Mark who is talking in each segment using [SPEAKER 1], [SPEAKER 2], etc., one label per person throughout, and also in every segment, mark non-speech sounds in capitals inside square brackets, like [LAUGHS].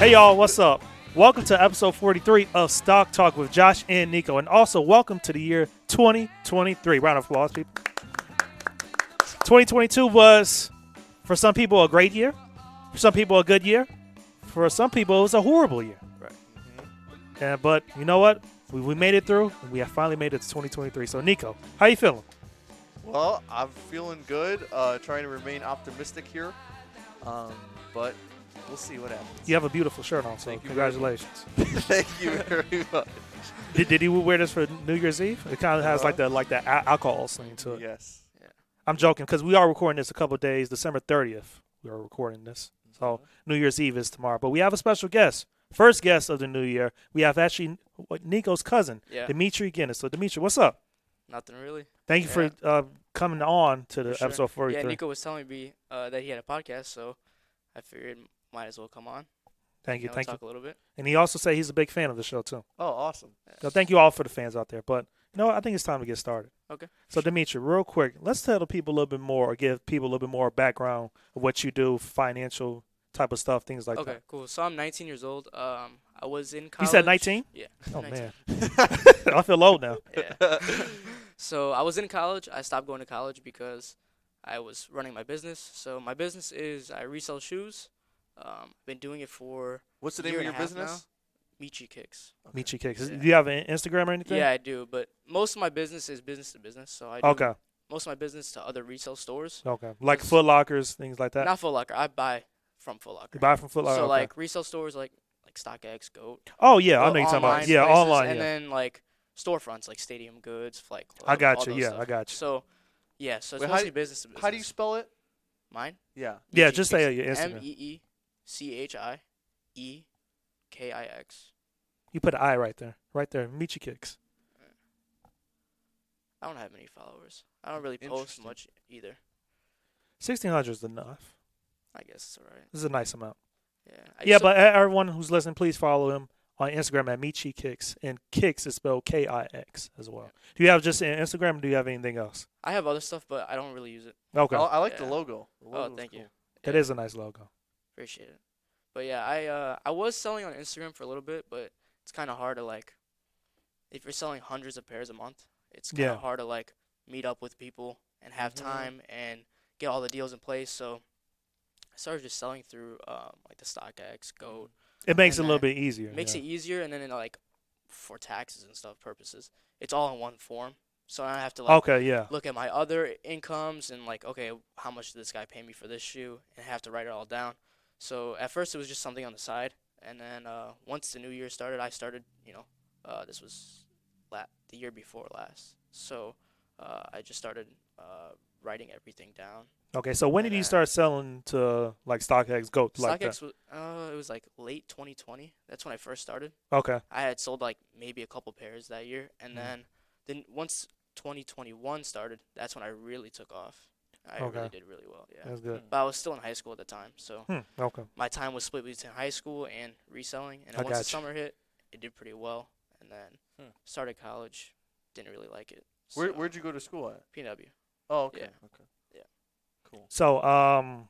[SPEAKER 1] Hey y'all, what's up? Welcome to episode 43 of Stock Talk with Josh and Nico, and also welcome to the year 2023. Round of applause, people. 2022 was, for some people, a great year. For some people, a good year. For some people, it was a horrible year. Mm-hmm.
[SPEAKER 2] Right.
[SPEAKER 1] Yeah, but you know what? We, we made it through, and we have finally made it to 2023. So, Nico, how you feeling?
[SPEAKER 2] Well, I'm feeling good. Uh, trying to remain optimistic here, um, but we'll see what happens.
[SPEAKER 1] You have a beautiful shirt on, so
[SPEAKER 2] Thank you very
[SPEAKER 1] congratulations.
[SPEAKER 2] [LAUGHS] Thank
[SPEAKER 1] [LAUGHS]
[SPEAKER 2] you very much.
[SPEAKER 1] Did, did you wear this for New Year's Eve? It kind of has
[SPEAKER 2] Uh-huh.
[SPEAKER 1] like the like that a- alcohol stain to it.
[SPEAKER 2] Yes. Yeah.
[SPEAKER 1] I'm joking because we are recording this a couple of days, December 30th. We are recording this, so
[SPEAKER 3] Mm-hmm.
[SPEAKER 1] New Year's Eve is tomorrow. But we have a special guest, first guest of the new year. We have actually what, Nico's cousin,
[SPEAKER 3] Yeah.
[SPEAKER 1] Dimitri Guinness. So Dimitri, what's up?
[SPEAKER 3] Nothing really.
[SPEAKER 1] Thank you
[SPEAKER 3] Yeah.
[SPEAKER 1] for uh, coming on to the
[SPEAKER 3] For sure.
[SPEAKER 1] episode 43.
[SPEAKER 3] Yeah, Nico was telling me uh, that he had a podcast, so I figured might as well come on.
[SPEAKER 1] thank you,
[SPEAKER 3] know,
[SPEAKER 1] thank you.
[SPEAKER 3] talk a little bit.
[SPEAKER 1] And he also said he's a big fan of the show too. [LAUGHS]
[SPEAKER 2] Oh, awesome.
[SPEAKER 1] So thank you all for the fans out there. But you know, what? I think it's time to get started.
[SPEAKER 3] Okay.
[SPEAKER 1] So Dimitri, real quick, let's tell the people a little bit more, or give people a little bit more background of what you do, financial type of stuff, things like
[SPEAKER 3] okay,
[SPEAKER 1] that.
[SPEAKER 3] cool. So I'm 19 years old. Um, I was in
[SPEAKER 1] You
[SPEAKER 3] college.
[SPEAKER 1] said 19?
[SPEAKER 3] Yeah.
[SPEAKER 1] Oh
[SPEAKER 3] 19.
[SPEAKER 1] man, I feel old now.
[SPEAKER 3] Yeah. so I was in college. I stopped going to college because I was running my business. So my business is I resell shoes. Um, been doing it for
[SPEAKER 2] What's the name
[SPEAKER 3] Year
[SPEAKER 2] of
[SPEAKER 3] and
[SPEAKER 2] your
[SPEAKER 3] a half now.
[SPEAKER 2] business?
[SPEAKER 3] [LAUGHS] Michi Kicks.
[SPEAKER 1] Michi Kicks.
[SPEAKER 3] Yeah.
[SPEAKER 1] Do you have an Instagram or anything?
[SPEAKER 3] Yeah, I do, but most of my business is business to business. So I do
[SPEAKER 1] Okay.
[SPEAKER 3] most of my business to other resale stores.
[SPEAKER 1] Okay. Like
[SPEAKER 3] Just-
[SPEAKER 1] Foot Lockers, things like that.
[SPEAKER 3] Not Foot Locker. I buy from Foot Locker.
[SPEAKER 1] You buy from Foot Locker.
[SPEAKER 3] so
[SPEAKER 1] okay.
[SPEAKER 3] like resale stores like like StockX, Goat.
[SPEAKER 1] oh yeah, I know
[SPEAKER 3] uh,
[SPEAKER 1] you're talking
[SPEAKER 3] online
[SPEAKER 1] about. Yeah,
[SPEAKER 3] places,
[SPEAKER 1] online.
[SPEAKER 3] And
[SPEAKER 1] yeah.
[SPEAKER 3] then like storefronts like Stadium Goods, like
[SPEAKER 1] I
[SPEAKER 3] all-
[SPEAKER 1] got
[SPEAKER 3] all
[SPEAKER 1] you,
[SPEAKER 3] those
[SPEAKER 1] yeah,
[SPEAKER 3] stuff.
[SPEAKER 1] I got you.
[SPEAKER 3] So yeah, so it's
[SPEAKER 2] Wait, how
[SPEAKER 3] mostly
[SPEAKER 2] do-
[SPEAKER 3] business to business.
[SPEAKER 2] How do you spell it?
[SPEAKER 3] mine?
[SPEAKER 2] Yeah.
[SPEAKER 1] yeah,
[SPEAKER 3] Michi
[SPEAKER 1] just
[SPEAKER 3] Kicks.
[SPEAKER 1] say your Instagram.
[SPEAKER 3] M e e c h i e k i x.
[SPEAKER 1] you put an I right there, right there. Michi Kicks.
[SPEAKER 3] I don't have many followers. I don't really post
[SPEAKER 2] Interesting.
[SPEAKER 3] much either.
[SPEAKER 1] Sixteen hundred is enough.
[SPEAKER 3] I guess it's alright.
[SPEAKER 1] This is a nice amount.
[SPEAKER 3] Yeah. I
[SPEAKER 1] yeah,
[SPEAKER 3] used to-
[SPEAKER 1] but e- everyone who's listening, please follow him on Instagram at Michi Kicks, and Kicks is spelled K I X as well. Do you have just an Instagram? Or do you have anything else?
[SPEAKER 3] I have other stuff, but I don't really use it.
[SPEAKER 1] Okay,
[SPEAKER 2] I, I like the
[SPEAKER 3] Yeah.
[SPEAKER 2] logo. The
[SPEAKER 3] Oh,
[SPEAKER 2] logo's
[SPEAKER 3] thank you.
[SPEAKER 2] cool.
[SPEAKER 1] that
[SPEAKER 3] yeah.
[SPEAKER 1] is a nice logo.
[SPEAKER 3] Appreciate it. But yeah, I uh I was selling on Instagram for a little bit, but it's kind of hard to like if you're selling hundreds of pairs a month, it's kind of
[SPEAKER 1] Yeah. Mm-hmm.
[SPEAKER 3] hard to like meet up with people and have
[SPEAKER 2] Mhm.
[SPEAKER 3] time and get all the deals in place. So I started just selling through um like the StockX, Goat.
[SPEAKER 1] It makes it a
[SPEAKER 3] And
[SPEAKER 1] little
[SPEAKER 3] that
[SPEAKER 1] bit easier.
[SPEAKER 3] Makes
[SPEAKER 1] yeah.
[SPEAKER 3] it easier and then it, like for taxes and stuff purposes, it's all in one form. So I don't have to like
[SPEAKER 1] okay, yeah.
[SPEAKER 3] look at my other incomes and like okay how much did this guy pay me for this shoe and have to write it all down so at first it was just something on the side and then uh, once the new year started i started you know uh, this was la- the year before last so uh, i just started uh, writing everything down
[SPEAKER 1] Okay, so when did
[SPEAKER 3] and
[SPEAKER 1] you
[SPEAKER 3] I-
[SPEAKER 1] start selling to like StockX Goat like
[SPEAKER 3] stockx was uh, it was like late 2020 that's when i first started
[SPEAKER 1] that? Okay,
[SPEAKER 3] I had sold like maybe a couple pairs that year, and
[SPEAKER 1] Mm.
[SPEAKER 3] then then once 2021 started, that's when I really took off. I
[SPEAKER 1] Okay.
[SPEAKER 3] really did really well, yeah.
[SPEAKER 1] that's good.
[SPEAKER 3] But I was still in high school at the time, so
[SPEAKER 1] Hmm, okay,
[SPEAKER 3] my time was split between high school and reselling. And
[SPEAKER 1] I
[SPEAKER 3] then once the
[SPEAKER 1] gotcha.
[SPEAKER 3] summer hit, it did pretty well, and then
[SPEAKER 2] Hmm.
[SPEAKER 3] started college, didn't really like it.
[SPEAKER 2] Where
[SPEAKER 3] so-
[SPEAKER 2] Where'd you go to school at?
[SPEAKER 3] PW?
[SPEAKER 2] Oh, okay.
[SPEAKER 3] Yeah.
[SPEAKER 2] Okay.
[SPEAKER 3] Yeah.
[SPEAKER 2] Cool.
[SPEAKER 1] so um,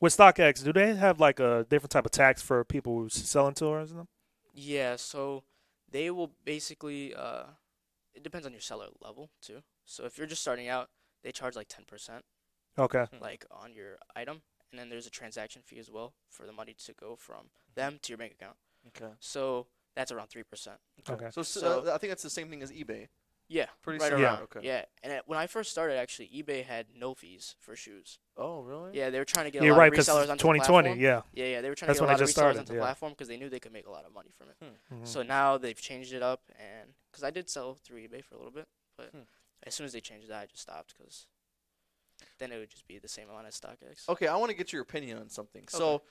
[SPEAKER 1] with StockX, do they have like a different type of tax for people who's selling to or something?
[SPEAKER 3] Yeah, so they will basically uh, it depends on your seller level too. So if you're just starting out, they charge like 10%.
[SPEAKER 1] Okay,
[SPEAKER 2] Hmm.
[SPEAKER 3] like on your item and then there's a transaction fee as well for the money to go from them to your bank account
[SPEAKER 2] Hmm. Okay.
[SPEAKER 3] so that's around 3%
[SPEAKER 1] okay,
[SPEAKER 2] So, so
[SPEAKER 3] So-
[SPEAKER 2] uh, I think that's the same thing as eBay.
[SPEAKER 3] yeah
[SPEAKER 2] Pretty
[SPEAKER 3] right
[SPEAKER 2] similar.
[SPEAKER 3] around
[SPEAKER 1] Yeah.
[SPEAKER 2] Okay.
[SPEAKER 3] yeah and it, when i first started actually ebay had no fees for shoes
[SPEAKER 2] Oh, really?
[SPEAKER 3] yeah they were trying to get
[SPEAKER 1] you're
[SPEAKER 3] a lot
[SPEAKER 1] right
[SPEAKER 3] of
[SPEAKER 1] because
[SPEAKER 3] resellers onto
[SPEAKER 1] 2020,
[SPEAKER 3] the platform
[SPEAKER 1] yeah.
[SPEAKER 3] yeah yeah they were trying
[SPEAKER 1] That's
[SPEAKER 3] to
[SPEAKER 1] when
[SPEAKER 3] get
[SPEAKER 1] it
[SPEAKER 3] a lot of resellers
[SPEAKER 1] just started,
[SPEAKER 3] onto
[SPEAKER 1] yeah.
[SPEAKER 3] the platform because they knew they could make a lot of money from it
[SPEAKER 1] Mhm.
[SPEAKER 3] so now they've changed it up and because i did sell through ebay for a little bit but
[SPEAKER 2] Hmm.
[SPEAKER 3] as soon as they changed that i just stopped because then it would just be the same amount as stockx
[SPEAKER 2] Okay, I want to get your opinion on something. So,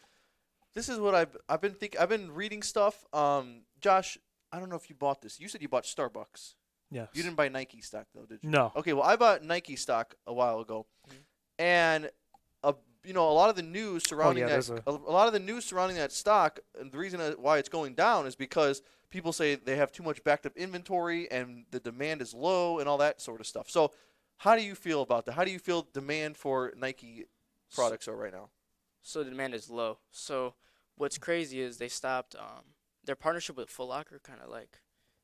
[SPEAKER 2] this is what I've I've been think I've been reading stuff. Um, Josh, I don't know if you bought this. You said you bought Starbucks.
[SPEAKER 1] Yes.
[SPEAKER 2] You didn't buy Nike stock though, did you?
[SPEAKER 1] No.
[SPEAKER 2] Okay, well I bought Nike stock a while ago,
[SPEAKER 3] Mhm.
[SPEAKER 2] and a, you know a lot of the news
[SPEAKER 3] Oh,
[SPEAKER 2] surrounding
[SPEAKER 1] yeah,
[SPEAKER 2] that
[SPEAKER 1] there's a-
[SPEAKER 2] a, lot of the news surrounding that stock. And the reason uh, why it's going down is because people say they have too much backed up inventory and the demand is low and all that sort of stuff. So, how do you feel about that? How do you feel demand for Nike
[SPEAKER 3] So-
[SPEAKER 2] products are right now?
[SPEAKER 3] so the demand is low. So what's crazy is they stopped um, their partnership with Foot Locker. Kind of like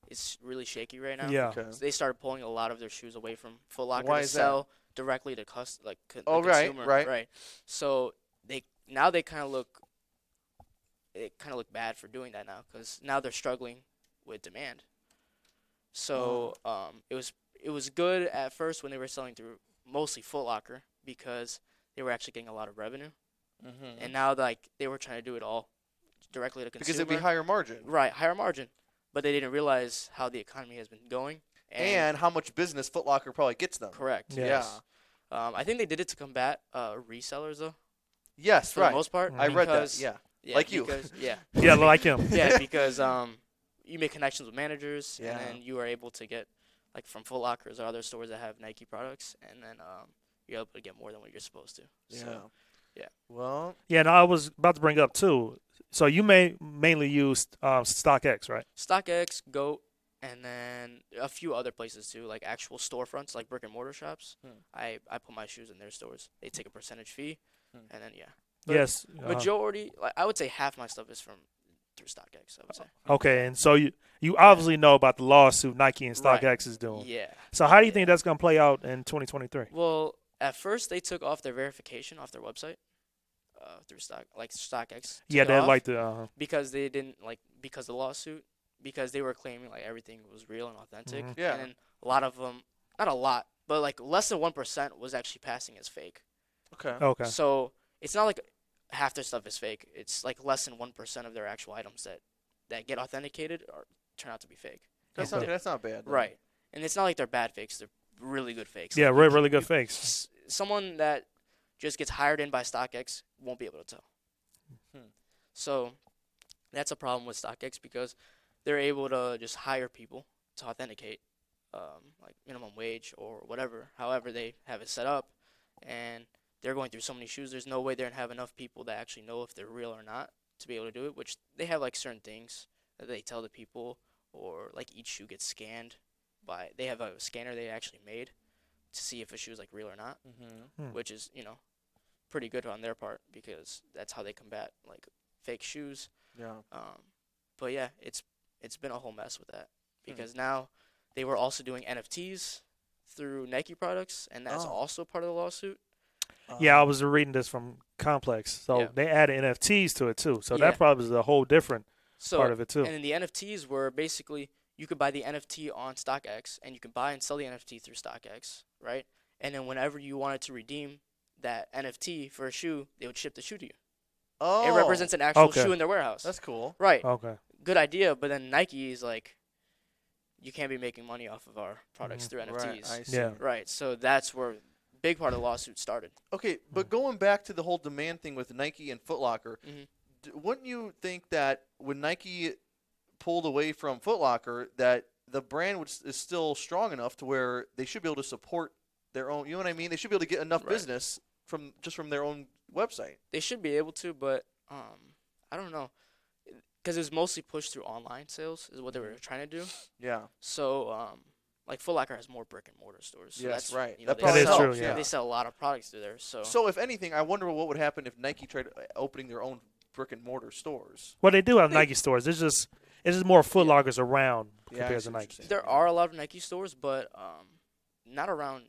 [SPEAKER 3] it's really shaky right now.
[SPEAKER 1] Yeah.
[SPEAKER 2] Okay.
[SPEAKER 3] So they started pulling a lot of their shoes away from Foot Locker
[SPEAKER 2] Why
[SPEAKER 3] to
[SPEAKER 2] is that?
[SPEAKER 3] sell directly to cus- like co- the
[SPEAKER 2] Oh, right,
[SPEAKER 3] consumer.
[SPEAKER 2] right.
[SPEAKER 3] So they now they kind of look it kind of look bad for doing that now because now they're struggling with demand. So
[SPEAKER 2] Oh.
[SPEAKER 3] um, it was it was good at first when they were selling through mostly Foot Locker because they were actually getting a lot of revenue,
[SPEAKER 2] Mm-hmm.
[SPEAKER 3] and now like they were trying to do it all directly to consumer.
[SPEAKER 2] because it'd be higher margin
[SPEAKER 3] Right, higher margin. But they didn't realize how the economy has been going. And,
[SPEAKER 2] and how much business Foot Locker probably gets them.
[SPEAKER 3] correct.
[SPEAKER 1] Yes.
[SPEAKER 3] Um, I think they did it to combat uh, resellers though,
[SPEAKER 2] Yeah. Yes,
[SPEAKER 3] for
[SPEAKER 2] right.
[SPEAKER 3] the most part.
[SPEAKER 2] I read that.
[SPEAKER 3] because-
[SPEAKER 2] Yeah.
[SPEAKER 3] yeah,
[SPEAKER 2] like you. [LAUGHS]
[SPEAKER 3] because- yeah,
[SPEAKER 1] Yeah, like
[SPEAKER 3] [LAUGHS]
[SPEAKER 1] him.
[SPEAKER 3] yeah, because um, you make connections with managers,
[SPEAKER 2] Yeah.
[SPEAKER 3] and then you are able to get like from Foot Lockers or other stores that have Nike products, and then um, you're able to get more than what you're supposed to. So yeah.
[SPEAKER 2] Well,
[SPEAKER 1] Yeah, and I was about to bring up too. So you may mainly use um, StockX, right?
[SPEAKER 3] StockX, Goat, and then a few other places too, like actual storefronts, like brick and mortar shops.
[SPEAKER 2] Hmm.
[SPEAKER 3] I, I put my shoes in their stores. They take a percentage fee,
[SPEAKER 2] Hmm.
[SPEAKER 3] and then yeah, But
[SPEAKER 1] yes. uh,
[SPEAKER 3] majority, like I would say half my stuff is from through StockX. I would say.
[SPEAKER 1] okay, and so you you obviously know about the lawsuit Nike and StockX
[SPEAKER 3] Right.
[SPEAKER 1] is doing.
[SPEAKER 3] Yeah.
[SPEAKER 1] So how do you think
[SPEAKER 3] Yeah.
[SPEAKER 1] that's going to play out in 2023?
[SPEAKER 3] Well, at first they took off their verification off their website, uh, through Stock like StockX.
[SPEAKER 1] Yeah,
[SPEAKER 3] took it
[SPEAKER 1] they
[SPEAKER 3] off
[SPEAKER 1] like the uh,
[SPEAKER 3] because they didn't like because the lawsuit because they were claiming like everything was real and authentic.
[SPEAKER 1] Mhm.
[SPEAKER 2] Yeah.
[SPEAKER 3] And then a lot of them, not a lot, but like less than one percent was actually passing as fake.
[SPEAKER 2] okay.
[SPEAKER 1] okay.
[SPEAKER 3] So it's not like half their stuff is fake. It's like less than one percent of their actual items that that get authenticated or turn out to be fake.
[SPEAKER 2] That's
[SPEAKER 1] Okay.
[SPEAKER 2] not that's not bad. though.
[SPEAKER 3] Right. And it's not like they're bad fakes. They're really good fakes.
[SPEAKER 1] Yeah,
[SPEAKER 3] Like, you
[SPEAKER 1] really,
[SPEAKER 3] can-
[SPEAKER 1] really good
[SPEAKER 3] you-
[SPEAKER 1] fakes.
[SPEAKER 3] s- Someone that just gets hired in by StockX won't be able to tell.
[SPEAKER 2] Hmm.
[SPEAKER 3] So that's a problem with StockX because they're able to just hire people to authenticate, um, like minimum wage or whatever, however they have it set up. And they're going through so many shoes, there's no way they're going to have enough people that actually know if they're real or not to be able to do it, which they have like certain things that they tell the people, or like each shoe gets scanned by, they have a scanner they actually made to see if a shoe is like real or not
[SPEAKER 2] Mhm.
[SPEAKER 1] Hmm.
[SPEAKER 3] which is you know pretty good on their part because that's how they combat like fake shoes.
[SPEAKER 2] Yeah.
[SPEAKER 3] Um, but yeah, it's it's been a whole mess with that
[SPEAKER 1] Hmm.
[SPEAKER 3] because now they were also doing NFTs through Nike products, and that's
[SPEAKER 2] Oh.
[SPEAKER 3] also part of the lawsuit.
[SPEAKER 1] Yeah, I
[SPEAKER 2] Um,
[SPEAKER 1] was reading this from Complex. So
[SPEAKER 3] Yeah.
[SPEAKER 1] they added NFTs to it too. So
[SPEAKER 3] Yeah.
[SPEAKER 1] that probably is a whole different
[SPEAKER 3] So
[SPEAKER 1] part of it too.
[SPEAKER 3] and then the NFTs were basically you could buy the NFT on StockX, and you could buy and sell the NFT through StockX, right? And then whenever you wanted to redeem that NFT for a shoe, they would ship the shoe to you.
[SPEAKER 2] Oh,
[SPEAKER 3] It represents an actual
[SPEAKER 1] Okay.
[SPEAKER 3] shoe in their warehouse.
[SPEAKER 2] That's cool.
[SPEAKER 3] right.
[SPEAKER 1] Okay.
[SPEAKER 3] good idea, but then Nike is like, you can't be making money off of our products
[SPEAKER 1] Mhm.
[SPEAKER 3] through
[SPEAKER 2] Mm,
[SPEAKER 3] NFTs.
[SPEAKER 2] Right. I
[SPEAKER 3] Right,
[SPEAKER 2] see.
[SPEAKER 1] Yeah.
[SPEAKER 3] so that's where big part of the lawsuit started.
[SPEAKER 2] Okay, but going back to the whole demand thing with Nike and Foot Locker,
[SPEAKER 3] Mhm.
[SPEAKER 2] d- wouldn't you think that when Nike pulled away from Foot Locker, that the brand was, is still strong enough to where they should be able to support their own? You know what I mean? They should be able to get enough
[SPEAKER 3] Right.
[SPEAKER 2] business from just from their own website.
[SPEAKER 3] They should be able to, but um, I don't know, because it was mostly pushed through online sales is what they were
[SPEAKER 2] Mm-hmm.
[SPEAKER 3] trying to do.
[SPEAKER 2] Yeah,
[SPEAKER 3] So um, like Foot Locker has more brick and mortar stores. So
[SPEAKER 2] Yes,
[SPEAKER 3] that's
[SPEAKER 2] right.
[SPEAKER 3] You know,
[SPEAKER 2] That
[SPEAKER 3] they
[SPEAKER 1] probably
[SPEAKER 3] sell,
[SPEAKER 1] helps, yeah.
[SPEAKER 3] They sell a lot of products through there. So,
[SPEAKER 2] So if anything, I wonder what would happen if Nike tried uh, opening their own brick and mortar stores.
[SPEAKER 1] Well, they do have
[SPEAKER 2] They-
[SPEAKER 1] Nike stores. It's just it's just more Foot
[SPEAKER 3] Yeah.
[SPEAKER 1] Lockers around
[SPEAKER 2] Yeah, I
[SPEAKER 1] compared
[SPEAKER 2] see
[SPEAKER 1] to
[SPEAKER 2] what you're
[SPEAKER 1] Nike.
[SPEAKER 2] saying.
[SPEAKER 3] there are a lot of Nike stores, but um, not around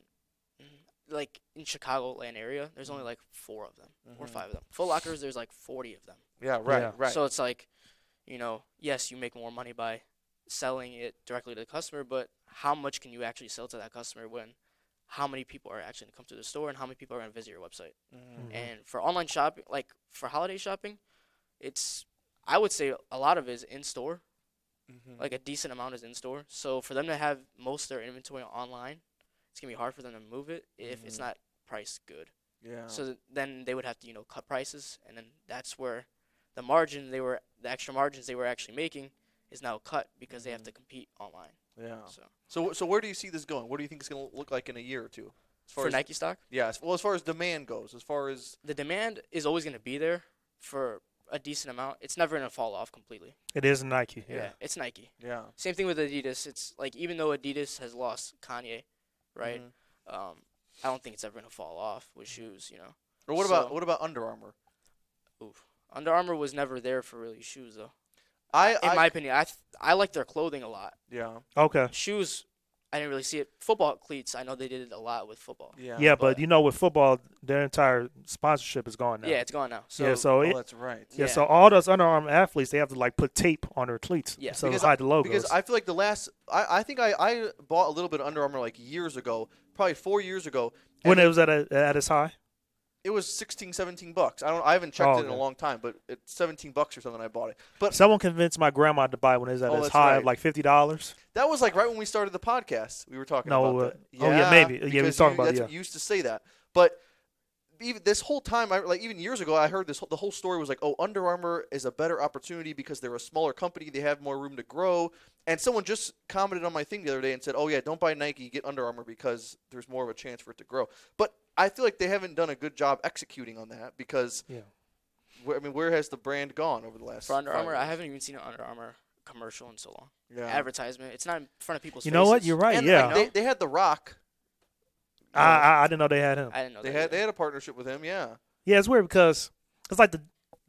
[SPEAKER 3] mm, like in Chicagoland area. There's only like four of them or
[SPEAKER 2] Mhm.
[SPEAKER 3] five of them. Foot Lockers, there's like forty of them.
[SPEAKER 2] Yeah, right,
[SPEAKER 1] Yeah.
[SPEAKER 2] right.
[SPEAKER 3] So it's like, you know, yes, you make more money by selling it directly to the customer, but how much can you actually sell to that customer when how many people are actually going to come to the store and how many people are going to visit your website?
[SPEAKER 2] Mhm.
[SPEAKER 3] And for online shopping, like for holiday shopping, it's I would say a lot of it is in store
[SPEAKER 2] Mhm.
[SPEAKER 3] like a decent amount is in store. So for them to have most of their inventory online, it's gonna be hard for them to move it if it's
[SPEAKER 2] Mhm.
[SPEAKER 3] not priced good.
[SPEAKER 2] yeah.
[SPEAKER 3] So th- then they would have to you know cut prices, and then that's where the margin they were the extra margins they were actually making is now cut because they have
[SPEAKER 2] Mhm.
[SPEAKER 3] to compete online.
[SPEAKER 2] yeah.
[SPEAKER 3] So
[SPEAKER 2] So wh- so where do you see this going? What do you think it's going to look like in a year or two? As far
[SPEAKER 3] for
[SPEAKER 2] as
[SPEAKER 3] Nike stock,
[SPEAKER 2] yeah, as, well as far as demand goes, as far as
[SPEAKER 3] the demand is always gonna be there for a decent amount. It's never gonna fall off completely.
[SPEAKER 1] It is Nike. Yeah.
[SPEAKER 3] it's Nike.
[SPEAKER 2] yeah,
[SPEAKER 3] Same thing with Adidas. It's like even though Adidas has lost Kanye, right?
[SPEAKER 2] Mhm.
[SPEAKER 3] Um, I don't think it's ever gonna fall off with shoes. You know.
[SPEAKER 2] Or what about
[SPEAKER 3] So-
[SPEAKER 2] what about Under Armour?
[SPEAKER 3] Oof. Under Armour was never there for really shoes though.
[SPEAKER 2] I,
[SPEAKER 3] In
[SPEAKER 2] I
[SPEAKER 3] my opinion, I th- I like their clothing a lot.
[SPEAKER 2] yeah
[SPEAKER 1] Okay.
[SPEAKER 3] Shoes, I didn't really see it. Football cleats, I know they did it a lot with football.
[SPEAKER 2] yeah
[SPEAKER 1] Yeah, but,
[SPEAKER 3] but-
[SPEAKER 1] you know, with football, their entire sponsorship is gone now.
[SPEAKER 3] Yeah, it's gone now. So
[SPEAKER 1] yeah. So
[SPEAKER 2] Oh,
[SPEAKER 1] it,
[SPEAKER 2] that's right.
[SPEAKER 1] yeah.
[SPEAKER 3] yeah.
[SPEAKER 1] So all those Under Armour athletes, they have to like put tape on their cleats.
[SPEAKER 3] Yeah.
[SPEAKER 1] So
[SPEAKER 2] Because
[SPEAKER 1] to hide the logos.
[SPEAKER 2] Because I feel like the last, I, I think I, I bought a little bit of Under Armour like years ago, probably four years ago. and
[SPEAKER 1] when it was at a, at its high.
[SPEAKER 2] it was 16, 17 bucks. I don't, I haven't checked
[SPEAKER 1] Oh,
[SPEAKER 2] it in a
[SPEAKER 1] okay.
[SPEAKER 2] long time, but it's 17 bucks or something. I bought it, but
[SPEAKER 1] Someone convinced my grandma to buy when it was at
[SPEAKER 2] Oh,
[SPEAKER 1] its
[SPEAKER 2] that's
[SPEAKER 1] high
[SPEAKER 2] right.
[SPEAKER 1] of like fifty dollars.
[SPEAKER 2] that was like right when we started the podcast. We were talking
[SPEAKER 1] No,
[SPEAKER 2] about
[SPEAKER 1] uh,
[SPEAKER 2] that.
[SPEAKER 1] oh, yeah, maybe. Yeah, we
[SPEAKER 2] because
[SPEAKER 1] was talking
[SPEAKER 2] you,
[SPEAKER 1] about it,
[SPEAKER 2] that's-
[SPEAKER 1] yeah.
[SPEAKER 2] You used to say that, but even this whole time, I like even years ago, I heard this. whole- The whole story was like, oh, Under Armour is a better opportunity because they're a smaller company. They have more room to grow. And someone just commented on my thing the other day and said, "Oh yeah, don't buy Nike, get Under Armour because there's more of a chance for it to grow." But I feel like they haven't done a good job executing on that because,
[SPEAKER 1] Yeah.
[SPEAKER 2] where, I mean, where has the brand gone over the last?
[SPEAKER 3] for Under
[SPEAKER 2] five
[SPEAKER 3] Armour, I
[SPEAKER 2] years?
[SPEAKER 3] haven't even seen an Under Armour commercial in so long.
[SPEAKER 2] yeah.
[SPEAKER 3] Advertisement, it's not in front of people's
[SPEAKER 1] You know what?
[SPEAKER 3] faces.
[SPEAKER 1] You're right.
[SPEAKER 2] And,
[SPEAKER 1] yeah.
[SPEAKER 2] like, they, they had the Rock.
[SPEAKER 1] I, I I didn't know they had him.
[SPEAKER 3] I didn't know
[SPEAKER 2] They
[SPEAKER 3] that
[SPEAKER 2] had
[SPEAKER 3] either.
[SPEAKER 2] they had a partnership with him. Yeah.
[SPEAKER 1] Yeah, it's weird because it's like the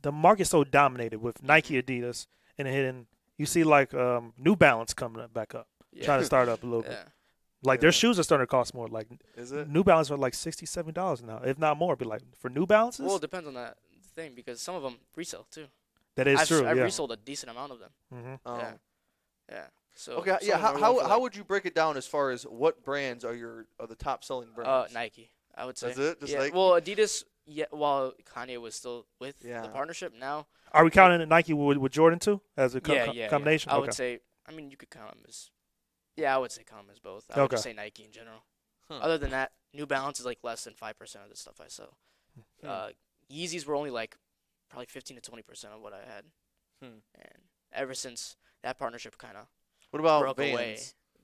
[SPEAKER 1] the market's so dominated with Nike, Adidas, and then you see like um, New Balance coming up back up,
[SPEAKER 3] yeah.
[SPEAKER 1] trying to start up a little bit.
[SPEAKER 3] [LAUGHS] Yeah.
[SPEAKER 1] Like their
[SPEAKER 2] Yeah.
[SPEAKER 1] shoes are starting to cost more. Like
[SPEAKER 2] Is it?
[SPEAKER 1] New Balance are like sixty seven dollars now, if not more. Be like for New Balances,
[SPEAKER 3] Well, it depends on that thing because some of them resell too.
[SPEAKER 1] that is
[SPEAKER 3] I've,
[SPEAKER 1] true.
[SPEAKER 3] I've
[SPEAKER 1] yeah.
[SPEAKER 3] resold a decent amount of them.
[SPEAKER 1] hmm
[SPEAKER 2] Um,
[SPEAKER 3] Mm-hmm. Yeah. Oh, Yeah. So
[SPEAKER 2] Okay.
[SPEAKER 3] some
[SPEAKER 2] Yeah.
[SPEAKER 3] of them
[SPEAKER 2] How,
[SPEAKER 3] are going
[SPEAKER 2] how,
[SPEAKER 3] for,
[SPEAKER 2] how
[SPEAKER 3] like,
[SPEAKER 2] would you break it down as far as what brands are your are the top selling brands?
[SPEAKER 3] uh Nike? I would say.
[SPEAKER 2] That's it. Just
[SPEAKER 3] yeah.
[SPEAKER 2] like
[SPEAKER 3] well, Adidas. Yeah. While Kanye was still with
[SPEAKER 2] Yeah.
[SPEAKER 3] the partnership, now
[SPEAKER 1] Are we counting Nike with, with Jordan too as a co-
[SPEAKER 3] yeah,
[SPEAKER 1] co-
[SPEAKER 3] yeah, yeah.
[SPEAKER 1] combination?
[SPEAKER 3] I
[SPEAKER 1] okay.
[SPEAKER 3] would say. I mean, you could count them as. Yeah, I would say count them as both. I would just say Nike in general.
[SPEAKER 2] Huh.
[SPEAKER 3] Other than that, New Balance is like less than five percent of the stuff I sell.
[SPEAKER 2] Hmm.
[SPEAKER 3] Uh, Yeezys were only like probably fifteen to twenty percent of what I had.
[SPEAKER 2] Hmm.
[SPEAKER 3] And ever since that partnership kind of
[SPEAKER 2] what about
[SPEAKER 3] broke
[SPEAKER 2] Oh, Vans?
[SPEAKER 3] away,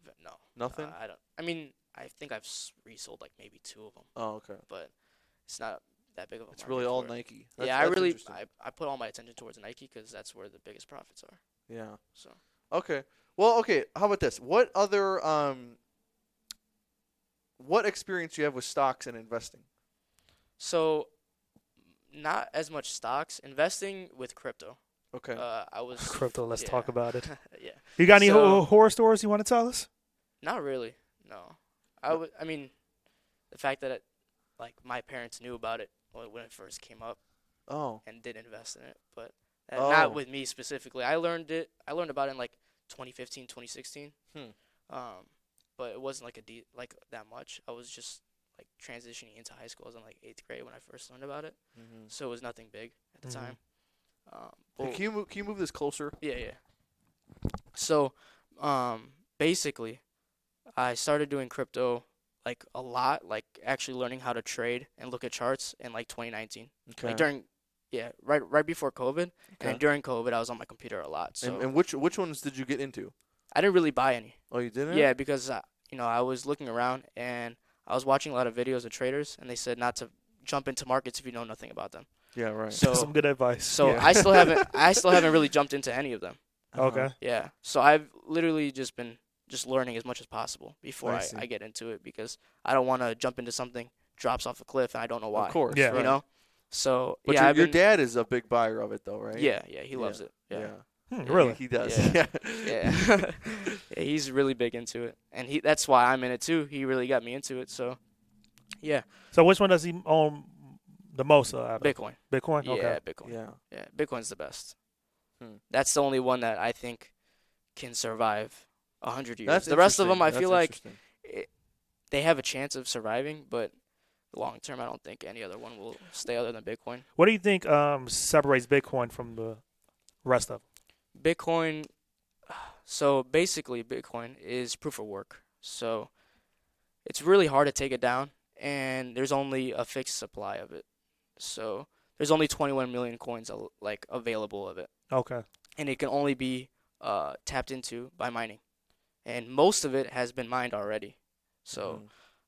[SPEAKER 3] v- no,
[SPEAKER 2] Nothing.
[SPEAKER 3] uh, I don't. I mean, I think I've s- resold like maybe two of them,
[SPEAKER 2] oh, okay.
[SPEAKER 3] but it's not that big of a.
[SPEAKER 2] It's
[SPEAKER 3] market
[SPEAKER 2] really all
[SPEAKER 3] for it.
[SPEAKER 2] Nike. That's,
[SPEAKER 3] yeah, I
[SPEAKER 2] that's
[SPEAKER 3] really
[SPEAKER 2] interesting.
[SPEAKER 3] I, I put all my attention towards Nike because that's where the biggest profits are.
[SPEAKER 2] yeah.
[SPEAKER 3] So
[SPEAKER 2] Okay. Well, okay. How about this? What other um, what experience do you have with stocks and investing?
[SPEAKER 3] so not as much stocks investing with crypto.
[SPEAKER 2] Okay.
[SPEAKER 3] Uh,
[SPEAKER 1] [LAUGHS]
[SPEAKER 3] I was
[SPEAKER 1] Crypto. Let's
[SPEAKER 3] yeah.
[SPEAKER 1] talk about it.
[SPEAKER 3] [LAUGHS] yeah,
[SPEAKER 1] You got any
[SPEAKER 3] So-
[SPEAKER 1] ho- horror stories you want to tell us? [LAUGHS]
[SPEAKER 3] not really. No, I would. I mean, the fact that it, like my parents knew about it when when it first came up.
[SPEAKER 2] oh.
[SPEAKER 3] and did invest in it, but uh, not
[SPEAKER 2] Oh.
[SPEAKER 3] with me specifically. I learned it. I learned about it in like 2015, 2016.
[SPEAKER 2] Hmm.
[SPEAKER 3] Um, but it wasn't like a de- like that much. I was just like transitioning into high school. I was in like eighth grade when I first learned about it,
[SPEAKER 2] Mm-hmm.
[SPEAKER 3] so it was nothing big at the
[SPEAKER 1] Mhm.
[SPEAKER 3] time. Um, but-
[SPEAKER 2] can you move, can you move this closer?
[SPEAKER 3] yeah, yeah. So, um, basically, I started doing crypto like a lot, like actually learning how to trade and look at charts in like 2019. Like during, yeah, right, right before COVID, and
[SPEAKER 2] Okay.
[SPEAKER 3] then during COVID, I was on my computer a lot. So
[SPEAKER 2] and, and which which ones did you get into?
[SPEAKER 3] I didn't really buy any.
[SPEAKER 2] Oh, you didn't.
[SPEAKER 3] Yeah, because I, you know I was looking around and I was watching a lot of videos of traders, and they said not to jump into markets if you know nothing about them.
[SPEAKER 2] Yeah. Right.
[SPEAKER 3] So-
[SPEAKER 1] Some good advice.
[SPEAKER 3] So
[SPEAKER 2] Yeah.
[SPEAKER 3] I still
[SPEAKER 2] [LAUGHS]
[SPEAKER 3] haven't, I still haven't really jumped into any of them.
[SPEAKER 2] Uh-huh.
[SPEAKER 1] [LAUGHS] okay.
[SPEAKER 3] Yeah. So I've literally just been just learning as much as possible before
[SPEAKER 2] I
[SPEAKER 3] I,
[SPEAKER 2] see.
[SPEAKER 3] I, get into it because I don't want to jump into something drops off a cliff and I don't know why.
[SPEAKER 2] Of course.
[SPEAKER 1] Yeah.
[SPEAKER 3] You
[SPEAKER 2] right.
[SPEAKER 3] know. So
[SPEAKER 2] But
[SPEAKER 3] yeah,
[SPEAKER 2] your,
[SPEAKER 3] I've
[SPEAKER 2] your
[SPEAKER 3] been-
[SPEAKER 2] dad is a big buyer of it, though, right?
[SPEAKER 3] Yeah, yeah, he
[SPEAKER 2] Yeah.
[SPEAKER 3] loves it. yeah.
[SPEAKER 1] Hmm,
[SPEAKER 2] Yeah,
[SPEAKER 1] really?
[SPEAKER 2] He does.
[SPEAKER 3] Yeah.
[SPEAKER 2] Yeah.
[SPEAKER 3] Yeah.
[SPEAKER 2] [LAUGHS]
[SPEAKER 3] [LAUGHS] Yeah, he's really big into it, and he that's why I'm in it too. He really got me into it. So, yeah,
[SPEAKER 1] So which one does he own the most? Uh, out of?
[SPEAKER 3] Bitcoin.
[SPEAKER 1] Bitcoin. Okay.
[SPEAKER 3] Yeah, Bitcoin. Yeah.
[SPEAKER 2] Yeah.
[SPEAKER 3] Bitcoin's the best.
[SPEAKER 2] Hmm.
[SPEAKER 3] That's the only one that I think can survive a hundred years.
[SPEAKER 2] That's
[SPEAKER 3] the rest of them, I
[SPEAKER 2] interesting.
[SPEAKER 3] feel
[SPEAKER 2] That's
[SPEAKER 3] like it, they have a chance of surviving, but long term, I don't think any other one will stay other than Bitcoin.
[SPEAKER 1] What do you think um, separates Bitcoin from the rest of?
[SPEAKER 3] Bitcoin. So basically, Bitcoin is proof of work. So it's really hard to take it down, and there's only a fixed supply of it. So there's only 21 million coins al- like available of it,
[SPEAKER 1] Them? Okay.
[SPEAKER 3] and it can only be uh, tapped into by mining, and most of it has been mined already. So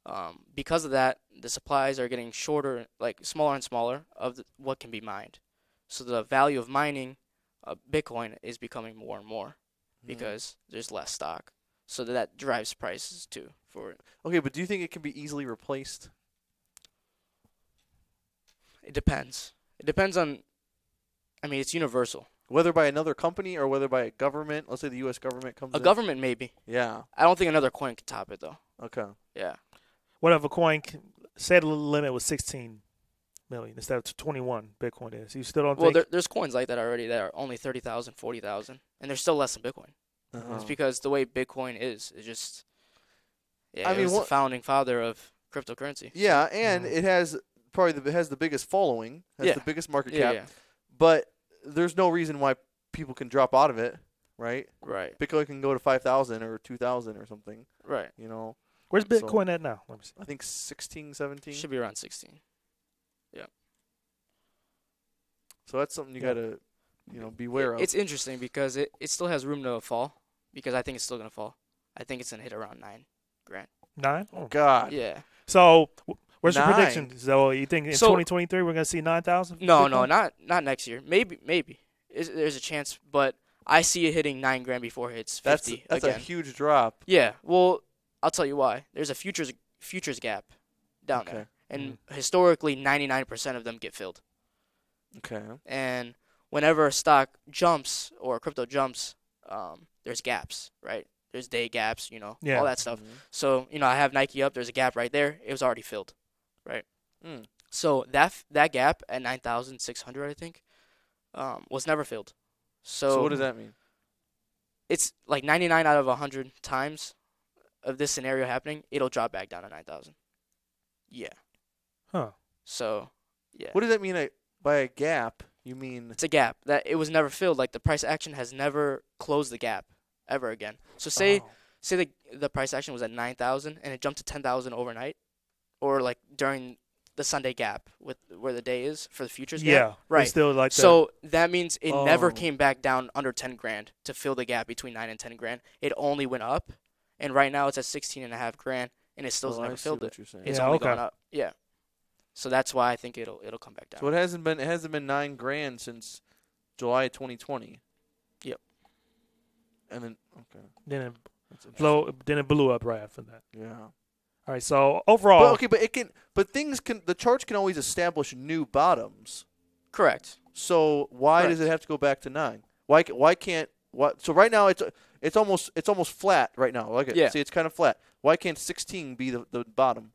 [SPEAKER 2] Mm-hmm.
[SPEAKER 3] um, because of that, the supplies are getting shorter, like smaller and smaller of the, what can be mined. So the value of mining uh, Bitcoin is becoming more and more
[SPEAKER 2] Mm-hmm.
[SPEAKER 3] because there's less stock. So that drives prices too for it.
[SPEAKER 2] Okay, but do you think it can be easily replaced?
[SPEAKER 3] It depends. It depends on I mean, it's universal.
[SPEAKER 2] Whether by another company or whether by a government, let's say the U.S. government comes
[SPEAKER 3] A
[SPEAKER 2] in.
[SPEAKER 3] government maybe.
[SPEAKER 2] yeah.
[SPEAKER 3] I don't think another coin could top it though.
[SPEAKER 2] Okay.
[SPEAKER 3] Yeah.
[SPEAKER 1] Whatever coin c- said the limit was 16 million instead of 21 Bitcoin is. You still don't
[SPEAKER 3] Well,
[SPEAKER 1] think
[SPEAKER 3] there, there's coins like that already that are only 30,000, 40,000, and they're still less than Bitcoin.
[SPEAKER 2] Uh-huh.
[SPEAKER 3] It's because the way Bitcoin is, it's just yeah,
[SPEAKER 2] I
[SPEAKER 3] I
[SPEAKER 2] mean,
[SPEAKER 3] mean, was
[SPEAKER 2] what-
[SPEAKER 3] the founding father of cryptocurrency.
[SPEAKER 2] Yeah, and
[SPEAKER 1] Mhm.
[SPEAKER 2] it has probably the it has the biggest following, has
[SPEAKER 3] Mm-hmm. Yeah.
[SPEAKER 2] the biggest market
[SPEAKER 3] Yeah,
[SPEAKER 2] cap,
[SPEAKER 3] yeah,
[SPEAKER 2] but there's no reason why people can drop out of it, right?
[SPEAKER 3] right,
[SPEAKER 2] Bitcoin can go to 5,000 or 2,000 or something,
[SPEAKER 3] right.
[SPEAKER 2] you know.
[SPEAKER 1] Where's
[SPEAKER 2] so-
[SPEAKER 1] Bitcoin at now? Let me see.
[SPEAKER 2] I think 16, 17.
[SPEAKER 3] Should be around 16.
[SPEAKER 2] So that's something you
[SPEAKER 1] Yeah.
[SPEAKER 2] got to you know beware of.
[SPEAKER 3] It's interesting because it, it still has room to fall because I think it's still gonna fall. I think it's gonna hit around nine grand.
[SPEAKER 1] 9? Oh.
[SPEAKER 2] God.
[SPEAKER 3] Yeah.
[SPEAKER 1] So, wh- where's
[SPEAKER 2] Nine.
[SPEAKER 1] your prediction? So, you think in
[SPEAKER 3] So-
[SPEAKER 1] 2023 we're going to see 9,000?
[SPEAKER 3] No,
[SPEAKER 1] Bitcoin?
[SPEAKER 3] no, not not next year. Maybe, maybe. Is, there's a chance, but I see it hitting nine grand before it hits
[SPEAKER 2] That's
[SPEAKER 3] fifty
[SPEAKER 2] that's
[SPEAKER 3] again.
[SPEAKER 2] a huge drop.
[SPEAKER 3] yeah. Well, I'll tell you why. There's a futures futures gap down
[SPEAKER 2] Okay. Mm-hmm.
[SPEAKER 3] there, and historically, 99% of them get filled.
[SPEAKER 2] Okay.
[SPEAKER 3] and whenever a stock jumps or crypto jumps, um, there's gaps, right? There's day gaps, you know,
[SPEAKER 1] Yeah.
[SPEAKER 3] all that stuff. So you know, I have Nike up. There's a gap right there. It was already filled.
[SPEAKER 2] Mm.
[SPEAKER 3] So that f- that gap at nine thousand six hundred, I think, um, was never filled. So,
[SPEAKER 2] So, what does that mean?
[SPEAKER 3] It's like ninety nine out of hundred times of this scenario happening, it'll drop back down to nine thousand. Yeah.
[SPEAKER 1] Huh.
[SPEAKER 3] So yeah,
[SPEAKER 2] What does that mean I, by a gap? You mean
[SPEAKER 3] it's a gap that it was never filled. Like the price action has never closed the gap ever again. So say
[SPEAKER 1] Oh.
[SPEAKER 3] say the the price action was at nine thousand and it jumped to ten thousand overnight, or like during the Sunday gap with where the day is for the futures.
[SPEAKER 1] yeah,
[SPEAKER 3] gap.
[SPEAKER 1] it's
[SPEAKER 3] right.
[SPEAKER 1] Still like the-
[SPEAKER 3] So that means it
[SPEAKER 2] Oh.
[SPEAKER 3] never came back down under ten grand to fill the gap between nine and ten grand. It only went up, and right now it's at sixteen and a half grand, and it still
[SPEAKER 2] oh,
[SPEAKER 3] has
[SPEAKER 2] I
[SPEAKER 3] never
[SPEAKER 2] see
[SPEAKER 3] filled
[SPEAKER 2] what
[SPEAKER 3] it.
[SPEAKER 2] you're saying.
[SPEAKER 3] It's
[SPEAKER 1] Yeah,
[SPEAKER 3] only
[SPEAKER 1] okay.
[SPEAKER 3] gone up. Yeah. So that's why I think it'll it'll come back down.
[SPEAKER 2] So it hasn't been it hasn't been nine grand since July 2020.
[SPEAKER 3] Yep.
[SPEAKER 2] And then okay,
[SPEAKER 1] then it
[SPEAKER 2] that's
[SPEAKER 1] blow, then it blew up right after that.
[SPEAKER 2] interesting. Yeah.
[SPEAKER 1] All right. So overall,
[SPEAKER 2] But okay, but it can but things can the charts can always establish new bottoms.
[SPEAKER 3] Correct.
[SPEAKER 2] So why does
[SPEAKER 3] Correct.
[SPEAKER 2] it have to go back to nine? Why ca- why can't what? So right now it's it's almost it's almost flat right now. Like it.
[SPEAKER 3] Yeah.
[SPEAKER 2] see, it's kind of flat. Why can't 16 be the, the bottom?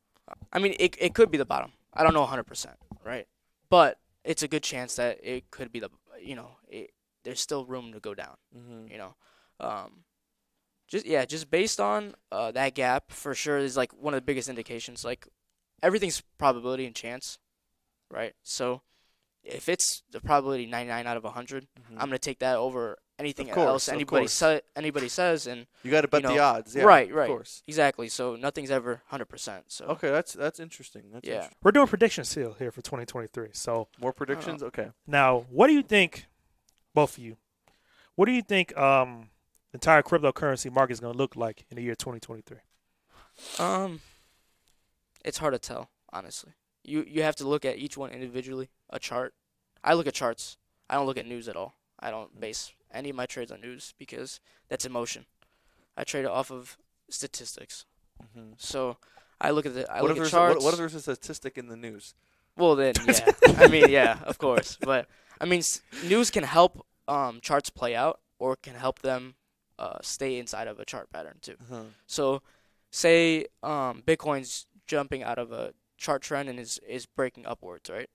[SPEAKER 3] I mean, it it could be the bottom. I don't know 100%, right? But it's a good chance that it could be the, you know, it, there's still room to go down,
[SPEAKER 2] Mm-hmm.
[SPEAKER 3] you know. Um just yeah, just based on uh, that gap for sure is like one of the biggest indications. Like everything's probability and chance, right? So if it's the probability 99 out of 100,
[SPEAKER 2] mm-hmm.
[SPEAKER 3] I'm going to take that over anything
[SPEAKER 2] course,
[SPEAKER 3] else
[SPEAKER 2] Mm. of
[SPEAKER 3] anybody
[SPEAKER 2] course.
[SPEAKER 3] sa- anybody says and
[SPEAKER 2] you got to bet
[SPEAKER 3] you
[SPEAKER 2] the
[SPEAKER 3] know,
[SPEAKER 2] odds. Yeah,
[SPEAKER 3] right,
[SPEAKER 2] Of
[SPEAKER 3] right.
[SPEAKER 2] course.
[SPEAKER 3] exactly. So nothing's ever 100%. So
[SPEAKER 2] Okay, that's that's interesting. That's
[SPEAKER 3] Yeah.
[SPEAKER 2] interesting.
[SPEAKER 1] we're doing predictions here here for 2023. So
[SPEAKER 2] More
[SPEAKER 3] Uh-huh.
[SPEAKER 2] predictions. Okay.
[SPEAKER 1] now, what do you think, both of you? What do you think um, the entire cryptocurrency market is going to look like in the year 2023?
[SPEAKER 3] Um, it's hard to tell, honestly. You you have to look at each one individually. A chart. I look at charts. I don't look at news at all. I don't
[SPEAKER 2] Mm.
[SPEAKER 3] base any of my trades on news because that's emotion. I trade off of statistics.
[SPEAKER 2] Mhm.
[SPEAKER 3] So I look at the I
[SPEAKER 2] What if,
[SPEAKER 3] look at
[SPEAKER 2] there's,
[SPEAKER 3] charts.
[SPEAKER 2] what, what if there's a statistic in the news? [LAUGHS]
[SPEAKER 3] well then yeah. I mean yeah, of course. But I mean s- news can help um charts play out or can help them uh stay inside of a chart pattern too.
[SPEAKER 2] Uh-huh.
[SPEAKER 3] So, say um, Bitcoin's jumping out of a chart trend and is is breaking upwards, right?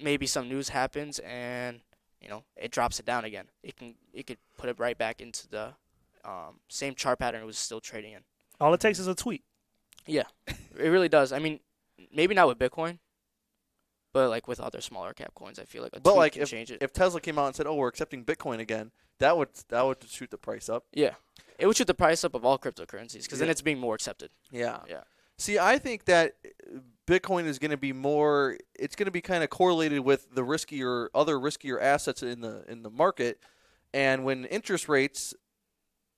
[SPEAKER 3] Maybe some news happens and you know it drops it down again. It can it could put it right back into the um, same chart pattern it was still trading in.
[SPEAKER 1] All it takes is a tweet.
[SPEAKER 3] It really does. I mean, maybe not with Bitcoin, but like with other smaller cap coins, I feel like a
[SPEAKER 2] But
[SPEAKER 3] tweet
[SPEAKER 2] like
[SPEAKER 3] can change it.
[SPEAKER 2] If Tesla came out and said, "Oh, we're accepting Bitcoin again," that would that would shoot the price up.
[SPEAKER 3] yeah, it would shoot the price up of all cryptocurrencies because then
[SPEAKER 2] Yeah.
[SPEAKER 3] it's being more accepted.
[SPEAKER 2] Yeah.
[SPEAKER 3] Yeah.
[SPEAKER 2] See, I think that uh, Bitcoin is going to be more. It's going to be kind of correlated with the riskier, other riskier assets in the in the market, and when interest rates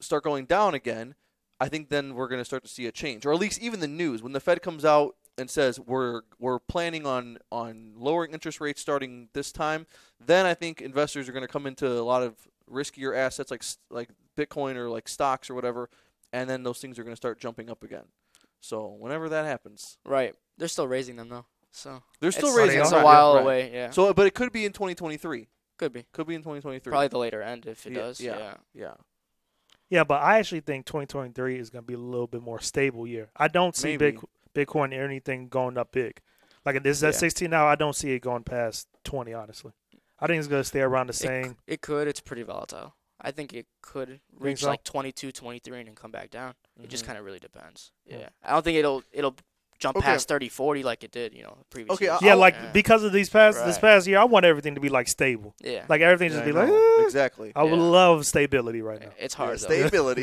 [SPEAKER 2] start going down again, I think then we're going to start to see a change, or at least even the news when the Fed comes out and says we're we're planning on on lowering interest rates starting this time. Then I think investors are going to come into a lot of riskier assets like s- like Bitcoin or like stocks or whatever, and then those things are going to start jumping up again. So whenever that happens,
[SPEAKER 3] Right. They're still raising them though, so
[SPEAKER 2] they're still
[SPEAKER 3] it's,
[SPEAKER 2] raising.
[SPEAKER 1] Oh,
[SPEAKER 3] It's
[SPEAKER 1] them,
[SPEAKER 2] it,
[SPEAKER 3] a
[SPEAKER 1] right,
[SPEAKER 3] while
[SPEAKER 2] right.
[SPEAKER 3] away. Yeah.
[SPEAKER 2] So, but it could be in 2023.
[SPEAKER 3] Could be.
[SPEAKER 2] Could be in 2023.
[SPEAKER 3] Probably the later end if it
[SPEAKER 2] Yeah,
[SPEAKER 3] does.
[SPEAKER 2] yeah.
[SPEAKER 3] Yeah.
[SPEAKER 2] Yeah.
[SPEAKER 1] Yeah, but I actually think 2023 is going to be a little bit more stable year. I don't see
[SPEAKER 2] Maybe.
[SPEAKER 1] big Bitcoin or anything going up big. Like if this is at
[SPEAKER 3] Yeah.
[SPEAKER 1] 16 now, I don't see it going past 20. Honestly, I think it's going to stay around the
[SPEAKER 3] It c-
[SPEAKER 1] same.
[SPEAKER 3] It, could. It's pretty volatile. I think it could reach
[SPEAKER 1] so?
[SPEAKER 3] like 22, 23 and then come back down. It just
[SPEAKER 2] Mhm.
[SPEAKER 3] kind of really depends.
[SPEAKER 1] Yeah.
[SPEAKER 3] Yeah. I don't think it'll it'll jump
[SPEAKER 2] Okay.
[SPEAKER 3] past 30, 40 like it did, you know, previous
[SPEAKER 2] Okay,
[SPEAKER 3] years.
[SPEAKER 2] I-
[SPEAKER 1] yeah,
[SPEAKER 2] I'll-
[SPEAKER 1] like
[SPEAKER 3] oh, Yeah.
[SPEAKER 1] because of these past this
[SPEAKER 3] Right.
[SPEAKER 1] past year, I want everything to be like stable.
[SPEAKER 3] yeah.
[SPEAKER 1] Like everything
[SPEAKER 2] Yeah,
[SPEAKER 1] just
[SPEAKER 2] I
[SPEAKER 1] be
[SPEAKER 2] know.
[SPEAKER 1] like. "Ah."
[SPEAKER 2] exactly.
[SPEAKER 1] I would
[SPEAKER 3] Yeah.
[SPEAKER 1] love stability right now.
[SPEAKER 3] It's
[SPEAKER 2] Yeah, [LAUGHS]
[SPEAKER 3] hard though.
[SPEAKER 2] stability.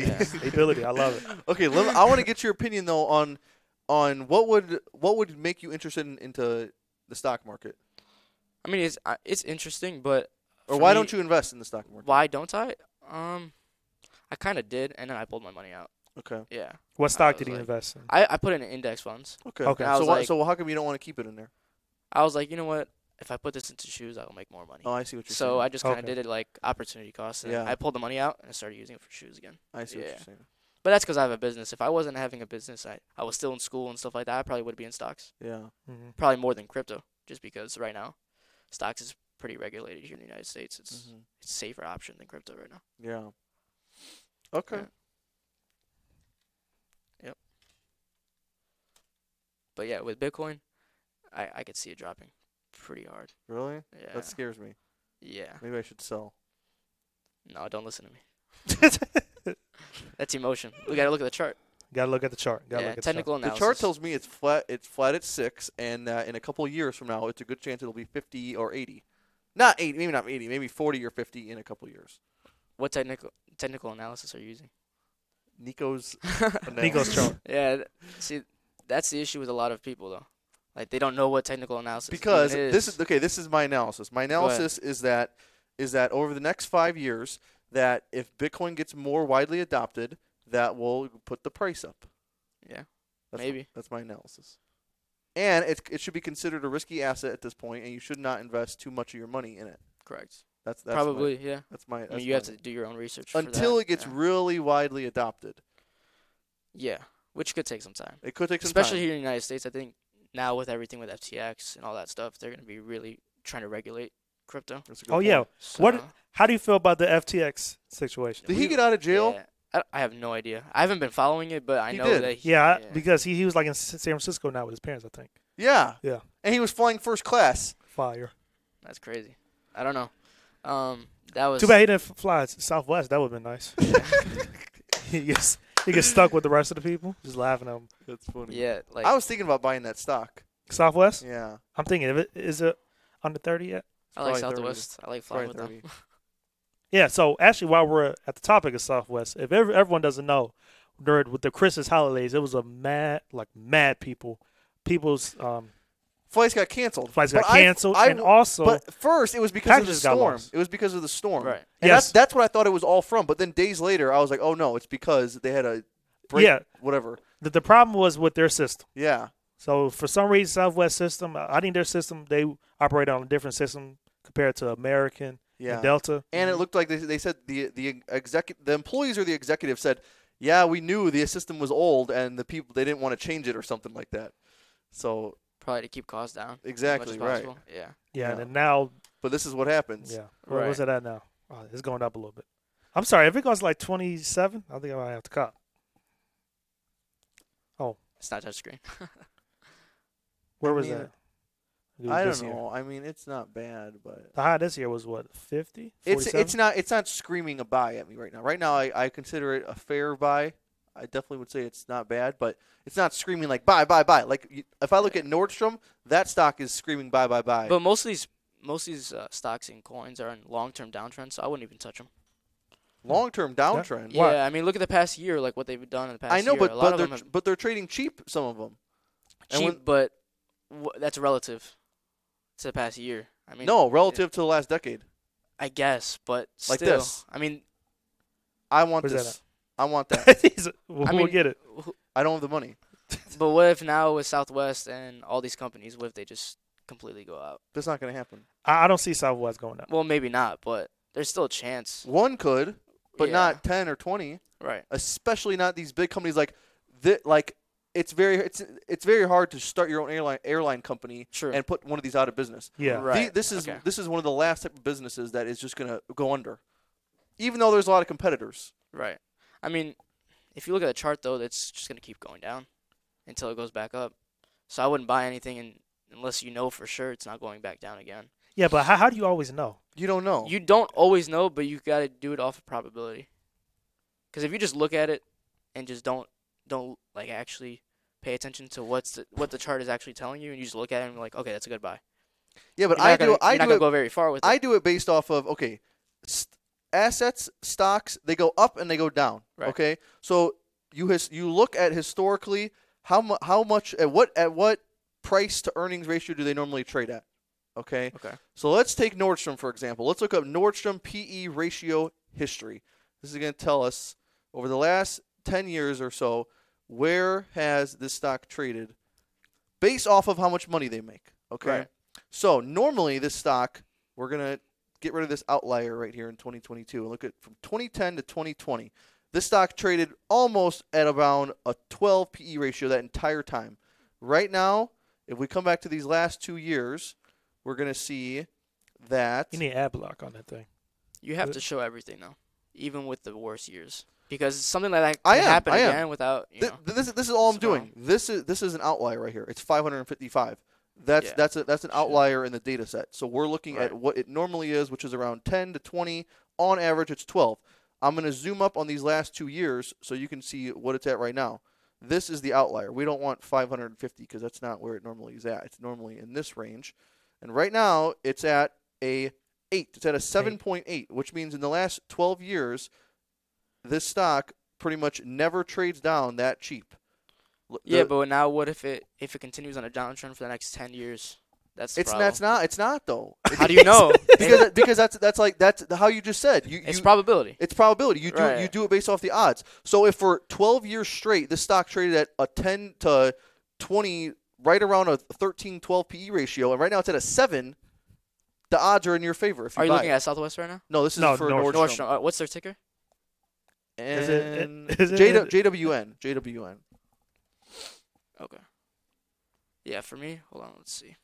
[SPEAKER 1] [LAUGHS]
[SPEAKER 3] Yeah.
[SPEAKER 1] Stability, I love it.
[SPEAKER 2] Okay, let, I want to get your opinion though on on what would what would make you interested in, into the stock market,
[SPEAKER 3] I mean, it's I- it's interesting, but
[SPEAKER 2] or
[SPEAKER 3] for
[SPEAKER 2] why
[SPEAKER 3] me-
[SPEAKER 2] don't you invest in the stock market?
[SPEAKER 3] Why don't I? Um, I kind of did, and then I pulled my money out.
[SPEAKER 2] Okay,
[SPEAKER 3] Yeah,
[SPEAKER 1] What
[SPEAKER 3] I
[SPEAKER 1] stock did
[SPEAKER 3] was
[SPEAKER 1] he
[SPEAKER 3] like-
[SPEAKER 1] invest in?
[SPEAKER 3] I, I put it in index funds.
[SPEAKER 2] okay.
[SPEAKER 1] Okay.
[SPEAKER 3] I
[SPEAKER 2] So
[SPEAKER 3] was
[SPEAKER 2] why,
[SPEAKER 3] like-
[SPEAKER 2] so how come you don't want to keep it in there?
[SPEAKER 3] I was like, you know what? If I put this into shoes, I will make more money.
[SPEAKER 2] Oh, I see what you're
[SPEAKER 3] so I
[SPEAKER 2] saying.
[SPEAKER 3] just kind of
[SPEAKER 1] Okay.
[SPEAKER 3] did it like opportunity cost, and
[SPEAKER 2] Yeah.
[SPEAKER 3] I pulled the money out and I started using it for shoes again.
[SPEAKER 2] I see what
[SPEAKER 3] yeah.
[SPEAKER 2] you're saying.
[SPEAKER 3] But that's because I have a business. If I wasn't having a business, I, I was still in school and stuff like that. I probably would be in stocks,
[SPEAKER 2] Yeah.
[SPEAKER 1] hmm
[SPEAKER 3] probably more than crypto, just because right now, stocks is pretty regulated here in the United States. It's
[SPEAKER 2] Mhm.
[SPEAKER 3] it's a safer option than crypto right now.
[SPEAKER 2] Yeah. Okay.
[SPEAKER 3] Yeah. But yeah, with Bitcoin, I I could see it dropping pretty hard.
[SPEAKER 2] Really?
[SPEAKER 3] Yeah.
[SPEAKER 2] That scares me.
[SPEAKER 3] yeah.
[SPEAKER 2] Maybe I should sell.
[SPEAKER 3] No, don't listen to me. mm-hmm. That's emotion. We gotta look at the chart.
[SPEAKER 1] [LAUGHS] Gotta look at the chart. Gotta
[SPEAKER 3] yeah,
[SPEAKER 1] look at
[SPEAKER 3] technical
[SPEAKER 2] The
[SPEAKER 3] analysis.
[SPEAKER 2] chart tells me it's flat. It's flat at six, and uh, in a couple of years from now, it's a good chance it'll be fifty or eighty. Not eighty, maybe not eighty, maybe forty or fifty in a couple of years.
[SPEAKER 3] what technical technical analysis are you using?
[SPEAKER 2] Nico's
[SPEAKER 1] the chart. Nico's chart.
[SPEAKER 3] [LAUGHS] Yeah, th- see, that's the issue with a lot of people though. Like they don't know what technical analysis even
[SPEAKER 2] because
[SPEAKER 3] is.
[SPEAKER 2] this is okay. This is my analysis. My
[SPEAKER 3] ahead.
[SPEAKER 2] analysis is that is that over the next five years, that if Bitcoin gets more widely adopted, that will put the price up.
[SPEAKER 3] yeah,
[SPEAKER 2] That's
[SPEAKER 3] maybe.
[SPEAKER 2] That's my analysis. And it, it should be considered a risky asset at this point, and you should not invest too much of your money in it.
[SPEAKER 3] Correct.
[SPEAKER 2] That's, that's my-
[SPEAKER 3] Probably, yeah.
[SPEAKER 2] that's my. That's
[SPEAKER 3] I mean, you
[SPEAKER 2] my-
[SPEAKER 3] have to do your own research for
[SPEAKER 2] until
[SPEAKER 3] that,
[SPEAKER 2] it gets
[SPEAKER 3] yeah.
[SPEAKER 2] really widely adopted.
[SPEAKER 3] yeah, which could take some time,
[SPEAKER 2] It could take some
[SPEAKER 3] especially
[SPEAKER 2] time.
[SPEAKER 3] here in the United States. I think now with everything with FTX and all that stuff, they're gonna be really trying to regulate crypto.
[SPEAKER 2] That's a good
[SPEAKER 1] Oh yeah.
[SPEAKER 2] point.
[SPEAKER 1] What-
[SPEAKER 3] So,
[SPEAKER 1] How do you feel about the FTX situation?
[SPEAKER 2] Did
[SPEAKER 3] we-
[SPEAKER 2] he get out of jail?
[SPEAKER 3] Yeah, I, I have no idea. I haven't been following it, but I
[SPEAKER 2] He
[SPEAKER 3] know
[SPEAKER 2] did.
[SPEAKER 3] that he,
[SPEAKER 1] Yeah, I- because he, he was like in S- San Francisco now with his parents, I think.
[SPEAKER 2] Yeah.
[SPEAKER 1] Yeah.
[SPEAKER 2] And he was flying first
[SPEAKER 1] [LAUGHS]
[SPEAKER 2] class. [LAUGHS]
[SPEAKER 1] Fire.
[SPEAKER 3] that's crazy. I don't know. Um, that was
[SPEAKER 1] Too bad he didn't f- fly s- Southwest. That would have been nice. [LAUGHS] he gets he gets stuck with the rest of the people, just laughing at him.
[SPEAKER 2] That's funny.
[SPEAKER 3] Yeah, like
[SPEAKER 2] I was thinking about buying that stock.
[SPEAKER 1] Southwest.
[SPEAKER 2] Yeah.
[SPEAKER 1] I'm thinking, if it is it under thirty yet?
[SPEAKER 3] I like
[SPEAKER 2] Probably 30.
[SPEAKER 3] Southwest. I like flying
[SPEAKER 2] Probably
[SPEAKER 3] with them. [LAUGHS]
[SPEAKER 2] 30.
[SPEAKER 1] Yeah. So actually, while we're at the topic of Southwest, if ever, everyone doesn't know, during with the Christmas holidays, it was a mad like mad people, people's um
[SPEAKER 2] Flights got canceled.
[SPEAKER 1] flights
[SPEAKER 2] But
[SPEAKER 1] got
[SPEAKER 2] I-
[SPEAKER 1] canceled,
[SPEAKER 2] I-
[SPEAKER 1] and also
[SPEAKER 2] but first, it was because of the
[SPEAKER 1] Packages got
[SPEAKER 2] storm.
[SPEAKER 1] lost.
[SPEAKER 2] It was because of the storm.
[SPEAKER 3] Right.
[SPEAKER 2] And that's,
[SPEAKER 1] Yes.
[SPEAKER 2] that's what I thought it was all from. But then days later, I was like, oh no, it's because they had a break,
[SPEAKER 1] Yeah.
[SPEAKER 2] whatever.
[SPEAKER 1] the, the problem was with their system.
[SPEAKER 2] Yeah.
[SPEAKER 1] So for some reason, Southwest system, uh, I I think their system they operate on a different system compared to American
[SPEAKER 2] Yeah.
[SPEAKER 1] and Delta.
[SPEAKER 2] and it looked like they, they said the the exec the employees or the executive said, yeah, we knew the system was old and the people they didn't want to change it or something like that. So
[SPEAKER 3] Probably to keep costs down.
[SPEAKER 2] exactly
[SPEAKER 3] as much as
[SPEAKER 2] right.
[SPEAKER 3] possible. Yeah.
[SPEAKER 1] Yeah, and
[SPEAKER 2] Yeah.
[SPEAKER 1] then now,
[SPEAKER 2] But this is what happens.
[SPEAKER 1] yeah, where was
[SPEAKER 3] Right.
[SPEAKER 1] it at now? Oh, it's going up a little bit. I'm sorry, if it goes like 27, I think I might have to cop.
[SPEAKER 3] It's not touchscreen.
[SPEAKER 1] Where
[SPEAKER 2] I
[SPEAKER 1] was
[SPEAKER 2] mean,
[SPEAKER 1] that? It was
[SPEAKER 2] I
[SPEAKER 1] this
[SPEAKER 2] don't
[SPEAKER 1] year.
[SPEAKER 2] know. I mean, it's not bad, but
[SPEAKER 1] The high this year was what 50?
[SPEAKER 2] it's
[SPEAKER 1] 47?
[SPEAKER 2] it's not it's not screaming a buy at me right now. Right now, I, I consider it a fair buy. I definitely would say it's not bad, but it's not screaming like buy buy buy. Like y- if I look at Nordstrom, that stock is screaming buy buy buy.
[SPEAKER 3] But most of these most of these uh, stocks and coins are in long-term downtrend, so I wouldn't even touch them.
[SPEAKER 2] Long term downtrend.
[SPEAKER 1] Why?
[SPEAKER 3] Yeah, I mean, look at the past year, like what they've done in the past
[SPEAKER 2] I know,
[SPEAKER 3] year.
[SPEAKER 2] but
[SPEAKER 3] a
[SPEAKER 2] but
[SPEAKER 3] lot
[SPEAKER 2] they're
[SPEAKER 3] of them
[SPEAKER 2] tr- but they're trading cheap. Some of them.
[SPEAKER 3] are
[SPEAKER 2] and
[SPEAKER 3] cheap,
[SPEAKER 2] when-
[SPEAKER 3] but w- that's relative to the past year. I mean,
[SPEAKER 2] no, relative to the last decade.
[SPEAKER 3] I guess, but
[SPEAKER 2] Like
[SPEAKER 3] still,
[SPEAKER 2] this.
[SPEAKER 3] I mean,
[SPEAKER 2] I want
[SPEAKER 1] Where's that
[SPEAKER 2] this. I
[SPEAKER 1] [LAUGHS]
[SPEAKER 2] want that. [LAUGHS]
[SPEAKER 1] He's- we'll,
[SPEAKER 3] I
[SPEAKER 1] we'll
[SPEAKER 3] mean-
[SPEAKER 1] get it.
[SPEAKER 2] I don't have the money.
[SPEAKER 3] but what if now with Southwest and all these companies, what if they just completely go out?
[SPEAKER 2] That's not going to happen.
[SPEAKER 1] I, I don't see Southwest going up.
[SPEAKER 3] Well, maybe not, but there's still a chance,
[SPEAKER 2] One could, but
[SPEAKER 3] Yeah.
[SPEAKER 2] not 10 or 20,
[SPEAKER 3] right?
[SPEAKER 2] especially not these big companies like th- like it's very it's it's very hard to start your own airline airline company
[SPEAKER 3] True.
[SPEAKER 2] and put one of these out of business.
[SPEAKER 1] Yeah.
[SPEAKER 2] The-
[SPEAKER 3] Right.
[SPEAKER 2] this is
[SPEAKER 3] Okay.
[SPEAKER 2] this is one of the last type of businesses that is just going to go under, even though there's a lot of competitors.
[SPEAKER 3] Right. I mean, if you look at the chart though, it's just gonna keep going down until it goes back up. So I wouldn't buy anything in, unless you know for sure it's not going back down again.
[SPEAKER 1] Yeah, but how, how do you always know?
[SPEAKER 2] You don't know.
[SPEAKER 3] You don't always know, but you gotta do it off of probability. Because if you just look at it and just don't don't like actually pay attention to what's the, what the chart is actually telling you, and you just look at it and be like, okay, that's a good buy.
[SPEAKER 2] yeah, but
[SPEAKER 3] You're
[SPEAKER 2] I
[SPEAKER 3] not gonna,
[SPEAKER 2] do I
[SPEAKER 3] you're not
[SPEAKER 2] do
[SPEAKER 3] gonna
[SPEAKER 2] it
[SPEAKER 3] go very far with it.
[SPEAKER 2] I do it based off of okay, st- assets, stocks, they go up and they go down.
[SPEAKER 3] Right.
[SPEAKER 2] Okay, so you his, you look at historically how mu- how much at what at what price to earnings ratio do they normally trade at? Okay,
[SPEAKER 3] okay.
[SPEAKER 2] so let's take Nordstrom for example. Let's look up Nordstrom PE ratio history. This is going to tell us over the last ten years or so where has this stock traded, based off of how much money they make. Okay.
[SPEAKER 3] Right.
[SPEAKER 2] So normally this stock, we're gonna get rid of this outlier right here in 2022 and look at from 2010 to 2020. This stock traded almost at around a 12 PE ratio that entire time. Right now, if we come back to these last two years, we're gonna see that
[SPEAKER 1] You need ad block on that thing.
[SPEAKER 3] You have
[SPEAKER 1] Uh,
[SPEAKER 3] to show everything though, even with the worst years, because something like that
[SPEAKER 2] I
[SPEAKER 3] can
[SPEAKER 2] am,
[SPEAKER 3] happen
[SPEAKER 2] I am.
[SPEAKER 3] again without you
[SPEAKER 2] Th-
[SPEAKER 3] know.
[SPEAKER 2] this, is- this is all I'm
[SPEAKER 3] It's
[SPEAKER 2] doing.
[SPEAKER 3] wrong.
[SPEAKER 2] This is this is an outlier right here. It's 555. That's
[SPEAKER 3] Yeah.
[SPEAKER 2] that's a, that's an
[SPEAKER 3] Shit.
[SPEAKER 2] outlier in the data set. So we're looking at
[SPEAKER 3] Right.
[SPEAKER 2] what it normally is, which is around 10 to 20. On average, it's 12. I'm going to zoom up on these last two years so you can see what it's at right now. This is the outlier. We don't want 550 because that's not where it normally is at. It's normally in this range, and right now it's at a eight. It's at a 7.8, which means in the last 12 years, this stock pretty much never trades down that cheap. L-
[SPEAKER 3] Yeah,
[SPEAKER 2] the-
[SPEAKER 3] but now what if it if it continues on a downtrend for the next ten years? That's the
[SPEAKER 2] it's
[SPEAKER 3] problem.
[SPEAKER 2] that's not it's not
[SPEAKER 3] [LAUGHS]
[SPEAKER 2] though [LAUGHS]
[SPEAKER 3] How do you know?
[SPEAKER 2] because that- because that's that's like that's how you just said you,
[SPEAKER 3] it's
[SPEAKER 2] you-
[SPEAKER 3] probability.
[SPEAKER 2] it's probability you do
[SPEAKER 3] Right.
[SPEAKER 2] you do it based off the odds. So if for 12 years straight this stock traded at a 10 to 20 right around a 13 12 PE E ratio and right now it's at a 7 the odds are in your favor if you
[SPEAKER 3] Are you
[SPEAKER 2] buy
[SPEAKER 3] looking
[SPEAKER 2] it.
[SPEAKER 3] at Southwest right now?
[SPEAKER 2] No, this is
[SPEAKER 1] No,
[SPEAKER 2] for
[SPEAKER 1] Nordstrom.
[SPEAKER 2] Nordstrom.
[SPEAKER 3] Nordstrom. Uh, what's their ticker?
[SPEAKER 1] Is it-
[SPEAKER 2] [LAUGHS] And
[SPEAKER 1] is it-
[SPEAKER 2] JW JWN JWN.
[SPEAKER 3] Okay. Yeah, for me, hold on, let's see.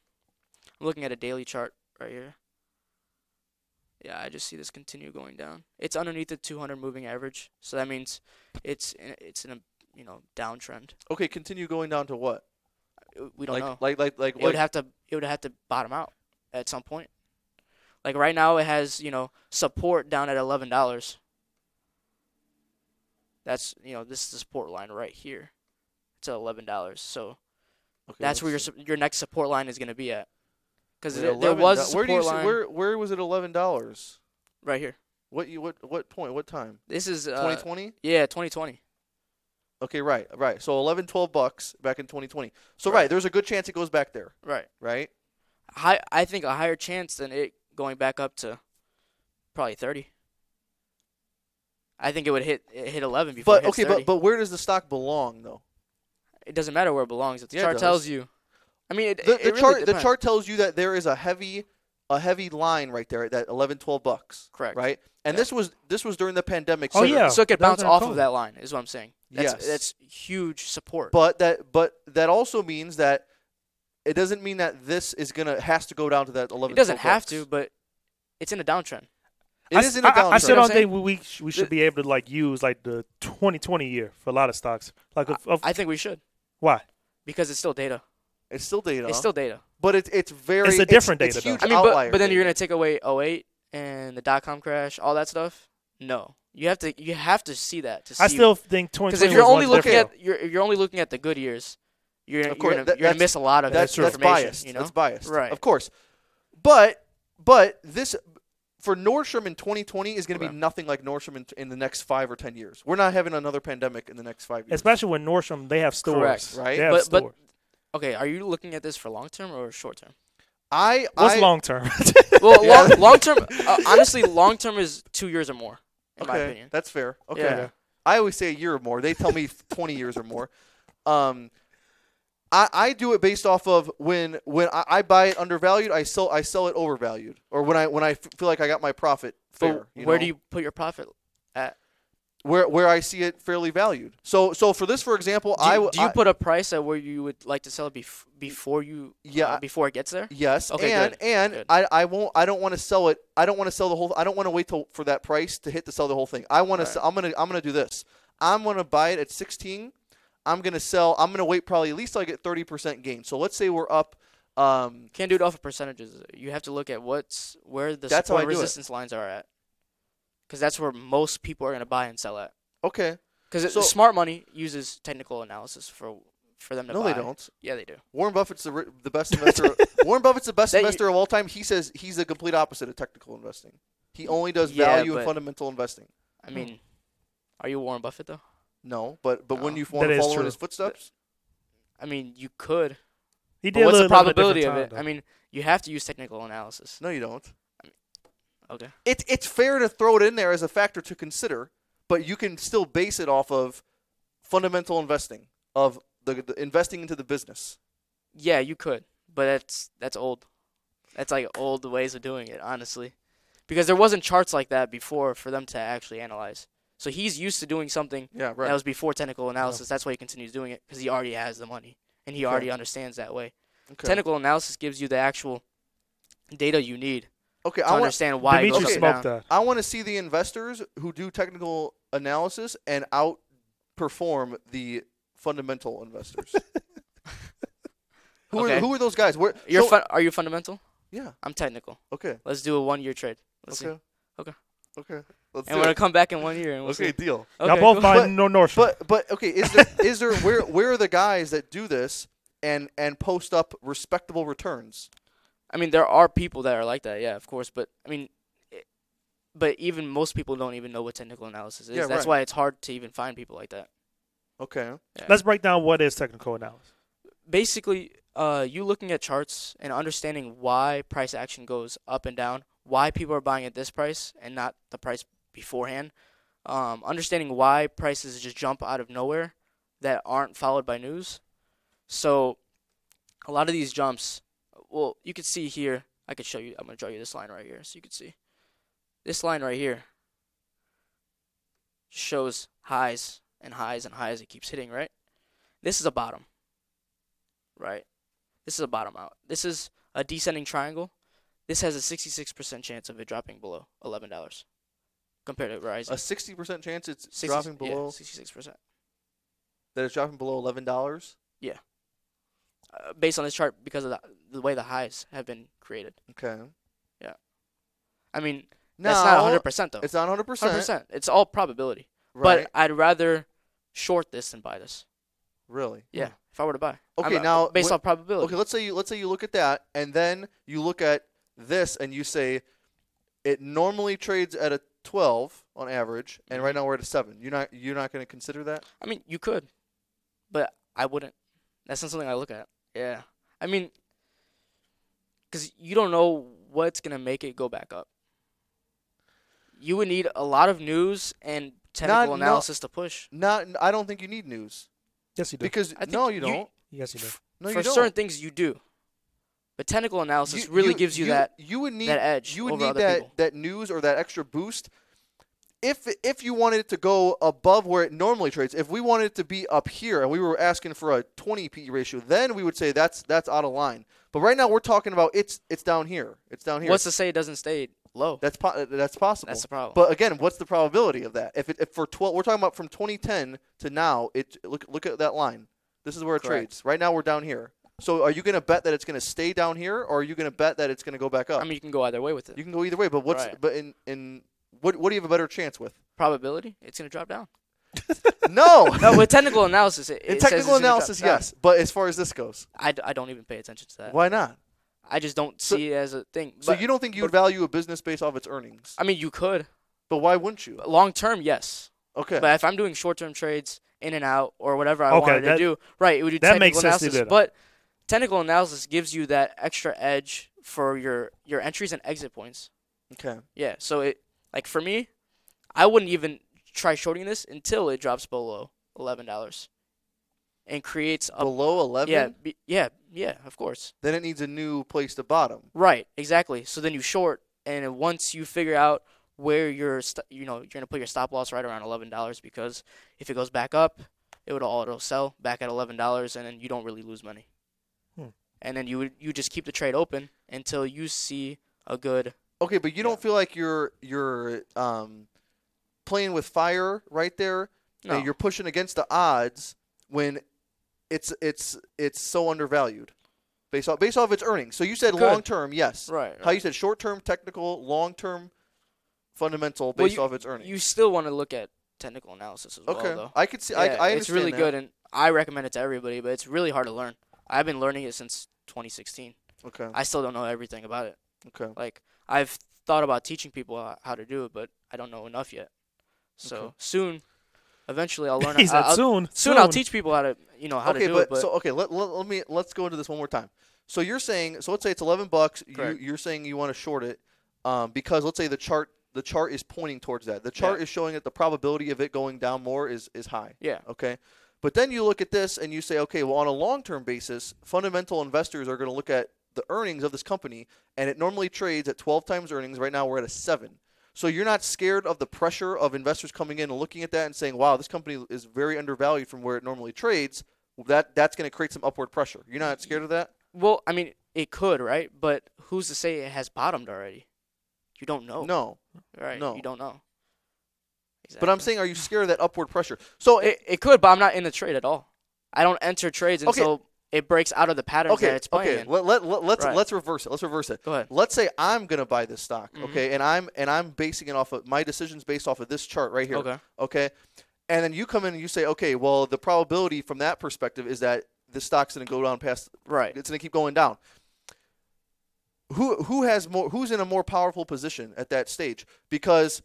[SPEAKER 3] I'm looking at a daily chart right here. Yeah, I just see this continue going down. It's underneath the 200 moving average, so that means it's in, it's in a you know downtrend.
[SPEAKER 2] Okay, continue going down to what?
[SPEAKER 3] Uh, We don't
[SPEAKER 2] like,
[SPEAKER 3] know.
[SPEAKER 2] like like like
[SPEAKER 3] it would
[SPEAKER 2] like
[SPEAKER 3] have to it would have to bottom out at some point. Like right now, it has you know support down at eleven dollars. That's you know this is the support line right here. It's at eleven dollars, so
[SPEAKER 2] Okay,
[SPEAKER 3] that's where your
[SPEAKER 2] let's
[SPEAKER 3] su- your next support line is gonna be at. Because
[SPEAKER 2] see.
[SPEAKER 3] there,
[SPEAKER 2] Wait,
[SPEAKER 3] there
[SPEAKER 2] $11
[SPEAKER 3] was a
[SPEAKER 2] where
[SPEAKER 3] support
[SPEAKER 2] do you see,
[SPEAKER 3] line
[SPEAKER 2] where where was it eleven dollars?
[SPEAKER 3] right here.
[SPEAKER 2] What you what what point? What time?
[SPEAKER 3] This is uh,
[SPEAKER 2] Twenty twenty.
[SPEAKER 3] Yeah, 2020.
[SPEAKER 2] Okay, right, right. So 11, 12 bucks back in twenty twenty. So
[SPEAKER 3] Right.
[SPEAKER 2] right. there's a good chance it goes back there,
[SPEAKER 3] Right.
[SPEAKER 2] right?
[SPEAKER 3] High, I think a higher chance than it going back up to probably 30. I think it would hit it hit 11 before
[SPEAKER 2] But
[SPEAKER 3] it hits
[SPEAKER 2] okay,
[SPEAKER 3] 30.
[SPEAKER 2] but but where does the stock belong though?
[SPEAKER 3] it doesn't matter where it belongs. If the
[SPEAKER 2] Yeah, it
[SPEAKER 3] chart
[SPEAKER 2] does.
[SPEAKER 3] tells you. I mean, it,
[SPEAKER 2] The,
[SPEAKER 3] it-
[SPEAKER 2] the
[SPEAKER 3] it really
[SPEAKER 2] chart the
[SPEAKER 3] depends.
[SPEAKER 2] chart tells you that there is a heavy a heavy line right there at that 11, 12 bucks,
[SPEAKER 3] Correct.
[SPEAKER 2] right? And
[SPEAKER 3] Yeah.
[SPEAKER 2] this was this was during the pandemic.
[SPEAKER 1] Oh,
[SPEAKER 2] so-
[SPEAKER 1] yeah.
[SPEAKER 3] So it could
[SPEAKER 1] that was
[SPEAKER 3] bounce
[SPEAKER 1] what I'm
[SPEAKER 3] off
[SPEAKER 1] calling.
[SPEAKER 3] of that line, is what I'm saying. That's,
[SPEAKER 2] Yes.
[SPEAKER 3] That's huge support.
[SPEAKER 2] But that but that also means that it doesn't mean that this is gonna has to go down to that eleven.
[SPEAKER 3] it doesn't
[SPEAKER 2] 12
[SPEAKER 3] have
[SPEAKER 2] bucks.
[SPEAKER 3] to, but it's in a downtrend.
[SPEAKER 2] It
[SPEAKER 1] I,
[SPEAKER 2] is in a
[SPEAKER 1] I- I- I
[SPEAKER 2] downtrend.
[SPEAKER 1] said
[SPEAKER 3] know
[SPEAKER 1] all
[SPEAKER 3] what I'm
[SPEAKER 1] day
[SPEAKER 3] saying?
[SPEAKER 1] we we, sh- we should
[SPEAKER 2] The-
[SPEAKER 1] be able to like use like the 2020 year for a lot of stocks. Like if, if,
[SPEAKER 3] I think we should
[SPEAKER 1] why?
[SPEAKER 3] because it's still data.
[SPEAKER 2] It's still data.
[SPEAKER 3] It's still data.
[SPEAKER 2] but it's it's very.
[SPEAKER 1] It's a different
[SPEAKER 2] it's,
[SPEAKER 1] data, though.
[SPEAKER 2] huge
[SPEAKER 3] I mean, but,
[SPEAKER 2] outlier
[SPEAKER 3] but then you're
[SPEAKER 2] data.
[SPEAKER 3] gonna take away 08 and the dot com crash, all that stuff. No, you have to you have to see that to see.
[SPEAKER 1] I still think 2020
[SPEAKER 3] because if
[SPEAKER 1] was
[SPEAKER 3] you're
[SPEAKER 1] one
[SPEAKER 3] only
[SPEAKER 1] of
[SPEAKER 3] looking
[SPEAKER 1] different.
[SPEAKER 3] at you're, you're only looking at the good years, you're gonna,
[SPEAKER 2] Of course,
[SPEAKER 3] you're gonna,
[SPEAKER 2] that-
[SPEAKER 3] you're gonna
[SPEAKER 2] that's-
[SPEAKER 3] miss a lot of
[SPEAKER 2] that's
[SPEAKER 1] true.
[SPEAKER 2] that's
[SPEAKER 3] information.
[SPEAKER 2] biased.
[SPEAKER 3] You know,
[SPEAKER 2] That's biased.
[SPEAKER 3] Right.
[SPEAKER 2] Of course. But but this for Nordstrom in 2020 is going to be
[SPEAKER 3] Right.
[SPEAKER 2] nothing like Nordstrom in, in the next five or ten years. We're not having another pandemic in the next five years.
[SPEAKER 1] especially when Nordstrom they have stores,
[SPEAKER 3] Correct,
[SPEAKER 2] right?
[SPEAKER 1] They have
[SPEAKER 3] But- but-
[SPEAKER 1] stores.
[SPEAKER 3] okay, are you looking at this for long term or short term?
[SPEAKER 2] I
[SPEAKER 1] What's
[SPEAKER 2] I,
[SPEAKER 1] long
[SPEAKER 3] [LAUGHS]
[SPEAKER 1] term?
[SPEAKER 2] [LAUGHS]
[SPEAKER 3] Well,
[SPEAKER 2] Yeah.
[SPEAKER 3] long long term, uh, honestly, long term is two years or more, in
[SPEAKER 2] okay,
[SPEAKER 3] my opinion.
[SPEAKER 2] that's fair. Okay,
[SPEAKER 3] Yeah.
[SPEAKER 2] I always say a year or more. They tell me [LAUGHS] 20 years or more. Um, I, I do it based off of when when I, I buy it undervalued, I sell I sell it overvalued, or when I when I f- feel like I got my profit fair.
[SPEAKER 3] But where
[SPEAKER 2] know?
[SPEAKER 3] do you put your profit?
[SPEAKER 2] where where I see it fairly valued. So so for this, for example,
[SPEAKER 3] Do
[SPEAKER 2] I
[SPEAKER 3] you,
[SPEAKER 2] w-
[SPEAKER 3] do you
[SPEAKER 2] I-
[SPEAKER 3] put a price at where you would like to sell it bef- before you
[SPEAKER 2] Yeah,
[SPEAKER 3] uh, before it gets there?
[SPEAKER 2] Yes.
[SPEAKER 3] Okay,
[SPEAKER 2] and
[SPEAKER 3] good,
[SPEAKER 2] and
[SPEAKER 3] good.
[SPEAKER 2] I, I won't I don't want to sell it. I don't want to sell the whole I don't want to wait till for that price to hit to sell the whole thing. I want
[SPEAKER 3] Right.
[SPEAKER 2] to I'm going to I'm going to do this. I'm going to buy it at 16. I'm going to sell I'm going to wait probably at least till I get 30% gain. So let's say we're up um
[SPEAKER 3] Can't do it off of percentages. You have to look at what's where the
[SPEAKER 2] That's how
[SPEAKER 3] support
[SPEAKER 2] I
[SPEAKER 3] and
[SPEAKER 2] do it.
[SPEAKER 3] resistance lines are at, because that's where most people are gonna buy and sell at.
[SPEAKER 2] okay.
[SPEAKER 3] Because
[SPEAKER 2] So-
[SPEAKER 3] smart money uses technical analysis for for them to
[SPEAKER 2] No
[SPEAKER 3] buy.
[SPEAKER 2] they don't.
[SPEAKER 3] Yeah, they do.
[SPEAKER 2] Warren Buffett's the, ri- the best
[SPEAKER 1] [LAUGHS]
[SPEAKER 2] investor.
[SPEAKER 3] [LAUGHS]
[SPEAKER 2] Warren Buffett's the best
[SPEAKER 3] That you-
[SPEAKER 2] investor of all time. He says he's the complete opposite of technical investing. He only does
[SPEAKER 3] Yeah,
[SPEAKER 2] value
[SPEAKER 3] but-
[SPEAKER 2] and fundamental investing.
[SPEAKER 3] I mean, are you Warren Buffett though?
[SPEAKER 2] No, but but when
[SPEAKER 3] No.
[SPEAKER 2] you want
[SPEAKER 1] That
[SPEAKER 2] to
[SPEAKER 1] is
[SPEAKER 2] follow
[SPEAKER 1] true.
[SPEAKER 2] in his footsteps,
[SPEAKER 3] I mean, you could.
[SPEAKER 1] He a
[SPEAKER 3] But what's the
[SPEAKER 1] little bit
[SPEAKER 3] probability of
[SPEAKER 1] different
[SPEAKER 3] it?
[SPEAKER 1] time,
[SPEAKER 3] I mean, you have to use technical analysis.
[SPEAKER 2] no you don't.
[SPEAKER 3] Okay.
[SPEAKER 2] it's it's fair to throw it in there as a factor to consider, but you can still base it off of fundamental investing of the, the investing into the business.
[SPEAKER 3] Yeah, you could, but that's that's old. That's like old ways of doing it, honestly, because there wasn't charts like that before for them to actually analyze. So he's used to doing something
[SPEAKER 2] Yeah,
[SPEAKER 3] that was before technical analysis. That's why he continues doing it because he already has the money and he already understands that way.
[SPEAKER 2] okay.
[SPEAKER 3] Technical analysis gives you the actual data you need
[SPEAKER 2] okay,
[SPEAKER 3] to
[SPEAKER 2] I want
[SPEAKER 3] understand
[SPEAKER 1] though.
[SPEAKER 3] why
[SPEAKER 1] Dimitri
[SPEAKER 3] you
[SPEAKER 2] okay.
[SPEAKER 1] smoked that.
[SPEAKER 2] I want to see the investors who do technical analysis and outperform the fundamental
[SPEAKER 3] [LAUGHS]
[SPEAKER 2] investors. who
[SPEAKER 3] Okay.
[SPEAKER 2] are who are those guys? Where
[SPEAKER 3] You're
[SPEAKER 2] so-
[SPEAKER 3] fun- are you fundamental?
[SPEAKER 2] yeah.
[SPEAKER 3] I'm technical.
[SPEAKER 2] Okay.
[SPEAKER 3] Let's do a one year trade. Let's see.
[SPEAKER 2] Okay.
[SPEAKER 3] Okay.
[SPEAKER 2] Okay. Let's
[SPEAKER 3] And
[SPEAKER 2] do
[SPEAKER 3] we're gonna
[SPEAKER 2] it.
[SPEAKER 3] come back in one year and we'll
[SPEAKER 2] Okay,
[SPEAKER 3] see.
[SPEAKER 2] deal.
[SPEAKER 1] Y'all both
[SPEAKER 3] cool.
[SPEAKER 1] buying no Nordstrom.
[SPEAKER 2] But but okay, is
[SPEAKER 3] [LAUGHS]
[SPEAKER 2] there is there where where are the guys that do this and and post up respectable returns?
[SPEAKER 3] I mean, there are people that are like that, yeah, of course, but I mean, it, but even most people don't even know what technical analysis is.
[SPEAKER 2] Yeah,
[SPEAKER 3] That's
[SPEAKER 2] right.
[SPEAKER 3] why it's hard to even find people like that.
[SPEAKER 2] Okay.
[SPEAKER 1] Let's break down what is technical analysis.
[SPEAKER 3] Basically, uh, you looking at charts and understanding why price action goes up and down, why people are buying at this price and not the price beforehand, um, understanding why prices just jump out of nowhere that aren't followed by news. So, a lot of these jumps, well, you could see here. I could show you. I'm gonna draw you this line right here, so you could see. This line right here shows highs and highs and highs. It keeps hitting, right? This is a bottom, right? This is a bottom out. This is a descending triangle. This has a 66% chance of it dropping below $11 compared to rising.
[SPEAKER 2] A sixty percent chance it's
[SPEAKER 3] 60
[SPEAKER 2] dropping
[SPEAKER 3] yeah,
[SPEAKER 2] below
[SPEAKER 3] 66%.
[SPEAKER 2] that it's dropping below eleven dollars.
[SPEAKER 3] Uh, based on this chart because of the, the way the highs have been created.
[SPEAKER 2] Okay.
[SPEAKER 3] I mean,
[SPEAKER 2] No,
[SPEAKER 3] that's not 100% though.
[SPEAKER 2] It's not hundred percent.
[SPEAKER 3] 100%. It's all probability.
[SPEAKER 2] Right.
[SPEAKER 3] But I'd rather short this than buy this.
[SPEAKER 2] really.
[SPEAKER 3] Yeah, if I were to buy. I'm
[SPEAKER 2] Okay,
[SPEAKER 3] not-
[SPEAKER 2] now,
[SPEAKER 3] based
[SPEAKER 2] wh-
[SPEAKER 3] on probability.
[SPEAKER 2] Okay, let's say you let's say you look at that and then you look at this and you say it normally trades at a twelve on average and
[SPEAKER 3] Mm-hmm.
[SPEAKER 2] right now we're at a seven. You're not you're not gonna consider that?
[SPEAKER 3] I mean, you could, but I wouldn't. That's not something I look at. Yeah. I mean, because you don't know what's going to make it go back up. You would need a lot of news and technical
[SPEAKER 2] no-
[SPEAKER 3] analysis to push.
[SPEAKER 2] Not I don't think you need news.
[SPEAKER 1] Yes, you do.
[SPEAKER 2] Because
[SPEAKER 3] I think
[SPEAKER 2] no you
[SPEAKER 3] you-
[SPEAKER 2] don't.
[SPEAKER 1] Yes, you do.
[SPEAKER 2] no,
[SPEAKER 3] For
[SPEAKER 2] you don't.
[SPEAKER 3] certain things, you do. But technical analysis really gives you, that.
[SPEAKER 2] you would need
[SPEAKER 3] that edge
[SPEAKER 2] you would
[SPEAKER 3] over
[SPEAKER 2] need
[SPEAKER 3] other
[SPEAKER 2] that
[SPEAKER 3] people.
[SPEAKER 2] that news or that extra boost if if you wanted it to go above where it normally trades if we wanted it to be up here and we were asking for a 20 PE ratio then we would say that's that's out of line but right now we're talking about it's it's down here it's down here
[SPEAKER 3] What's to say it doesn't stay low?
[SPEAKER 2] that's po- that's possible
[SPEAKER 3] That's the problem.
[SPEAKER 2] but again what's the probability of that if it if for 12 we're talking about from 2010 to now it look look at that line this is where it
[SPEAKER 3] Correct.
[SPEAKER 2] trades right now we're down here so are you going to bet that it's going to stay down here or are you going to bet that it's going to go back up
[SPEAKER 3] I mean, you can go either way with it.
[SPEAKER 2] you can go either way, but what's
[SPEAKER 3] Right.
[SPEAKER 2] but in in what what do you have a better chance with? [LAUGHS]
[SPEAKER 3] Probability, it's going to drop down. [LAUGHS]
[SPEAKER 2] No.
[SPEAKER 3] No, with technical analysis, it,
[SPEAKER 2] in
[SPEAKER 3] it says it's
[SPEAKER 2] technical
[SPEAKER 3] gonna drop
[SPEAKER 2] analysis,
[SPEAKER 3] down.
[SPEAKER 2] yes, but as far as this goes,
[SPEAKER 3] I, d- I don't even pay attention to that.
[SPEAKER 2] why not?
[SPEAKER 3] I just don't
[SPEAKER 2] So-
[SPEAKER 3] see it as a thing.
[SPEAKER 2] So
[SPEAKER 3] But-
[SPEAKER 2] you don't think you would value a business based off its earnings?
[SPEAKER 3] I mean, you could.
[SPEAKER 2] But why wouldn't you?
[SPEAKER 3] But long term, yes.
[SPEAKER 2] Okay.
[SPEAKER 3] But if I'm doing short term trades in and out or whatever I
[SPEAKER 1] Okay,
[SPEAKER 3] wanted
[SPEAKER 1] that-
[SPEAKER 3] to do, right, it would do
[SPEAKER 1] that
[SPEAKER 3] technical
[SPEAKER 1] makes sense to
[SPEAKER 3] analysis.
[SPEAKER 1] do that.
[SPEAKER 3] But technical analysis gives you that extra edge for your your entries and exit points.
[SPEAKER 2] Okay.
[SPEAKER 3] Yeah. So it like for me, I wouldn't even try shorting this until it drops below eleven dollars, and creates a
[SPEAKER 2] Below 11,
[SPEAKER 3] yeah be, yeah yeah of course
[SPEAKER 2] then it needs a new place to bottom.
[SPEAKER 3] right exactly. So then you short, and once you figure out where your st- you know you're gonna put your stop loss right around eleven dollars because if it goes back up, it would auto sell back at eleven dollars, and then you don't really lose money.
[SPEAKER 1] Hmm.
[SPEAKER 3] And then you would you just keep the trade open until you see a good
[SPEAKER 2] Okay, but you don't feel like you're you're um, playing with fire right there. and
[SPEAKER 3] no.
[SPEAKER 2] you're pushing against the odds when it's it's it's so undervalued based off based off its earnings. So you said
[SPEAKER 1] Good.
[SPEAKER 2] long term, yes.
[SPEAKER 3] right.
[SPEAKER 2] How you said short term technical, long term fundamental
[SPEAKER 3] Well,
[SPEAKER 2] based off its earnings.
[SPEAKER 3] You still want to look at technical analysis as
[SPEAKER 2] okay,
[SPEAKER 3] well, though.
[SPEAKER 2] I could see. I, I
[SPEAKER 3] Yeah,
[SPEAKER 2] understand
[SPEAKER 3] it's really
[SPEAKER 2] that.
[SPEAKER 3] good, and I recommend it to everybody. But it's really hard to learn. I've been learning it since 2016.
[SPEAKER 2] Okay,
[SPEAKER 3] I still don't know everything about it.
[SPEAKER 2] okay.
[SPEAKER 3] Like I've thought about teaching people ho- how to do it, but I don't know enough yet. So
[SPEAKER 2] Okay.
[SPEAKER 3] soon, eventually,
[SPEAKER 2] [LAUGHS]
[SPEAKER 3] I'll learn.
[SPEAKER 1] [LAUGHS] He said
[SPEAKER 3] I'll, soon,
[SPEAKER 1] soon.
[SPEAKER 3] soon I'll teach people how to, you know, how
[SPEAKER 2] okay,
[SPEAKER 3] to do
[SPEAKER 2] but,
[SPEAKER 3] it. But
[SPEAKER 2] so okay, let, let, let me let's go into this one more time. So you're saying so let's say it's 11 bucks. You,
[SPEAKER 3] Correct.
[SPEAKER 2] you're saying you want to short it um, because let's say the chart the chart is pointing towards that. The chart
[SPEAKER 3] Yeah.
[SPEAKER 2] is showing that the probability of it going down more is is high.
[SPEAKER 3] yeah,
[SPEAKER 2] Okay. But then you look at this and you say, okay, well, on a long term basis, fundamental investors are going to look at the earnings of this company, and it normally trades at 12 times earnings. Right now, we're at a seven. So you're not scared of the pressure of investors coming in and looking at that and saying, wow, this company is very undervalued from where it normally trades. That That's going to create some upward pressure. You're not scared of that?
[SPEAKER 3] well, I mean, it could, right? But who's to say it has bottomed already? You don't know,
[SPEAKER 2] No.
[SPEAKER 3] right?
[SPEAKER 2] no.
[SPEAKER 3] you don't know.
[SPEAKER 2] But I'm
[SPEAKER 3] Exactly.
[SPEAKER 2] saying, are you scared of that upward pressure? So, eh,
[SPEAKER 3] It, it could, but I'm not in the trade at all. I don't enter trades
[SPEAKER 2] Okay.
[SPEAKER 3] until it breaks out of the patterns
[SPEAKER 2] okay,
[SPEAKER 3] that it's playing
[SPEAKER 2] okay.
[SPEAKER 3] in.
[SPEAKER 2] Let, let, let, let's,
[SPEAKER 3] Right.
[SPEAKER 2] let's reverse it. Let's reverse it.
[SPEAKER 3] Go ahead.
[SPEAKER 2] let's say I'm gonna buy this stock,
[SPEAKER 3] Mhm.
[SPEAKER 2] okay, and I'm and I'm basing it off of my decisions based off of this chart right here,
[SPEAKER 3] Okay.
[SPEAKER 2] okay? and then you come in and you say, okay, well the probability from that perspective is that this stock's gonna go down past,
[SPEAKER 3] Right.
[SPEAKER 2] it's gonna keep going down. Who who has more? Who's in a more powerful position at that stage? Because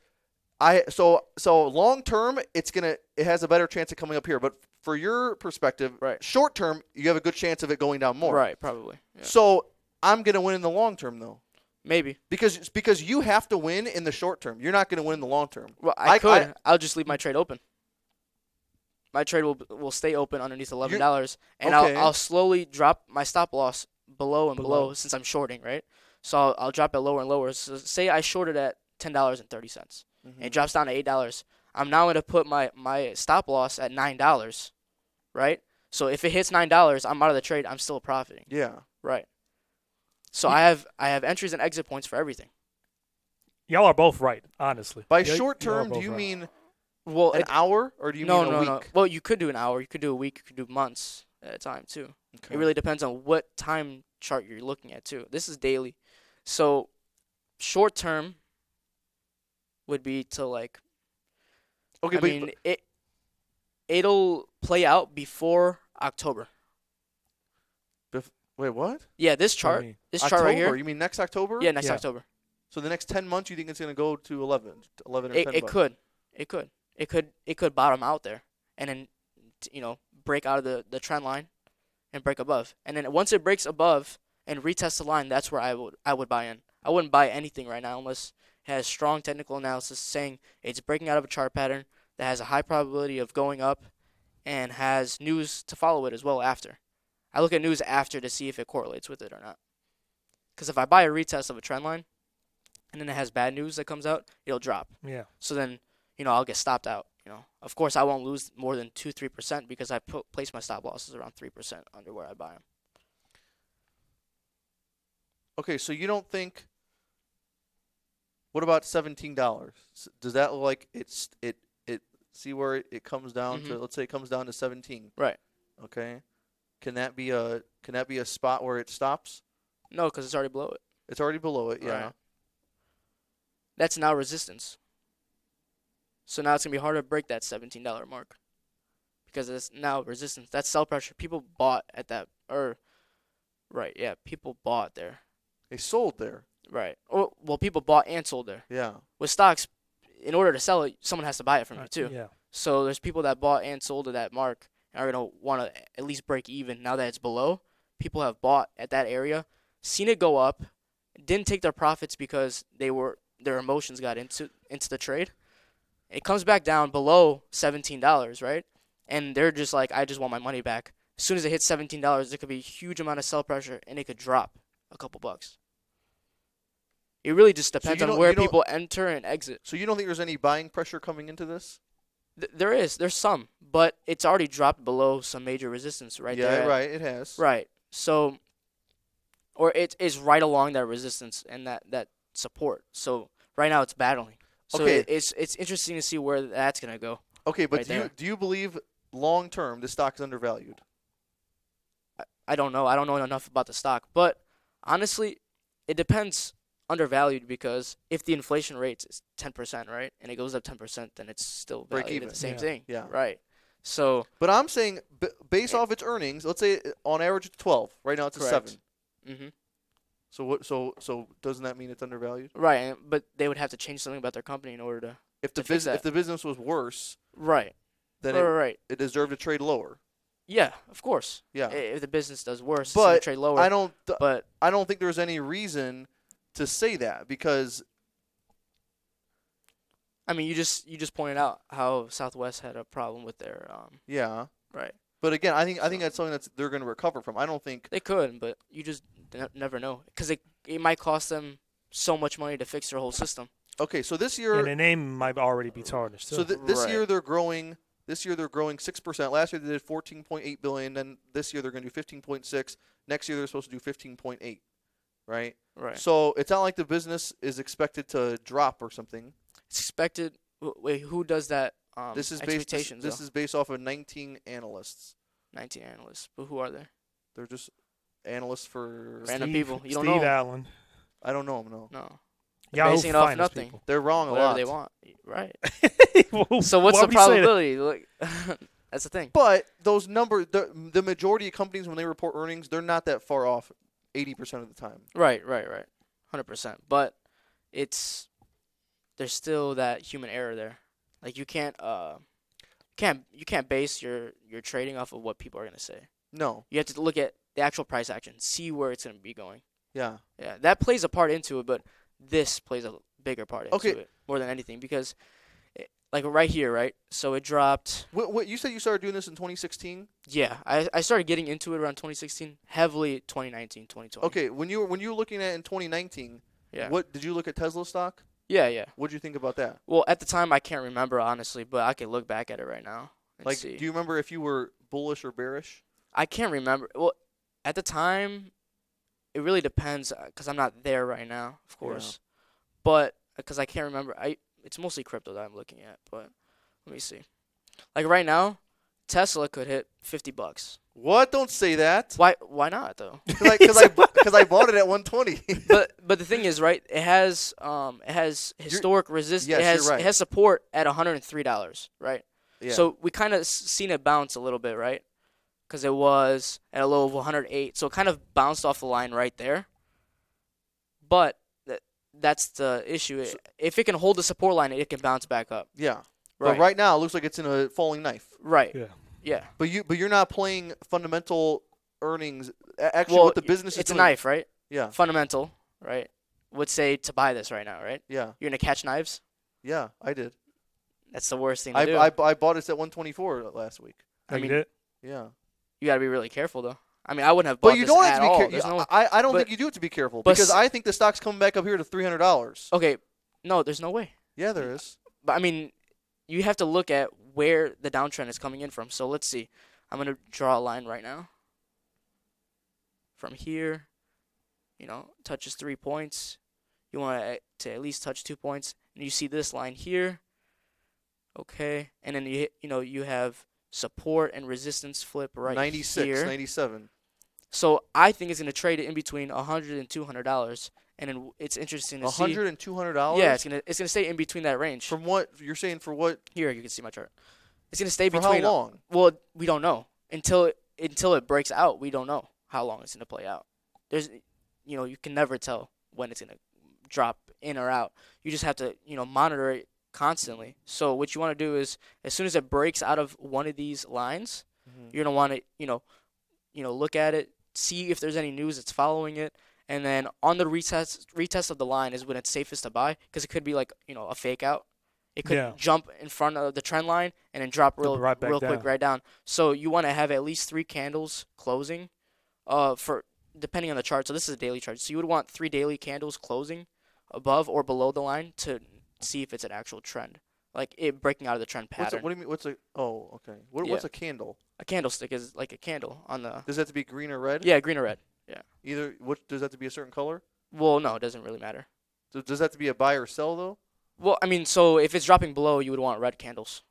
[SPEAKER 2] I so so long term, it's gonna it has a better chance of coming up here, but for your perspective,
[SPEAKER 3] Right.
[SPEAKER 2] short term, you have a good chance of it going down more.
[SPEAKER 3] Right. Probably. Yeah.
[SPEAKER 2] So I'm gonna win in the long term though.
[SPEAKER 3] Maybe.
[SPEAKER 2] Because it's because you have to win in the short term. You're not going to win in the long term.
[SPEAKER 3] Well, I,
[SPEAKER 2] I-
[SPEAKER 3] could. I, will just leave my trade open. My trade will will stay open underneath eleven dollars, and
[SPEAKER 2] okay.
[SPEAKER 3] I'll I'll slowly drop my stop loss below and below,
[SPEAKER 1] Below.
[SPEAKER 3] since I'm shorting, right? So I'll, I'll drop it lower and lower. So say I shorted at ten dollars and thirty cents, and it drops down to eight dollars. I'm now going to put my my stop loss at nine dollars, right? So if it hits nine dollars, I'm out of the trade. I'm still profiting,
[SPEAKER 2] Yeah.
[SPEAKER 3] right? So I have I have entries and exit points for everything.
[SPEAKER 1] Y'all are both right, honestly.
[SPEAKER 2] By
[SPEAKER 1] Y- y'all are
[SPEAKER 2] short term, do
[SPEAKER 1] both
[SPEAKER 2] you
[SPEAKER 1] right.
[SPEAKER 2] mean
[SPEAKER 3] Well,
[SPEAKER 2] an
[SPEAKER 3] it-
[SPEAKER 2] hour or do you
[SPEAKER 3] no,
[SPEAKER 2] mean a
[SPEAKER 3] no,
[SPEAKER 2] week?
[SPEAKER 3] no. Well, you could do an hour. You could do a week. You could do months at a time too.
[SPEAKER 2] Okay.
[SPEAKER 3] It really depends on what time chart you're looking at too. This is daily, so short term would be to like.
[SPEAKER 2] okay,
[SPEAKER 3] I
[SPEAKER 2] but
[SPEAKER 3] mean, it it'll play out before October.
[SPEAKER 2] wait, what?
[SPEAKER 3] Yeah,
[SPEAKER 1] What
[SPEAKER 3] this
[SPEAKER 1] do you
[SPEAKER 3] chart,
[SPEAKER 1] mean?
[SPEAKER 3] this
[SPEAKER 2] October?
[SPEAKER 3] chart right here.
[SPEAKER 2] You mean next October?
[SPEAKER 3] Yeah, next
[SPEAKER 1] Yeah.
[SPEAKER 3] October.
[SPEAKER 2] So the next 10 months you think it's going to go to 11, 11 or
[SPEAKER 3] It
[SPEAKER 2] 10
[SPEAKER 3] it
[SPEAKER 2] bucks?
[SPEAKER 3] could, it could, it could, it could bottom out there, and then t- you know break out of the the trend line, and break above, and then once it breaks above and retests the line, that's where I would I would buy in. I wouldn't buy anything right now unless it has strong technical analysis saying it's breaking out of a chart pattern that has a high probability of going up, and has news to follow it as well after. I look at news after to see if it correlates with it or not. Because if I buy a retest of a trend line, and then it has bad news that comes out, it'll drop.
[SPEAKER 1] Yeah.
[SPEAKER 3] So then, you know, I'll get stopped out. You know, of course, I won't lose more than two, three percent because I put, place my stop losses around three percent under where I buy them.
[SPEAKER 2] Okay, so you don't think What about $17? S- Does that look like it's it it see where it, it comes down to
[SPEAKER 3] Mhm.
[SPEAKER 2] let's say it comes down to 17.
[SPEAKER 3] Right.
[SPEAKER 2] Okay. Can that be a can that be a spot where it stops?
[SPEAKER 3] No, because it's already below it.
[SPEAKER 2] It's already below it, yeah.
[SPEAKER 3] Right. That's now resistance. So now it's gonna be harder to break that seventeen dollar mark because it's now resistance. That's sell pressure. People bought at that, or right? Yeah, people bought there.
[SPEAKER 2] They sold there.
[SPEAKER 3] Right. Or well, people bought and sold there.
[SPEAKER 2] Yeah.
[SPEAKER 3] With stocks, in order to sell it, someone has to buy it from you too.
[SPEAKER 1] Uh, Yeah.
[SPEAKER 3] So there's people that bought and sold at that mark and are gonna want to at least break even now that it's below. People have bought at that area, seen it go up, didn't take their profits because they were their emotions got into into the trade. It comes back down below seventeen dollars, right? And they're just like, I just want my money back. As soon as it hits seventeen dollars, there could be a huge amount of sell pressure and it could drop a couple bucks. It really just depends
[SPEAKER 2] you
[SPEAKER 3] on
[SPEAKER 2] don't-
[SPEAKER 3] where
[SPEAKER 2] you don't-
[SPEAKER 3] people enter and exit.
[SPEAKER 2] So you don't think there's any buying pressure coming into this?
[SPEAKER 3] Th- there is, there's some, but it's already dropped below some major resistance right
[SPEAKER 2] yeah,
[SPEAKER 3] there.
[SPEAKER 2] right. It has.
[SPEAKER 3] Right. So, or it is right along that resistance and that that support. So right now it's battling. So
[SPEAKER 2] Okay.
[SPEAKER 3] it, it's it's interesting to see where that's gonna go.
[SPEAKER 2] Okay, but
[SPEAKER 3] Right
[SPEAKER 2] do you
[SPEAKER 3] there.
[SPEAKER 2] do you believe long term this stock is undervalued?
[SPEAKER 3] I don't know. I don't know enough about the stock, but honestly, it depends undervalued because if the inflation rate is 10%, right? And it goes up 10%, then it's still
[SPEAKER 2] Break
[SPEAKER 3] valued
[SPEAKER 2] even.
[SPEAKER 3] at the same
[SPEAKER 1] Yeah.
[SPEAKER 3] thing.
[SPEAKER 2] Yeah.
[SPEAKER 3] Right. So,
[SPEAKER 2] But I'm saying b- based
[SPEAKER 3] Yeah.
[SPEAKER 2] off its earnings, let's say uh, on average it's 12. Right now it's a
[SPEAKER 3] Eh. Correct.
[SPEAKER 2] 7.
[SPEAKER 3] hmm
[SPEAKER 2] So what so so doesn't that mean it's undervalued?
[SPEAKER 3] right, and- but they would have to change something about their company in order to
[SPEAKER 2] If the
[SPEAKER 3] To fix
[SPEAKER 2] business if
[SPEAKER 3] that.
[SPEAKER 2] the business was worse,
[SPEAKER 3] Right.
[SPEAKER 2] then
[SPEAKER 3] right,
[SPEAKER 2] it,
[SPEAKER 3] right, right.
[SPEAKER 2] it deserved to trade lower.
[SPEAKER 3] Yeah, of course.
[SPEAKER 2] Yeah.
[SPEAKER 3] I- If the business does worse, it's gonna
[SPEAKER 2] But
[SPEAKER 3] trade lower.
[SPEAKER 2] I don't th-
[SPEAKER 3] but
[SPEAKER 2] I don't think there's any reason to say that because
[SPEAKER 3] I mean, you just you just pointed out how Southwest had a problem with their um
[SPEAKER 2] yeah.
[SPEAKER 3] right.
[SPEAKER 2] But again, I think I think
[SPEAKER 3] So-
[SPEAKER 2] that's something that's they're going to recover from. I don't think
[SPEAKER 3] They could, but you just ne- never know because it it might cost them so much money to fix their whole system.
[SPEAKER 2] Okay, so this year
[SPEAKER 1] And the name might already be tarnished. Too.
[SPEAKER 2] So th- this
[SPEAKER 3] Right.
[SPEAKER 2] year they're growing. This year they're growing six percent. Last year they did fourteen point eight billion. Then this year they're going to do fifteen point six. Next year they're supposed to do fifteen point eight, right?
[SPEAKER 3] Right.
[SPEAKER 2] So it's not like the business is expected to drop or something.
[SPEAKER 3] It's expected. w- Wait, who does that? Um,
[SPEAKER 2] this is based. This,
[SPEAKER 3] expectations.
[SPEAKER 2] this
[SPEAKER 3] though?
[SPEAKER 2] is based off of nineteen analysts.
[SPEAKER 3] 19 analysts, but who are there?
[SPEAKER 2] They're just analysts for.
[SPEAKER 3] Random
[SPEAKER 1] Steve-
[SPEAKER 3] people. You don't
[SPEAKER 1] Steve
[SPEAKER 3] know.
[SPEAKER 1] Allen.
[SPEAKER 2] I don't know them. No,
[SPEAKER 3] No,
[SPEAKER 1] Yahoo
[SPEAKER 3] basing it off
[SPEAKER 1] Finance
[SPEAKER 3] nothing.
[SPEAKER 1] people.
[SPEAKER 2] they're wrong a
[SPEAKER 3] whatever
[SPEAKER 2] lot.
[SPEAKER 3] they want.
[SPEAKER 2] [LAUGHS]
[SPEAKER 3] Right. [LAUGHS]
[SPEAKER 1] Well,
[SPEAKER 3] So what's
[SPEAKER 1] why
[SPEAKER 3] the
[SPEAKER 1] would you say that?
[SPEAKER 3] probability? Like, [LAUGHS] that's the thing.
[SPEAKER 2] But those number, the the majority of companies when they report earnings, they're not that far off, eighty percent of the time.
[SPEAKER 3] Right, right, right. Hundred percent. But it's there's still that human error there. Like you can't uh can't you can't base your your trading off of what people are gonna say.
[SPEAKER 2] No,
[SPEAKER 3] You have to look at the actual price action, see where it's gonna be going.
[SPEAKER 2] yeah.
[SPEAKER 3] Yeah, that plays a part into it, but this plays a bigger part into
[SPEAKER 2] Okay.
[SPEAKER 3] it more than anything because, it, like right here, right. So it dropped.
[SPEAKER 2] What, what you said you started doing this in 2016?
[SPEAKER 3] Yeah, I I started getting into it around 2016, heavily 2019, 2020.
[SPEAKER 2] Okay, when you were when you were looking at it in 2019,
[SPEAKER 3] Yeah.
[SPEAKER 2] what did you look at Tesla stock?
[SPEAKER 3] Yeah, yeah.
[SPEAKER 2] What did you think about that?
[SPEAKER 3] Well, at the time, I can't remember honestly, but I could look back at it right now and
[SPEAKER 2] Like,
[SPEAKER 3] see.
[SPEAKER 2] do you remember if you were bullish or bearish?
[SPEAKER 3] I can't remember. Well, at the time, it really depends because I'm not there right now, of course. But because I can't remember, I it's mostly crypto that I'm looking at. But let me see. Like right now, Tesla could hit 50 bucks.
[SPEAKER 2] What? Don't say that.
[SPEAKER 3] Why? Why
[SPEAKER 2] [LAUGHS]
[SPEAKER 3] not though?
[SPEAKER 2] Because I because
[SPEAKER 3] [LAUGHS]
[SPEAKER 2] I, [LAUGHS] 'cause I bought it at 120.
[SPEAKER 3] but but the thing is, right? It has um it has historic resistance.
[SPEAKER 2] yes,
[SPEAKER 3] it
[SPEAKER 2] you're
[SPEAKER 3] has
[SPEAKER 2] right.
[SPEAKER 3] it has support at $103, right?
[SPEAKER 2] [LAUGHS] yeah.
[SPEAKER 3] So we kind of seen it bounce a little bit, right? Because it was at a low of 108, so it kind of bounced off the line right there. But th- that's the issue. It-
[SPEAKER 2] So-
[SPEAKER 3] if it can hold the support line, it can bounce back up.
[SPEAKER 2] yeah. But
[SPEAKER 3] Right.
[SPEAKER 2] right now it looks like it's in a falling knife.
[SPEAKER 3] Right.
[SPEAKER 1] Yeah.
[SPEAKER 3] Yeah.
[SPEAKER 2] But you but you're not playing fundamental earnings. a- Actually,
[SPEAKER 3] well,
[SPEAKER 2] what the business
[SPEAKER 3] it's
[SPEAKER 2] is
[SPEAKER 3] a
[SPEAKER 2] doing.
[SPEAKER 3] knife, right?
[SPEAKER 2] Yeah.
[SPEAKER 3] Fundamental, right? Would say to buy this right now, right?
[SPEAKER 2] Yeah.
[SPEAKER 3] You're gonna catch knives.
[SPEAKER 2] Yeah. I did.
[SPEAKER 3] That's the worst thing to
[SPEAKER 2] I,
[SPEAKER 3] do.
[SPEAKER 2] I, I bought it at 124 last week.
[SPEAKER 1] Oh,
[SPEAKER 3] I
[SPEAKER 1] you
[SPEAKER 3] mean,
[SPEAKER 1] did?
[SPEAKER 2] Yeah.
[SPEAKER 3] you gotta be really careful though. I mean, I wouldn't have bought
[SPEAKER 2] But you
[SPEAKER 3] this
[SPEAKER 2] don't
[SPEAKER 3] at
[SPEAKER 2] have to be
[SPEAKER 3] all.
[SPEAKER 2] careful.
[SPEAKER 3] There's no
[SPEAKER 2] I, I don't
[SPEAKER 3] but-
[SPEAKER 2] think you do have to be careful
[SPEAKER 3] but
[SPEAKER 2] because
[SPEAKER 3] s-
[SPEAKER 2] I think the stock's coming back up here to three hundred dollars.
[SPEAKER 3] okay. No, there's no way.
[SPEAKER 2] Yeah, there is.
[SPEAKER 3] but I mean, you have to look at where the downtrend is coming in from. So let's see. I'm gonna draw a line right now. From here, you know, touches three points. You want to to at least touch two points, and you see this line here. Okay, and then you hit, you know you have support and resistance flip right
[SPEAKER 2] 96,
[SPEAKER 3] here.
[SPEAKER 2] 97.
[SPEAKER 3] So I think it's gonna trade it in between 100 and 200 dollars, and then w- it's interesting to see.
[SPEAKER 2] 100 and 200 dollars.
[SPEAKER 3] Yeah, it's gonna it's gonna stay in between that range.
[SPEAKER 2] From what you're saying, for what?
[SPEAKER 3] Here, you can see my chart. It's gonna stay
[SPEAKER 2] For how
[SPEAKER 3] between. uh,
[SPEAKER 2] long?
[SPEAKER 3] Well, we don't know until it, until it breaks out. We don't know how long it's gonna play out. There's, you know, you can never tell when it's gonna drop in or out. You just have to, you know, monitor it constantly. So what you want to do is, as soon as it breaks out of one of these lines, you're gonna want to, you know, you know, look at it, see if there's any news that's following it, and then on the retest retest of the line is when it's safest to buy because it could be like you know a fake out. It could
[SPEAKER 1] Yeah.
[SPEAKER 3] jump in front of the trend line and then drop
[SPEAKER 1] Jump
[SPEAKER 3] real
[SPEAKER 1] right back
[SPEAKER 3] real
[SPEAKER 1] down.
[SPEAKER 3] quick right down. So you want to have at least three candles closing, uh, for depending on the chart. So this is a daily chart. So you would want three daily candles closing above or below the line to see if it's an actual trend, like it breaking out of the trend
[SPEAKER 2] What's a,
[SPEAKER 3] pattern.
[SPEAKER 2] what do you mean? What's a? Oh, okay. What,
[SPEAKER 3] Yeah.
[SPEAKER 2] What's a candle?
[SPEAKER 3] a candlestick is like a candle on the
[SPEAKER 2] Does that to be green or red?
[SPEAKER 3] yeah green or red.
[SPEAKER 2] Either. What does that to be a certain color?
[SPEAKER 3] Well, no, it doesn't really matter.
[SPEAKER 2] Does- Does that to be a buy or sell though?
[SPEAKER 3] Well, I mean, so if it's dropping below, you would want red candles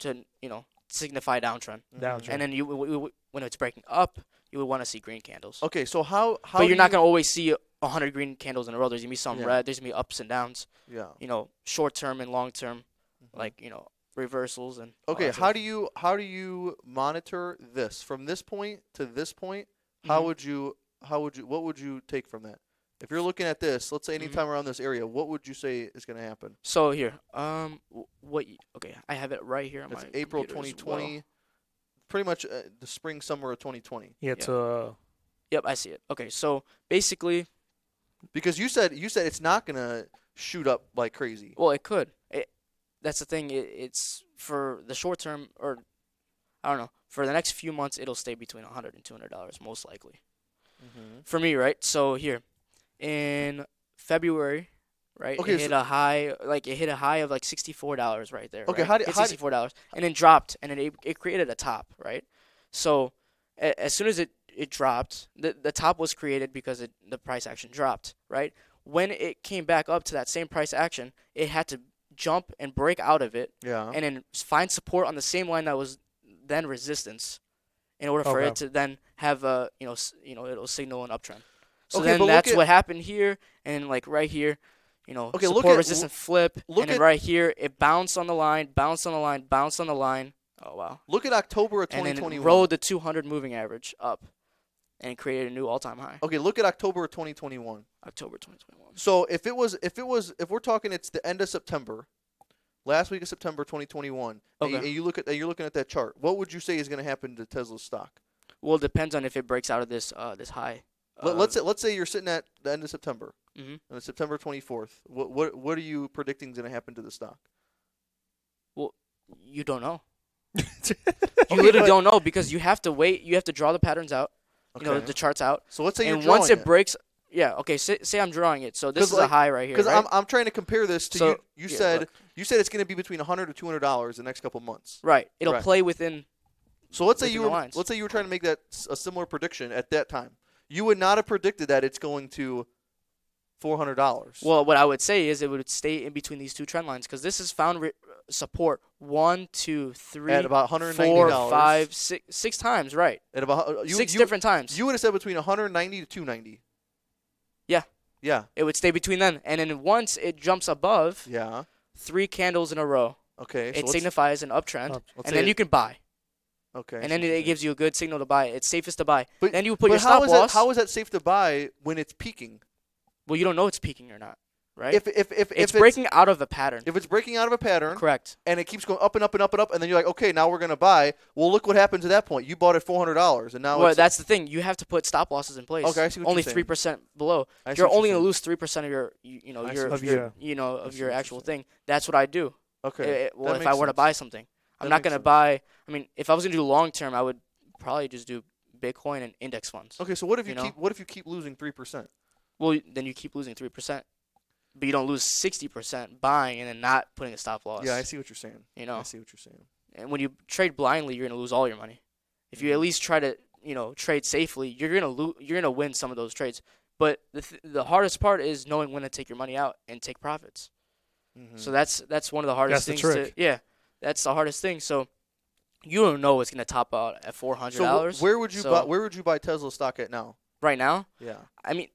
[SPEAKER 3] to you know signify downtrend,
[SPEAKER 1] Downtrend.
[SPEAKER 3] and then you w- w- w- when it's breaking up, you would want to see green candles.
[SPEAKER 2] Mm-hmm. Okay, so how how?
[SPEAKER 3] but you're
[SPEAKER 2] do
[SPEAKER 3] not
[SPEAKER 2] you-
[SPEAKER 3] gonna always see a hundred green candles in a row. There's gonna be some
[SPEAKER 2] Yeah.
[SPEAKER 3] red. There's gonna be ups and downs.
[SPEAKER 2] Yeah.
[SPEAKER 3] You know, short term and long term,
[SPEAKER 2] Mhm.
[SPEAKER 3] like you know reversals and. all
[SPEAKER 2] Okay,
[SPEAKER 3] that
[SPEAKER 2] how
[SPEAKER 3] stuff.
[SPEAKER 2] do you how do you monitor this from this point to this point? How
[SPEAKER 3] Mhm.
[SPEAKER 2] would you how would you what would you take from that? If you're looking at this, let's say
[SPEAKER 3] Mhm.
[SPEAKER 2] anytime around this area, what would you say is going to happen?
[SPEAKER 3] So here, um, wh- what? y- Okay, I have it right here on
[SPEAKER 2] It's
[SPEAKER 3] my
[SPEAKER 2] April
[SPEAKER 3] computer as
[SPEAKER 2] 2020,
[SPEAKER 3] well.
[SPEAKER 2] pretty much uh, the spring summer of 2020.
[SPEAKER 1] Yeah,
[SPEAKER 3] Yeah.
[SPEAKER 1] to uh,
[SPEAKER 3] Yep, I see it. Okay, so basically,
[SPEAKER 2] Because you said you said it's not going to shoot up like crazy.
[SPEAKER 3] well, it could. It, that's the thing. It, it's for the short term, or I don't know. For the next few months, it'll stay between 100 and 200 dollars, most likely. for me, right? So here, in February, right?
[SPEAKER 2] Okay,
[SPEAKER 3] it hit a high, like it hit a high of like sixty four dollars right there.
[SPEAKER 2] Okay,
[SPEAKER 3] right?
[SPEAKER 2] how did-
[SPEAKER 3] Hit
[SPEAKER 2] how did-
[SPEAKER 3] sixty four dollars, and then dropped, and then it, it created a top, right? So a, as soon as it it dropped, the the top was created because it the price action dropped, right? When it came back up to that same price action, it had to jump and break out of it,
[SPEAKER 2] Yeah.
[SPEAKER 3] and then s- find support on the same line that was then resistance, in order for
[SPEAKER 1] Okay.
[SPEAKER 3] it to then have a you know s- you know it'll signal an uptrend.
[SPEAKER 2] Okay,
[SPEAKER 3] So
[SPEAKER 2] but
[SPEAKER 3] then
[SPEAKER 2] look
[SPEAKER 3] that's
[SPEAKER 2] at-
[SPEAKER 3] what happened here and like right here, you know
[SPEAKER 2] Okay, look
[SPEAKER 3] support
[SPEAKER 2] at-
[SPEAKER 3] resistance flip,
[SPEAKER 2] look
[SPEAKER 3] and then
[SPEAKER 2] at-
[SPEAKER 3] right here it bounced on the line, bounced on the line, bounced on the line. Oh wow!
[SPEAKER 2] Look at October of
[SPEAKER 3] And then it
[SPEAKER 2] 2021.
[SPEAKER 3] rode the 200 moving average up, and created a new all-time high,
[SPEAKER 2] okay, look at October of 2021.
[SPEAKER 3] October 2021.
[SPEAKER 2] So if it was, if it was, if we're talking, it's the end of September, last week of September 2021. and you-
[SPEAKER 3] Okay.
[SPEAKER 2] And you look at, and you're looking at that chart. What would you say is going to happen to Tesla's stock?
[SPEAKER 3] Well, it depends on if it breaks out of this uh this high.
[SPEAKER 2] Let,
[SPEAKER 3] uh,
[SPEAKER 2] let's say, let's say you're sitting at the end of September,
[SPEAKER 3] mhm.
[SPEAKER 2] on September 24th. What, what, what are you predicting is going to happen to the stock?
[SPEAKER 3] You don't know.
[SPEAKER 2] Okay,
[SPEAKER 3] You literally
[SPEAKER 2] but-
[SPEAKER 3] don't know because you have to wait. You have to draw the patterns out.
[SPEAKER 2] Okay.
[SPEAKER 3] You know the charts out,
[SPEAKER 2] so let's say
[SPEAKER 3] and
[SPEAKER 2] you're drawing
[SPEAKER 3] once it, breaks, yeah. Okay, say, say I'm drawing it. So
[SPEAKER 2] 'Cause,
[SPEAKER 3] this is a
[SPEAKER 2] like-
[SPEAKER 3] high right here.
[SPEAKER 2] because
[SPEAKER 3] right?
[SPEAKER 2] I'm, I'm trying to compare this to
[SPEAKER 3] So-
[SPEAKER 2] you. You
[SPEAKER 3] yeah,
[SPEAKER 2] said
[SPEAKER 3] look.
[SPEAKER 2] you said it's going to be between 100 to 200 dollars the next couple months.
[SPEAKER 3] right. It'll
[SPEAKER 2] Right.
[SPEAKER 3] play within.
[SPEAKER 2] So let's say
[SPEAKER 3] within
[SPEAKER 2] you
[SPEAKER 3] the
[SPEAKER 2] were
[SPEAKER 3] lines.
[SPEAKER 2] let's say you were trying to make that s- a similar prediction at that time. You would not have predicted that it's going to four hundred dollars.
[SPEAKER 3] Well, what I would say is it would stay in between these two trend lines because this has found re- support one, two, three,
[SPEAKER 2] at about one hundred ninety
[SPEAKER 3] four,
[SPEAKER 2] dollars.
[SPEAKER 3] five, six, six times. Right.
[SPEAKER 2] At about uh, you,
[SPEAKER 3] six
[SPEAKER 2] you,
[SPEAKER 3] different times.
[SPEAKER 2] You would have said between one hundred ninety to two ninety.
[SPEAKER 3] Yeah.
[SPEAKER 2] Yeah.
[SPEAKER 3] it would stay between them, and then once it jumps above
[SPEAKER 2] Yeah.
[SPEAKER 3] three candles in a row,
[SPEAKER 2] Okay. so
[SPEAKER 3] it
[SPEAKER 2] let's-
[SPEAKER 3] signifies an uptrend,
[SPEAKER 1] Up.
[SPEAKER 2] let's
[SPEAKER 3] and
[SPEAKER 2] say
[SPEAKER 3] then
[SPEAKER 2] it-
[SPEAKER 3] you can buy.
[SPEAKER 2] Okay.
[SPEAKER 3] and then it gives you a good signal to buy. It's safest to buy.
[SPEAKER 2] But-
[SPEAKER 3] then you put
[SPEAKER 2] but
[SPEAKER 3] your
[SPEAKER 2] how
[SPEAKER 3] stop
[SPEAKER 2] is
[SPEAKER 3] loss.
[SPEAKER 2] That, how is that safe to buy when it's peaking?
[SPEAKER 3] well, you don't know it's peaking or not, right?
[SPEAKER 2] If if if, if
[SPEAKER 3] it's breaking out of a pattern.
[SPEAKER 2] if it's breaking out of a pattern
[SPEAKER 3] Correct.
[SPEAKER 2] and it keeps going up and up and up and up, and then you're like, okay, now we're gonna buy. Well, look what happens at that point. You bought at four hundred dollars, and now
[SPEAKER 3] well,
[SPEAKER 2] it's
[SPEAKER 3] that's the thing. You have to put stop losses in place.
[SPEAKER 2] Okay, I see what you're
[SPEAKER 3] only
[SPEAKER 2] saying.
[SPEAKER 3] three percent below.
[SPEAKER 2] I see
[SPEAKER 3] you're
[SPEAKER 2] what you're
[SPEAKER 3] only
[SPEAKER 2] saying.
[SPEAKER 3] gonna lose three percent of your, you, you know,
[SPEAKER 2] I see
[SPEAKER 3] your,
[SPEAKER 2] what
[SPEAKER 1] you're
[SPEAKER 3] your-
[SPEAKER 1] saying.
[SPEAKER 3] you know,
[SPEAKER 2] I
[SPEAKER 3] of
[SPEAKER 2] see
[SPEAKER 3] your
[SPEAKER 2] what you're
[SPEAKER 3] actual
[SPEAKER 2] saying.
[SPEAKER 3] thing. That's what I do.
[SPEAKER 2] okay.
[SPEAKER 3] Eh, eh, well,
[SPEAKER 2] That
[SPEAKER 3] if I
[SPEAKER 2] makes
[SPEAKER 3] were to
[SPEAKER 2] sense.
[SPEAKER 3] buy something, I'm
[SPEAKER 2] That
[SPEAKER 3] not
[SPEAKER 2] makes
[SPEAKER 3] gonna
[SPEAKER 2] sense.
[SPEAKER 3] buy. I mean, if I was gonna do long term, I would probably just do Bitcoin and index funds.
[SPEAKER 2] Okay, so what if you,
[SPEAKER 3] you know?
[SPEAKER 2] keep what if you keep losing three percent?
[SPEAKER 3] Well, then you keep losing three percent, but you don't lose sixty percent buying and then not putting a stop loss.
[SPEAKER 2] Yeah, I see what you're saying.
[SPEAKER 3] You know,
[SPEAKER 2] I see what you're saying.
[SPEAKER 3] and when you trade blindly, you're gonna lose all your money. If you at
[SPEAKER 2] Mhm.
[SPEAKER 3] least try to, you know, trade safely, you're gonna lo- you're gonna win some of those trades. But the th- the hardest part is knowing when to take your money out and take profits. Mm-hmm. So
[SPEAKER 2] Mm.
[SPEAKER 3] that's that's one of the hardest
[SPEAKER 1] That's the
[SPEAKER 3] things.
[SPEAKER 1] trick.
[SPEAKER 3] To, yeah, that's the hardest thing. So you don't know it's gonna top out at four hundred
[SPEAKER 2] So wh-
[SPEAKER 3] dollars.
[SPEAKER 2] where would you
[SPEAKER 3] So-
[SPEAKER 2] buy? Where would you buy Tesla stock at now?
[SPEAKER 3] right now,
[SPEAKER 2] Yeah.
[SPEAKER 3] I mean,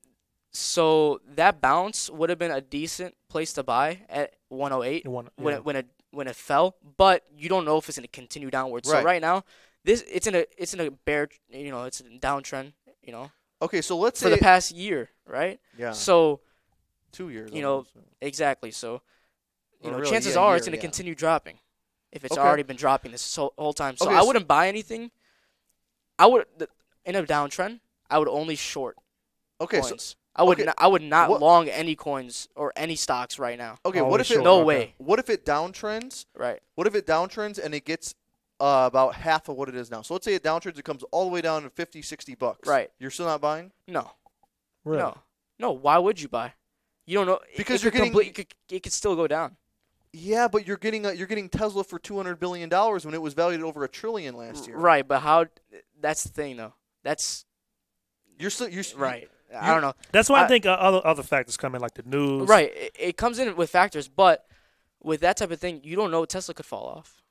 [SPEAKER 3] so that bounce would have been a decent place to buy at one hundred eight.
[SPEAKER 1] You want-
[SPEAKER 3] [LAUGHS] when
[SPEAKER 1] yeah.
[SPEAKER 3] it when it when it fell, but you don't know if it's gonna continue downwards.
[SPEAKER 2] Right.
[SPEAKER 3] So right now, this it's in a it's in a bear you know it's a downtrend you know
[SPEAKER 2] Okay, so let's
[SPEAKER 3] for
[SPEAKER 2] say
[SPEAKER 3] the past year, right?
[SPEAKER 2] yeah,
[SPEAKER 3] So
[SPEAKER 2] two years.
[SPEAKER 3] you know,
[SPEAKER 2] almost.
[SPEAKER 3] exactly, so you
[SPEAKER 2] Or
[SPEAKER 3] know
[SPEAKER 2] really,
[SPEAKER 3] chances
[SPEAKER 2] yeah,
[SPEAKER 3] are it's
[SPEAKER 2] year,
[SPEAKER 3] gonna
[SPEAKER 2] yeah.
[SPEAKER 3] continue dropping if it's
[SPEAKER 2] Okay.
[SPEAKER 3] already been dropping this whole, whole time. So
[SPEAKER 2] Okay,
[SPEAKER 3] I
[SPEAKER 2] so-
[SPEAKER 3] wouldn't buy anything. I would th- in a downtrend. I would only short
[SPEAKER 2] Okay, so
[SPEAKER 3] coins. I would
[SPEAKER 2] okay.
[SPEAKER 3] not, I would not
[SPEAKER 2] What-
[SPEAKER 3] long any coins or any stocks right now.
[SPEAKER 2] okay, what
[SPEAKER 1] Always
[SPEAKER 2] if it
[SPEAKER 1] short,
[SPEAKER 3] No
[SPEAKER 1] Oh, okay.
[SPEAKER 3] way.
[SPEAKER 2] what if it downtrends?
[SPEAKER 3] Right.
[SPEAKER 2] What if it downtrends and it gets uh, about half of what it is now? So let's say it downtrends, it comes all the way down to 50, 60 bucks.
[SPEAKER 3] Right.
[SPEAKER 2] You're still not buying.
[SPEAKER 3] No.
[SPEAKER 1] Really?
[SPEAKER 3] No. No. Why would you buy? You don't know it-
[SPEAKER 2] Because
[SPEAKER 3] it
[SPEAKER 2] you're
[SPEAKER 3] could
[SPEAKER 2] getting-
[SPEAKER 3] complete- it, could, it could still go down.
[SPEAKER 2] Yeah, but you're getting a, you're getting Tesla for two hundred billion dollars when it was valued at over a trillion last year.
[SPEAKER 3] Right, but how? That's the thing, though. That's
[SPEAKER 2] You're still you're s-
[SPEAKER 3] right. I
[SPEAKER 2] you-
[SPEAKER 3] don't know.
[SPEAKER 1] That's why I,
[SPEAKER 3] I-
[SPEAKER 1] think uh, other other factors come in, like the news.
[SPEAKER 3] Right, it, it comes in with factors, but with that type of thing, you don't know Tesla could fall off.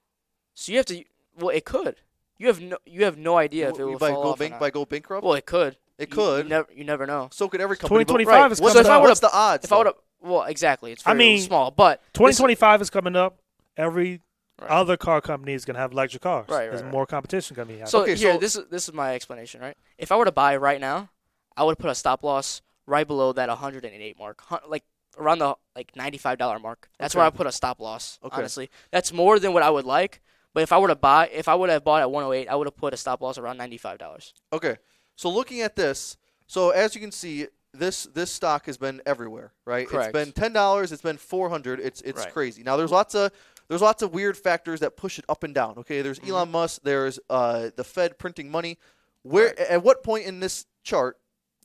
[SPEAKER 3] So you have to. Well, it could. You have no. You have no idea if it
[SPEAKER 2] w-
[SPEAKER 3] will
[SPEAKER 2] by
[SPEAKER 3] fall
[SPEAKER 2] go
[SPEAKER 3] off. or
[SPEAKER 2] bank
[SPEAKER 3] not.
[SPEAKER 2] by go bankrupt.
[SPEAKER 3] well, it could.
[SPEAKER 2] it
[SPEAKER 3] You-
[SPEAKER 2] could.
[SPEAKER 3] You never. You never know.
[SPEAKER 2] so could every
[SPEAKER 1] Twenty
[SPEAKER 2] company. but
[SPEAKER 1] twenty five
[SPEAKER 3] right.
[SPEAKER 1] is
[SPEAKER 3] Well,
[SPEAKER 1] coming up.
[SPEAKER 2] What's,
[SPEAKER 3] so if I
[SPEAKER 2] the,
[SPEAKER 3] would've-
[SPEAKER 2] what's the odds?
[SPEAKER 3] If I would
[SPEAKER 2] though?
[SPEAKER 3] have. Well, exactly. It's
[SPEAKER 1] I
[SPEAKER 3] very
[SPEAKER 1] mean,
[SPEAKER 3] small, but
[SPEAKER 1] Twenty
[SPEAKER 3] this-
[SPEAKER 1] twenty five is coming up. Every
[SPEAKER 3] Right.
[SPEAKER 1] other car company is going to have electric cars.
[SPEAKER 3] Right, right,
[SPEAKER 1] There's
[SPEAKER 3] right.
[SPEAKER 1] more competition going to be. happening.
[SPEAKER 3] So
[SPEAKER 2] Okay,
[SPEAKER 3] here,
[SPEAKER 2] so-
[SPEAKER 3] this is this is my explanation, right? If I were to buy right now, I would put a stop loss right below that 108 mark, hun- like around the like 95 dollar mark. That's where I
[SPEAKER 2] Okay.
[SPEAKER 3] put a stop loss.
[SPEAKER 2] Okay.
[SPEAKER 3] Honestly, that's more than what I would like. But if I were to buy, if I would have bought at 108, I would have put a stop loss around 95 dollars.
[SPEAKER 2] Okay. So looking at this, so as you can see, this this stock has been everywhere, right?
[SPEAKER 3] Correct.
[SPEAKER 2] It's been ten dollars. It's been four hundred. It's it's
[SPEAKER 3] Right.
[SPEAKER 2] crazy. Now there's lots of there's lots of weird factors that push it up and down. Okay. There's
[SPEAKER 3] Mm-hmm.
[SPEAKER 2] Elon Musk. There's uh, the Fed printing money. Where
[SPEAKER 3] Right.
[SPEAKER 2] at what point in this chart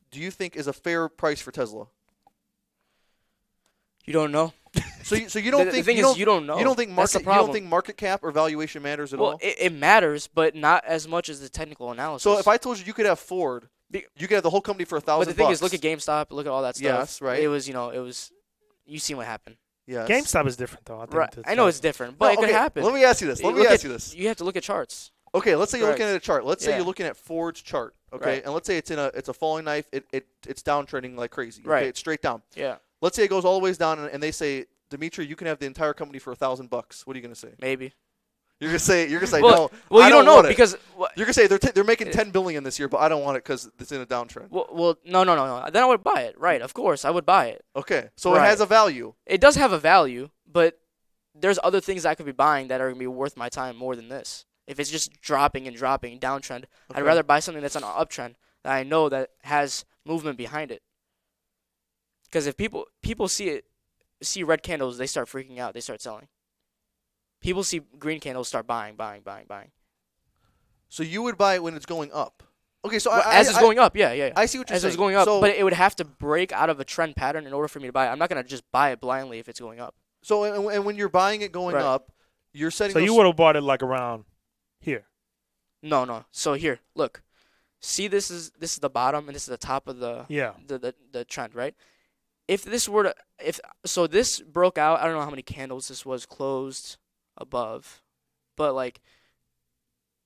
[SPEAKER 2] do you think is a fair price for Tesla?
[SPEAKER 3] You don't know.
[SPEAKER 2] So you, so you don't
[SPEAKER 3] the,
[SPEAKER 2] think
[SPEAKER 3] the thing
[SPEAKER 2] you
[SPEAKER 3] is
[SPEAKER 2] don't,
[SPEAKER 3] you don't know.
[SPEAKER 2] you don't think
[SPEAKER 3] That's the
[SPEAKER 2] market you don't
[SPEAKER 3] problem.
[SPEAKER 2] think market cap or valuation matters at
[SPEAKER 3] well,
[SPEAKER 2] all.
[SPEAKER 3] It, it matters, but not as much as the technical analysis.
[SPEAKER 2] so if I told you you could have Ford,
[SPEAKER 3] Be-
[SPEAKER 2] you could have the whole company for a thousand.
[SPEAKER 3] but the thing
[SPEAKER 2] bucks.
[SPEAKER 3] is, look at GameStop, look at all that stuff.
[SPEAKER 2] Yes, right.
[SPEAKER 3] It was you know it was, you seen what happened.
[SPEAKER 2] yes.
[SPEAKER 1] GameStop is different, though. I, think
[SPEAKER 3] Right.
[SPEAKER 1] that's-
[SPEAKER 3] I know it's different, but
[SPEAKER 2] No,
[SPEAKER 3] it could
[SPEAKER 2] okay,
[SPEAKER 3] happen.
[SPEAKER 2] Let me ask you this. Let
[SPEAKER 3] You
[SPEAKER 2] me
[SPEAKER 3] look
[SPEAKER 2] ask
[SPEAKER 3] at-
[SPEAKER 2] you this.
[SPEAKER 3] You have to look at charts.
[SPEAKER 2] Okay, let's say you're looking
[SPEAKER 3] Correct.
[SPEAKER 2] at a chart. Let's say
[SPEAKER 3] Yeah.
[SPEAKER 2] you're looking at Ford's chart. Okay,
[SPEAKER 3] Right.
[SPEAKER 2] and let's say it's in a it's a falling knife. It, it it's downtrending like crazy.
[SPEAKER 3] Right.
[SPEAKER 2] Okay, it's straight down.
[SPEAKER 3] Yeah,
[SPEAKER 2] Let's say it goes all the ways down, and, and they say, Dimitri, you can have the entire company for a thousand bucks. What are you gonna say?
[SPEAKER 3] maybe.
[SPEAKER 2] You're gonna say you're gonna say no.
[SPEAKER 3] Well, well,
[SPEAKER 2] I
[SPEAKER 3] you
[SPEAKER 2] don't,
[SPEAKER 3] don't, know
[SPEAKER 2] want it."
[SPEAKER 3] because wha-
[SPEAKER 2] you're gonna say they're t- they're making ten billion this year, but I don't want it because it's in a downtrend.
[SPEAKER 3] well, well, no, no, no, no. Then I would buy it. Right, of course, I would buy it.
[SPEAKER 2] Okay, so
[SPEAKER 3] Right.
[SPEAKER 2] it has a value.
[SPEAKER 3] It does have a value, but there's other things I could be buying that are gonna be worth my time more than this. If it's just dropping and dropping downtrend,
[SPEAKER 2] Okay.
[SPEAKER 3] I'd rather buy something that's on an uptrend that I know that has movement behind it. Because if people people see it, see red candles, they start freaking out. They start selling. People see green candles, start buying, buying, buying, buying.
[SPEAKER 2] So you would buy it when it's going up. Okay, so
[SPEAKER 3] Well,
[SPEAKER 2] I,
[SPEAKER 3] as
[SPEAKER 2] I,
[SPEAKER 3] it's
[SPEAKER 2] I-
[SPEAKER 3] going up, yeah, yeah. yeah.
[SPEAKER 2] I see what you're
[SPEAKER 3] as
[SPEAKER 2] saying.
[SPEAKER 3] it's going up,
[SPEAKER 2] so,
[SPEAKER 3] but it would have to break out of a trend pattern in order for me to buy it. I'm not gonna just buy it blindly if it's going up.
[SPEAKER 2] so and, and when you're buying it going
[SPEAKER 3] Right.
[SPEAKER 2] up, you're setting.
[SPEAKER 1] So
[SPEAKER 2] those
[SPEAKER 1] you would have bought it like around here.
[SPEAKER 3] No, no. So here, look, see this is this is the bottom and this is the top of the
[SPEAKER 1] Yeah.
[SPEAKER 3] the, the the trend, right? If this were to if so this broke out, I don't know how many candles this was closed above, but like,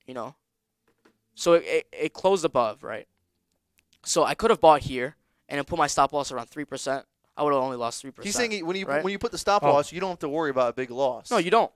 [SPEAKER 3] you know, so it it, it closed above, right? So I could have bought here and then put my stop loss around three percent. I would have only lost three percent.
[SPEAKER 2] He's saying he- when you
[SPEAKER 3] right?
[SPEAKER 2] when you put the stop
[SPEAKER 1] Oh.
[SPEAKER 2] loss, you don't have to worry about a big loss.
[SPEAKER 3] No, you don't.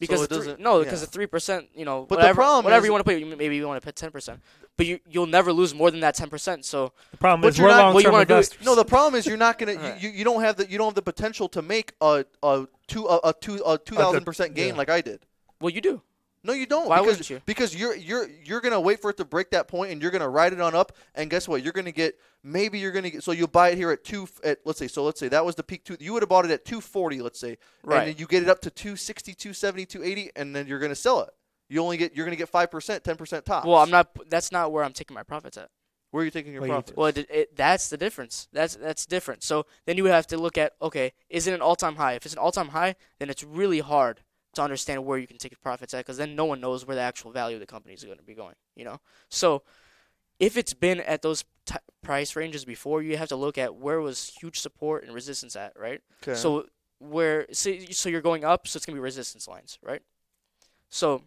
[SPEAKER 3] Because
[SPEAKER 2] it
[SPEAKER 3] the three-
[SPEAKER 2] doesn't-
[SPEAKER 3] no,
[SPEAKER 2] yeah.
[SPEAKER 3] because the three percent, you know,
[SPEAKER 2] But the
[SPEAKER 3] whatever,
[SPEAKER 2] problem
[SPEAKER 3] whatever
[SPEAKER 2] is-
[SPEAKER 3] you want to put, you- maybe you want to put ten percent, but you you'll never lose more than that ten percent. So
[SPEAKER 1] The problem
[SPEAKER 2] But
[SPEAKER 1] is
[SPEAKER 2] you're
[SPEAKER 1] we're
[SPEAKER 2] not-
[SPEAKER 1] long
[SPEAKER 3] what you
[SPEAKER 1] term
[SPEAKER 3] wanna do is-
[SPEAKER 1] investors.
[SPEAKER 2] no. The problem is you're not
[SPEAKER 3] [LAUGHS]
[SPEAKER 2] gonna
[SPEAKER 3] Alright.
[SPEAKER 2] you, you, you don't have the you don't have the potential to make a a two a, a two a two thousand percent gain
[SPEAKER 1] yeah.
[SPEAKER 2] like I did.
[SPEAKER 3] well, you do.
[SPEAKER 2] No, you don't.
[SPEAKER 3] Why
[SPEAKER 2] because,
[SPEAKER 3] wouldn't you?
[SPEAKER 2] Because you're you're you're gonna wait for it to break that point, and you're gonna ride it on up. And guess what? You're gonna get maybe you're gonna get so you'll buy it here at two f- at let's say so let's say that was the peak two. You would have bought it at two forty, let's say,
[SPEAKER 3] Right.
[SPEAKER 2] and then you get it up to 260, 270, 280, and then you're gonna sell it. You only get you're gonna get five percent, ten percent top.
[SPEAKER 3] Well, I'm not. That's not where I'm taking my profits at.
[SPEAKER 2] Where are you taking your
[SPEAKER 1] Well, you-
[SPEAKER 2] profit?
[SPEAKER 3] Well, it, it, that's the difference. That's that's different. So then you would have to look at okay, is it an all-time high? If it's an all-time high, then it's really hard to understand where you can take your profits at because then no one knows where the actual value of the company is going to be going. You know, so if it's been at those t- price ranges before, you have to look at where was huge support and resistance at, right?
[SPEAKER 2] Okay.
[SPEAKER 3] So where so, so you're going up, so it's gonna be resistance lines, right? So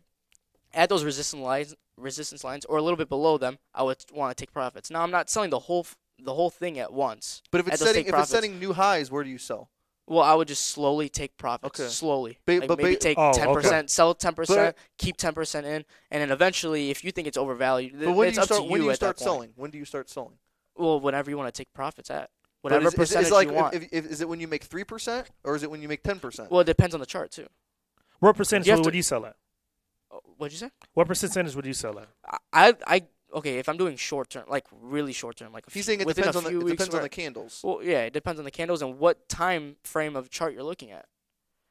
[SPEAKER 3] at those resistance lines, resistance lines, or a little bit below them, I would want to take profits. Now I'm not selling the whole f- the whole thing at once.
[SPEAKER 2] But if it's
[SPEAKER 3] at those
[SPEAKER 2] setting
[SPEAKER 3] take
[SPEAKER 2] if
[SPEAKER 3] profits.
[SPEAKER 2] it's setting new highs, where do you sell?
[SPEAKER 3] Well, I would just slowly take profits,
[SPEAKER 2] Okay.
[SPEAKER 3] slowly.
[SPEAKER 2] Ba-
[SPEAKER 3] like
[SPEAKER 2] but
[SPEAKER 3] maybe
[SPEAKER 2] ba-
[SPEAKER 3] take
[SPEAKER 1] Oh, okay.
[SPEAKER 3] ten percent, sell ten percent, keep ten percent in, and then eventually, if you think it's overvalued, th-
[SPEAKER 2] But when do
[SPEAKER 3] it's
[SPEAKER 2] you
[SPEAKER 3] up
[SPEAKER 2] start
[SPEAKER 3] to
[SPEAKER 2] when do you
[SPEAKER 3] at
[SPEAKER 2] start
[SPEAKER 3] that point.
[SPEAKER 2] selling? When do you start selling?
[SPEAKER 3] Well, whenever you want to take profits at,
[SPEAKER 2] But
[SPEAKER 3] whatever
[SPEAKER 2] is- is- is
[SPEAKER 3] percentage
[SPEAKER 2] like
[SPEAKER 3] you want.
[SPEAKER 2] If, if, is it when you make three percent or is it when you make ten percent?
[SPEAKER 3] well, it depends on the chart too.
[SPEAKER 1] What percentage
[SPEAKER 3] You have
[SPEAKER 1] would,
[SPEAKER 3] to-
[SPEAKER 1] you sell at?
[SPEAKER 3] Oh, What'd you say?
[SPEAKER 1] What percentage would you sell at?
[SPEAKER 3] I- I I okay if I'm doing short term, like really short term, like a
[SPEAKER 2] He's
[SPEAKER 3] few,
[SPEAKER 2] saying it
[SPEAKER 3] within
[SPEAKER 2] depends
[SPEAKER 3] a
[SPEAKER 2] on the
[SPEAKER 3] few
[SPEAKER 2] it
[SPEAKER 3] weeks.
[SPEAKER 2] depends on
[SPEAKER 3] or-
[SPEAKER 2] the candles.
[SPEAKER 3] well, yeah, it depends on the candles and what time frame of chart you're looking at.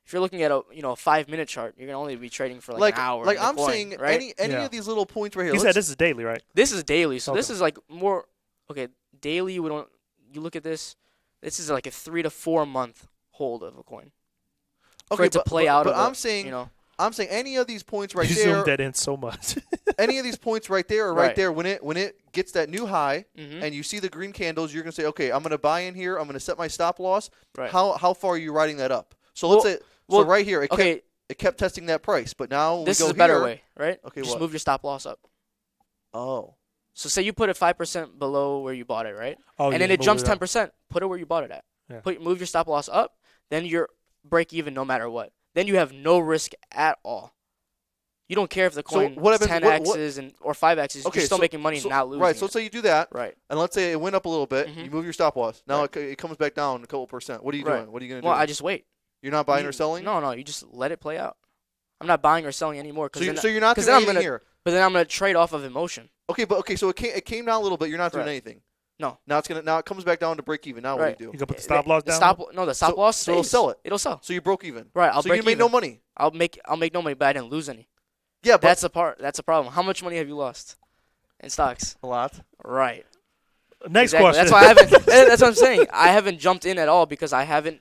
[SPEAKER 3] If you're looking at a you know a five minute chart, you're gonna only be trading for like, an hour.
[SPEAKER 2] like
[SPEAKER 3] and
[SPEAKER 2] I'm
[SPEAKER 3] deploying,
[SPEAKER 2] saying,
[SPEAKER 3] right?
[SPEAKER 2] any any
[SPEAKER 1] Yeah.
[SPEAKER 2] of these little points right here.
[SPEAKER 1] You
[SPEAKER 2] let's-
[SPEAKER 1] said this is daily, right?
[SPEAKER 3] this is daily, so this
[SPEAKER 1] Okay.
[SPEAKER 3] is like more okay daily. We don't you look at this. This is like a three to four month hold of a coin
[SPEAKER 2] Okay,
[SPEAKER 3] for it to
[SPEAKER 2] but-
[SPEAKER 3] play
[SPEAKER 2] but-
[SPEAKER 3] out.
[SPEAKER 2] But
[SPEAKER 3] of
[SPEAKER 2] I'm
[SPEAKER 3] a,
[SPEAKER 2] saying
[SPEAKER 3] you know,
[SPEAKER 2] I'm saying any of these points right
[SPEAKER 1] you
[SPEAKER 2] there,
[SPEAKER 1] zoomed that in so much.
[SPEAKER 2] any of these points right there, or right,
[SPEAKER 3] Right.
[SPEAKER 2] there, when it when it gets that new high,
[SPEAKER 3] Mhm.
[SPEAKER 2] and you see the green candles, you're gonna say, okay, I'm gonna buy in here. I'm gonna set my stop loss.
[SPEAKER 3] Right.
[SPEAKER 2] How how far are you riding that up? So
[SPEAKER 3] Well-
[SPEAKER 2] let's say
[SPEAKER 3] well,
[SPEAKER 2] so right here, it
[SPEAKER 3] okay,
[SPEAKER 2] kept it kept testing that price, but now when
[SPEAKER 3] this
[SPEAKER 2] we go
[SPEAKER 3] is a better
[SPEAKER 2] here-
[SPEAKER 3] way, right?
[SPEAKER 2] Okay,
[SPEAKER 3] just
[SPEAKER 2] what?
[SPEAKER 3] move your stop loss up.
[SPEAKER 2] Oh,
[SPEAKER 3] So say you put it five percent below where you bought it, right?
[SPEAKER 1] oh,
[SPEAKER 3] and
[SPEAKER 1] yeah,
[SPEAKER 3] then it
[SPEAKER 1] move
[SPEAKER 3] jumps
[SPEAKER 1] up.
[SPEAKER 3] ten percent. Put it where you bought it at.
[SPEAKER 1] Yeah.
[SPEAKER 3] Put move your stop loss up. Then you're break even no matter what. Then you have no risk at all. You don't care if the coin
[SPEAKER 2] what happens-
[SPEAKER 3] ten
[SPEAKER 2] what- what-
[SPEAKER 3] x's and or five x's.
[SPEAKER 2] okay.
[SPEAKER 3] you're still
[SPEAKER 2] so-
[SPEAKER 3] making money
[SPEAKER 2] so-
[SPEAKER 3] and not losing.
[SPEAKER 2] Right. So
[SPEAKER 3] it.
[SPEAKER 2] let's say you do that,
[SPEAKER 3] right.
[SPEAKER 2] and let's say it went up a little bit.
[SPEAKER 3] Mhm.
[SPEAKER 2] You move your stop loss. Now
[SPEAKER 3] Right.
[SPEAKER 2] it, it comes back down a couple percent. What are you
[SPEAKER 3] Right.
[SPEAKER 2] doing? What are you gonna
[SPEAKER 3] Well,
[SPEAKER 2] do?
[SPEAKER 3] I just wait.
[SPEAKER 2] you're not buying
[SPEAKER 3] You-
[SPEAKER 2] or selling.
[SPEAKER 3] No, no. You just let it play out. I'm not buying or selling anymore. Cause
[SPEAKER 2] So, you,
[SPEAKER 3] then,
[SPEAKER 2] so you're not
[SPEAKER 3] 'cause
[SPEAKER 2] doing
[SPEAKER 3] then I'm
[SPEAKER 2] anything
[SPEAKER 3] gonna-
[SPEAKER 2] here.
[SPEAKER 3] but then I'm gonna trade off of emotion.
[SPEAKER 2] Okay, but okay, so it came, it came down a little bit. You're not
[SPEAKER 3] Correct.
[SPEAKER 2] doing anything.
[SPEAKER 3] No.
[SPEAKER 2] Now it's gonna now it comes back down to break even. Now what
[SPEAKER 3] Right.
[SPEAKER 2] do you
[SPEAKER 1] You
[SPEAKER 2] do?
[SPEAKER 1] can put the
[SPEAKER 3] Eh,
[SPEAKER 1] stop loss
[SPEAKER 3] the
[SPEAKER 1] down.
[SPEAKER 3] Stop. No, the stop
[SPEAKER 2] So-
[SPEAKER 3] loss.
[SPEAKER 2] so it'll
[SPEAKER 3] stays.
[SPEAKER 2] sell it.
[SPEAKER 3] It'll sell.
[SPEAKER 2] So you broke even.
[SPEAKER 3] Right. I'll
[SPEAKER 2] so
[SPEAKER 3] break
[SPEAKER 2] you made no
[SPEAKER 3] even.
[SPEAKER 2] money.
[SPEAKER 3] I'll make I'll make no money, but I didn't lose any.
[SPEAKER 2] Yeah, but
[SPEAKER 3] that's the part. That's the problem. How much money have you lost in stocks?
[SPEAKER 2] a lot.
[SPEAKER 3] Right.
[SPEAKER 1] Next
[SPEAKER 3] exactly.
[SPEAKER 1] question.
[SPEAKER 3] That's why I haven't.
[SPEAKER 1] [LAUGHS]
[SPEAKER 3] eh, that's what I'm saying. I haven't jumped in at all because I haven't.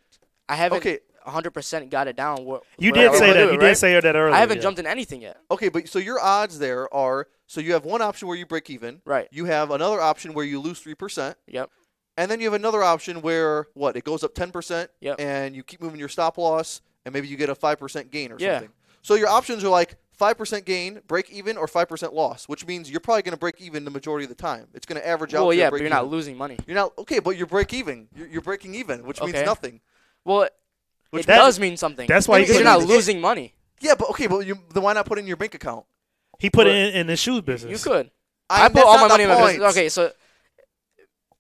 [SPEAKER 3] I haven't.
[SPEAKER 2] Okay,
[SPEAKER 3] 100% got it down. wh-
[SPEAKER 1] you
[SPEAKER 3] where I
[SPEAKER 1] did
[SPEAKER 2] Right,
[SPEAKER 1] say
[SPEAKER 3] wanna
[SPEAKER 1] that.
[SPEAKER 3] do it,
[SPEAKER 1] you
[SPEAKER 3] right?
[SPEAKER 1] did say that earlier.
[SPEAKER 3] I haven't
[SPEAKER 1] yeah.
[SPEAKER 3] jumped in anything yet.
[SPEAKER 2] okay, but so your odds there are so you have one option where you break even.
[SPEAKER 3] Right.
[SPEAKER 2] You have another option where you lose three percent,
[SPEAKER 3] Yep.
[SPEAKER 2] and then you have another option where what it goes up ten percent,
[SPEAKER 3] Yep.
[SPEAKER 2] and you keep moving your stop loss, and maybe you get a five percent gain or
[SPEAKER 3] Yeah.
[SPEAKER 2] something. So your options are like five percent gain, break even, or five percent loss, which means you're probably gonna break even the majority of the time. It's gonna average out.
[SPEAKER 3] Well,
[SPEAKER 2] to
[SPEAKER 3] yeah, but
[SPEAKER 2] break
[SPEAKER 3] you're not
[SPEAKER 2] even.
[SPEAKER 3] losing money.
[SPEAKER 2] You're not okay, but you're break even. You're, you're breaking even, which
[SPEAKER 3] Okay.
[SPEAKER 2] means nothing.
[SPEAKER 3] Well, it-
[SPEAKER 1] Which
[SPEAKER 3] it
[SPEAKER 1] that-
[SPEAKER 3] does mean something.
[SPEAKER 1] that's why you
[SPEAKER 3] because
[SPEAKER 1] put
[SPEAKER 3] you're not
[SPEAKER 1] it-
[SPEAKER 3] losing money.
[SPEAKER 2] Yeah, but okay, but you, then why not put it in your bank account?
[SPEAKER 1] He put
[SPEAKER 3] Well,
[SPEAKER 1] it in, in his shoes business.
[SPEAKER 3] You could.
[SPEAKER 2] I-
[SPEAKER 3] I put
[SPEAKER 2] that's
[SPEAKER 3] all
[SPEAKER 2] not
[SPEAKER 3] my
[SPEAKER 2] the
[SPEAKER 3] money in my business.
[SPEAKER 2] point.
[SPEAKER 3] Okay, so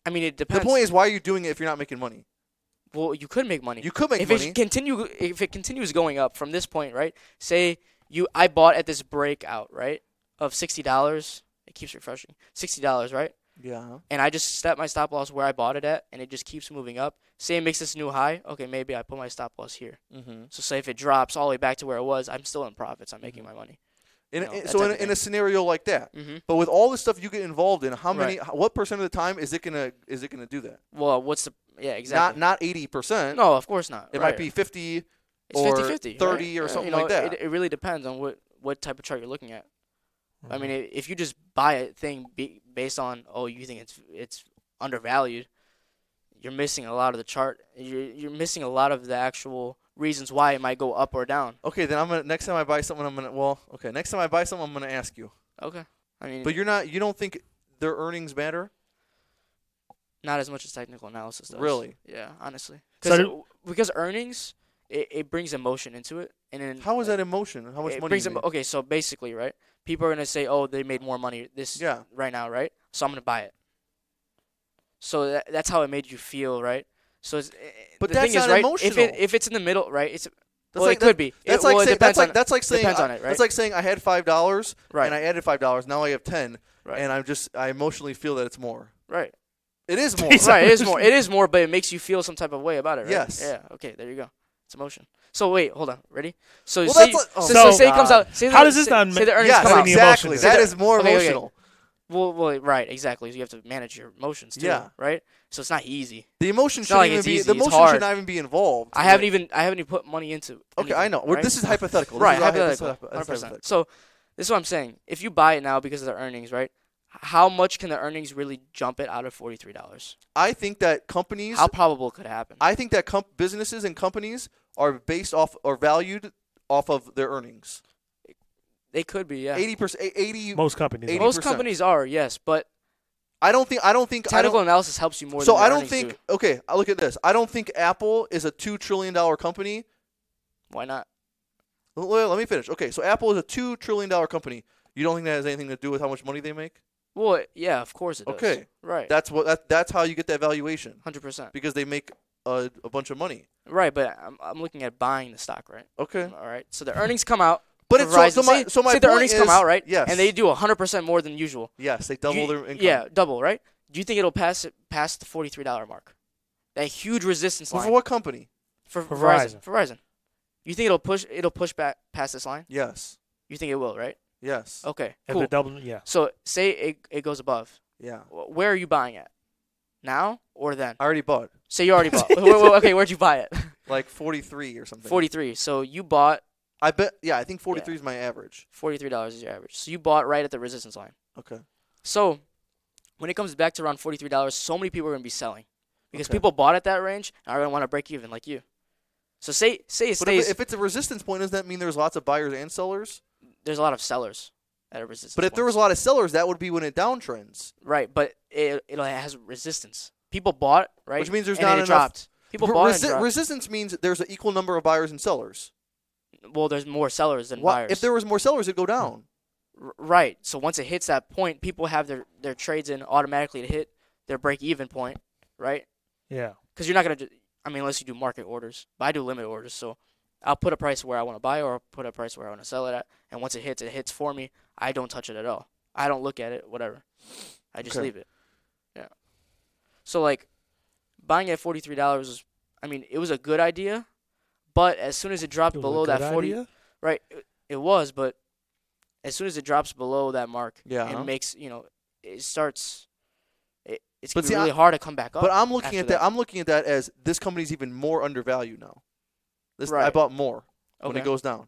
[SPEAKER 3] I mean it
[SPEAKER 2] The
[SPEAKER 3] depends.
[SPEAKER 2] point is, why are you doing it if you're not making money?
[SPEAKER 3] well, you could make money.
[SPEAKER 2] You could make
[SPEAKER 3] if
[SPEAKER 2] money.
[SPEAKER 3] it continue if it continues going up from this point, right? Say you I bought at this breakout, right? Of sixty dollars. It keeps refreshing. Sixty dollars, right?
[SPEAKER 2] yeah.
[SPEAKER 3] And I just set my stop loss where I bought it at and it just keeps moving up. Say it makes this new high, okay, maybe I put my stop loss here.
[SPEAKER 2] Mm-hmm.
[SPEAKER 3] So say if it drops all the way back to where it was, I'm still in profits. I'm making my
[SPEAKER 2] Mm-hmm.
[SPEAKER 3] money.
[SPEAKER 2] In,
[SPEAKER 3] No,
[SPEAKER 2] in-
[SPEAKER 3] that
[SPEAKER 2] so in,
[SPEAKER 3] type
[SPEAKER 2] a-
[SPEAKER 3] of
[SPEAKER 2] in
[SPEAKER 3] thing.
[SPEAKER 2] a scenario like that,
[SPEAKER 3] Mm-hmm.
[SPEAKER 2] but with all the stuff you get involved in, how many? h What percent of the time is it gonna is it gonna do that?
[SPEAKER 3] Well, what's the yeah, exactly.
[SPEAKER 2] Not not eighty percent.
[SPEAKER 3] no, of course not.
[SPEAKER 2] it
[SPEAKER 3] right.
[SPEAKER 2] might be fifty.
[SPEAKER 3] it's
[SPEAKER 2] or
[SPEAKER 3] 50-50, right?
[SPEAKER 2] 30 or
[SPEAKER 3] Uh,
[SPEAKER 2] something
[SPEAKER 3] you know,
[SPEAKER 2] like that.
[SPEAKER 3] It, it really depends on what, what type of chart you're looking at. I mean, i- if you just buy a thing be, based on oh you think it's it's undervalued, you're missing a lot of the chart. You're you're missing a lot of the actual reasons why it might go up or down.
[SPEAKER 2] Okay, then I'm gonna next time I buy something, I'm gonna well, okay, next time I buy something, I'm gonna ask you.
[SPEAKER 3] Okay. I mean,
[SPEAKER 2] But you're not. You don't think their earnings matter?
[SPEAKER 3] not as much as technical analysis does.
[SPEAKER 2] Really?
[SPEAKER 3] Yeah, honestly.
[SPEAKER 1] So
[SPEAKER 3] Because
[SPEAKER 1] did-
[SPEAKER 3] because earnings, it, it brings emotion into it, and then
[SPEAKER 2] How is
[SPEAKER 3] like,
[SPEAKER 2] that emotion? How much
[SPEAKER 3] it
[SPEAKER 2] money?
[SPEAKER 3] brings
[SPEAKER 2] you
[SPEAKER 3] em-
[SPEAKER 2] made?
[SPEAKER 3] okay, so basically, right? People are gonna say, "Oh, they made more money this
[SPEAKER 2] Yeah.
[SPEAKER 3] right now, right?" So I'm gonna buy it. So that, that's how it made you feel, right? So it's, eh,
[SPEAKER 2] But
[SPEAKER 3] the
[SPEAKER 2] that's
[SPEAKER 3] thing is,
[SPEAKER 2] not
[SPEAKER 3] right? If it
[SPEAKER 2] emotional.
[SPEAKER 3] if it's in the middle, right? It's
[SPEAKER 2] That's
[SPEAKER 3] well,
[SPEAKER 2] like-
[SPEAKER 3] it could be.
[SPEAKER 2] That's
[SPEAKER 3] it,
[SPEAKER 2] like
[SPEAKER 3] well, it
[SPEAKER 2] saying,
[SPEAKER 3] depends
[SPEAKER 2] that's like
[SPEAKER 3] on
[SPEAKER 2] that's like saying
[SPEAKER 3] depends
[SPEAKER 2] I,
[SPEAKER 3] on it, right?
[SPEAKER 2] That's like saying I had five dollars
[SPEAKER 3] right,
[SPEAKER 2] and I added five dollars. Now I have ten,
[SPEAKER 3] Right.
[SPEAKER 2] and I'm just I emotionally feel that it's more. [LAUGHS]
[SPEAKER 3] right,
[SPEAKER 2] It
[SPEAKER 3] [LAUGHS]
[SPEAKER 2] is more.
[SPEAKER 1] He's
[SPEAKER 3] right. It is
[SPEAKER 1] emotional.
[SPEAKER 3] more.
[SPEAKER 2] [LAUGHS]
[SPEAKER 3] It is more, but it makes you feel some type of way about it, right?
[SPEAKER 2] Yes.
[SPEAKER 3] Yeah. Okay. There you go. It's emotion. So wait, hold on. Ready? So
[SPEAKER 2] Well,
[SPEAKER 3] say,
[SPEAKER 2] that's like-
[SPEAKER 3] so,
[SPEAKER 1] oh
[SPEAKER 3] so say it comes
[SPEAKER 2] God.
[SPEAKER 3] out. Say
[SPEAKER 1] How
[SPEAKER 3] the,
[SPEAKER 1] does this
[SPEAKER 3] say,
[SPEAKER 1] not
[SPEAKER 3] say
[SPEAKER 1] ma-
[SPEAKER 3] the earnings
[SPEAKER 2] yes,
[SPEAKER 3] come out?
[SPEAKER 1] the emotion
[SPEAKER 2] exactly.
[SPEAKER 1] is.
[SPEAKER 2] That
[SPEAKER 3] So
[SPEAKER 2] is more
[SPEAKER 3] okay, okay.
[SPEAKER 2] emotional.
[SPEAKER 3] Well, well, right, exactly. You have to manage your emotions too,
[SPEAKER 2] Yeah.
[SPEAKER 3] right? So it's not easy.
[SPEAKER 2] The emotion
[SPEAKER 3] It's
[SPEAKER 2] should
[SPEAKER 3] not like
[SPEAKER 2] even
[SPEAKER 3] it's
[SPEAKER 2] be
[SPEAKER 3] easy,
[SPEAKER 2] the
[SPEAKER 3] it's
[SPEAKER 2] emotion
[SPEAKER 3] hard.
[SPEAKER 2] should not even be involved.
[SPEAKER 3] I haven't even I haven't even put money into.
[SPEAKER 2] Okay,
[SPEAKER 3] anything,
[SPEAKER 2] I know. We're-
[SPEAKER 3] right?
[SPEAKER 2] This is hypothetical. This
[SPEAKER 3] right,
[SPEAKER 2] is all hypo- this is
[SPEAKER 3] hypothetical,
[SPEAKER 2] hypo- this
[SPEAKER 3] hundred
[SPEAKER 2] is
[SPEAKER 3] percent. So this is what I'm saying. If you buy it now because of the earnings, right? h- How much can the earnings really jump it out of forty three dollars?
[SPEAKER 2] I think that companies.
[SPEAKER 3] How probable could it happen?
[SPEAKER 2] I think that comp- businesses and companies are based off or valued off of their earnings.
[SPEAKER 3] they could be, yeah.
[SPEAKER 2] Eighty percent. Eighty.
[SPEAKER 1] most companies.
[SPEAKER 2] eighty-
[SPEAKER 1] are.
[SPEAKER 3] Most
[SPEAKER 2] 80%.
[SPEAKER 3] companies are, yes, but
[SPEAKER 2] I don't think. I don't think. I don't,
[SPEAKER 3] technical analysis helps you more.
[SPEAKER 2] So
[SPEAKER 3] than the
[SPEAKER 2] I don't
[SPEAKER 3] earnings
[SPEAKER 2] think.
[SPEAKER 3] do.
[SPEAKER 2] Okay, I look at this. I don't think Apple is a two trillion dollar company.
[SPEAKER 3] Why not?
[SPEAKER 2] L- l- Let me finish. Okay, so Apple is a two trillion dollar company. You don't think that has anything to do with how much money they make?
[SPEAKER 3] Well, it- yeah, of course it does.
[SPEAKER 2] Okay.
[SPEAKER 3] right,
[SPEAKER 2] That's what. That, that's how you get that valuation
[SPEAKER 3] hundred percent.
[SPEAKER 2] because they make a, a bunch of money.
[SPEAKER 3] Right, but I'm I'm looking at buying the stock, right?
[SPEAKER 2] Okay,
[SPEAKER 3] All right, so the earnings come out.
[SPEAKER 2] but
[SPEAKER 3] for
[SPEAKER 2] it's so, so
[SPEAKER 3] Verizon.
[SPEAKER 2] my
[SPEAKER 3] Say-
[SPEAKER 2] so my
[SPEAKER 3] say the
[SPEAKER 2] point
[SPEAKER 3] earnings come
[SPEAKER 2] is-
[SPEAKER 3] out, right?
[SPEAKER 2] Yes,
[SPEAKER 3] And they do 100% more than usual.
[SPEAKER 2] yes they double
[SPEAKER 3] You-
[SPEAKER 2] their income.
[SPEAKER 3] Yeah, double, right? Do you think it'll pass it past the $43 mark? That huge resistance
[SPEAKER 2] Well,
[SPEAKER 3] line
[SPEAKER 2] for what company?
[SPEAKER 3] for,
[SPEAKER 1] For
[SPEAKER 3] Verizon. Verizon. You think it'll push it'll push back past this line?
[SPEAKER 2] Yes,
[SPEAKER 3] You think it will, right?
[SPEAKER 2] yes,
[SPEAKER 3] Okay.
[SPEAKER 1] If
[SPEAKER 3] Cool.
[SPEAKER 1] they're doubling, yeah.
[SPEAKER 3] So say it it goes above.
[SPEAKER 2] yeah.
[SPEAKER 3] Wh- Where are you buying at? Now or then?
[SPEAKER 2] I already bought
[SPEAKER 3] So you already
[SPEAKER 2] [LAUGHS]
[SPEAKER 3] bought. Wait, wait, wait, okay, where'd you buy it?
[SPEAKER 2] like 43 or something.
[SPEAKER 3] 43. So you bought
[SPEAKER 2] I bet. Yeah, I think 43 is my average.
[SPEAKER 3] $43 is your average. So you bought right at the resistance line.
[SPEAKER 2] Okay.
[SPEAKER 3] So when it comes back to around $43, so many people are going to be selling because
[SPEAKER 2] Okay.
[SPEAKER 3] people bought at that range and are going to want to break even like you. So say say it
[SPEAKER 2] But if,
[SPEAKER 3] stays
[SPEAKER 2] it- if it's a resistance point, doesn't that mean there's lots of buyers and sellers?
[SPEAKER 3] there's a lot of sellers at a resistance.
[SPEAKER 2] But if there
[SPEAKER 3] point.
[SPEAKER 2] was a lot of sellers, that would be when it downtrends.
[SPEAKER 3] right, but it it has resistance. People bought right,
[SPEAKER 2] Which means there's
[SPEAKER 3] and
[SPEAKER 2] not
[SPEAKER 3] then it
[SPEAKER 2] enough-
[SPEAKER 3] dropped. People
[SPEAKER 2] Re-
[SPEAKER 3] bought
[SPEAKER 2] resi-
[SPEAKER 3] and dropped.
[SPEAKER 2] resistance means there's an equal number of buyers and sellers.
[SPEAKER 3] well, there's more sellers than
[SPEAKER 2] Why-
[SPEAKER 3] buyers. Hmm.
[SPEAKER 2] If there was more sellers, it'd go down.
[SPEAKER 3] R- right. So once it hits that point, people have their their trades in automatically to hit their break even point, right?
[SPEAKER 1] Yeah.
[SPEAKER 3] because you're not gonna. Do, I mean, unless you do market orders, but I do limit orders, so I'll put a price where I want to buy or I'll put a price where I want to sell it at, and once it hits, it hits for me. I don't touch it at all. I don't look at it, whatever. I just
[SPEAKER 2] Okay.
[SPEAKER 3] leave it. Yeah. So like, buying at forty three dollars was, I mean, it was a good idea, but as soon as it dropped
[SPEAKER 1] It was a
[SPEAKER 3] below that
[SPEAKER 1] good
[SPEAKER 3] forty,
[SPEAKER 1] idea.
[SPEAKER 3] right? It, it was, but as soon as it drops below that mark,
[SPEAKER 2] Yeah,
[SPEAKER 3] it
[SPEAKER 2] uh-huh.
[SPEAKER 3] makes you know it starts. It, it's
[SPEAKER 2] But
[SPEAKER 3] gonna be
[SPEAKER 2] see, I-
[SPEAKER 3] really hard to come back up.
[SPEAKER 2] But I'm looking
[SPEAKER 3] after
[SPEAKER 2] at that. I'm looking at that as this company's even more undervalued now. This I
[SPEAKER 3] Right.
[SPEAKER 2] bought more when
[SPEAKER 3] Okay.
[SPEAKER 2] it goes down.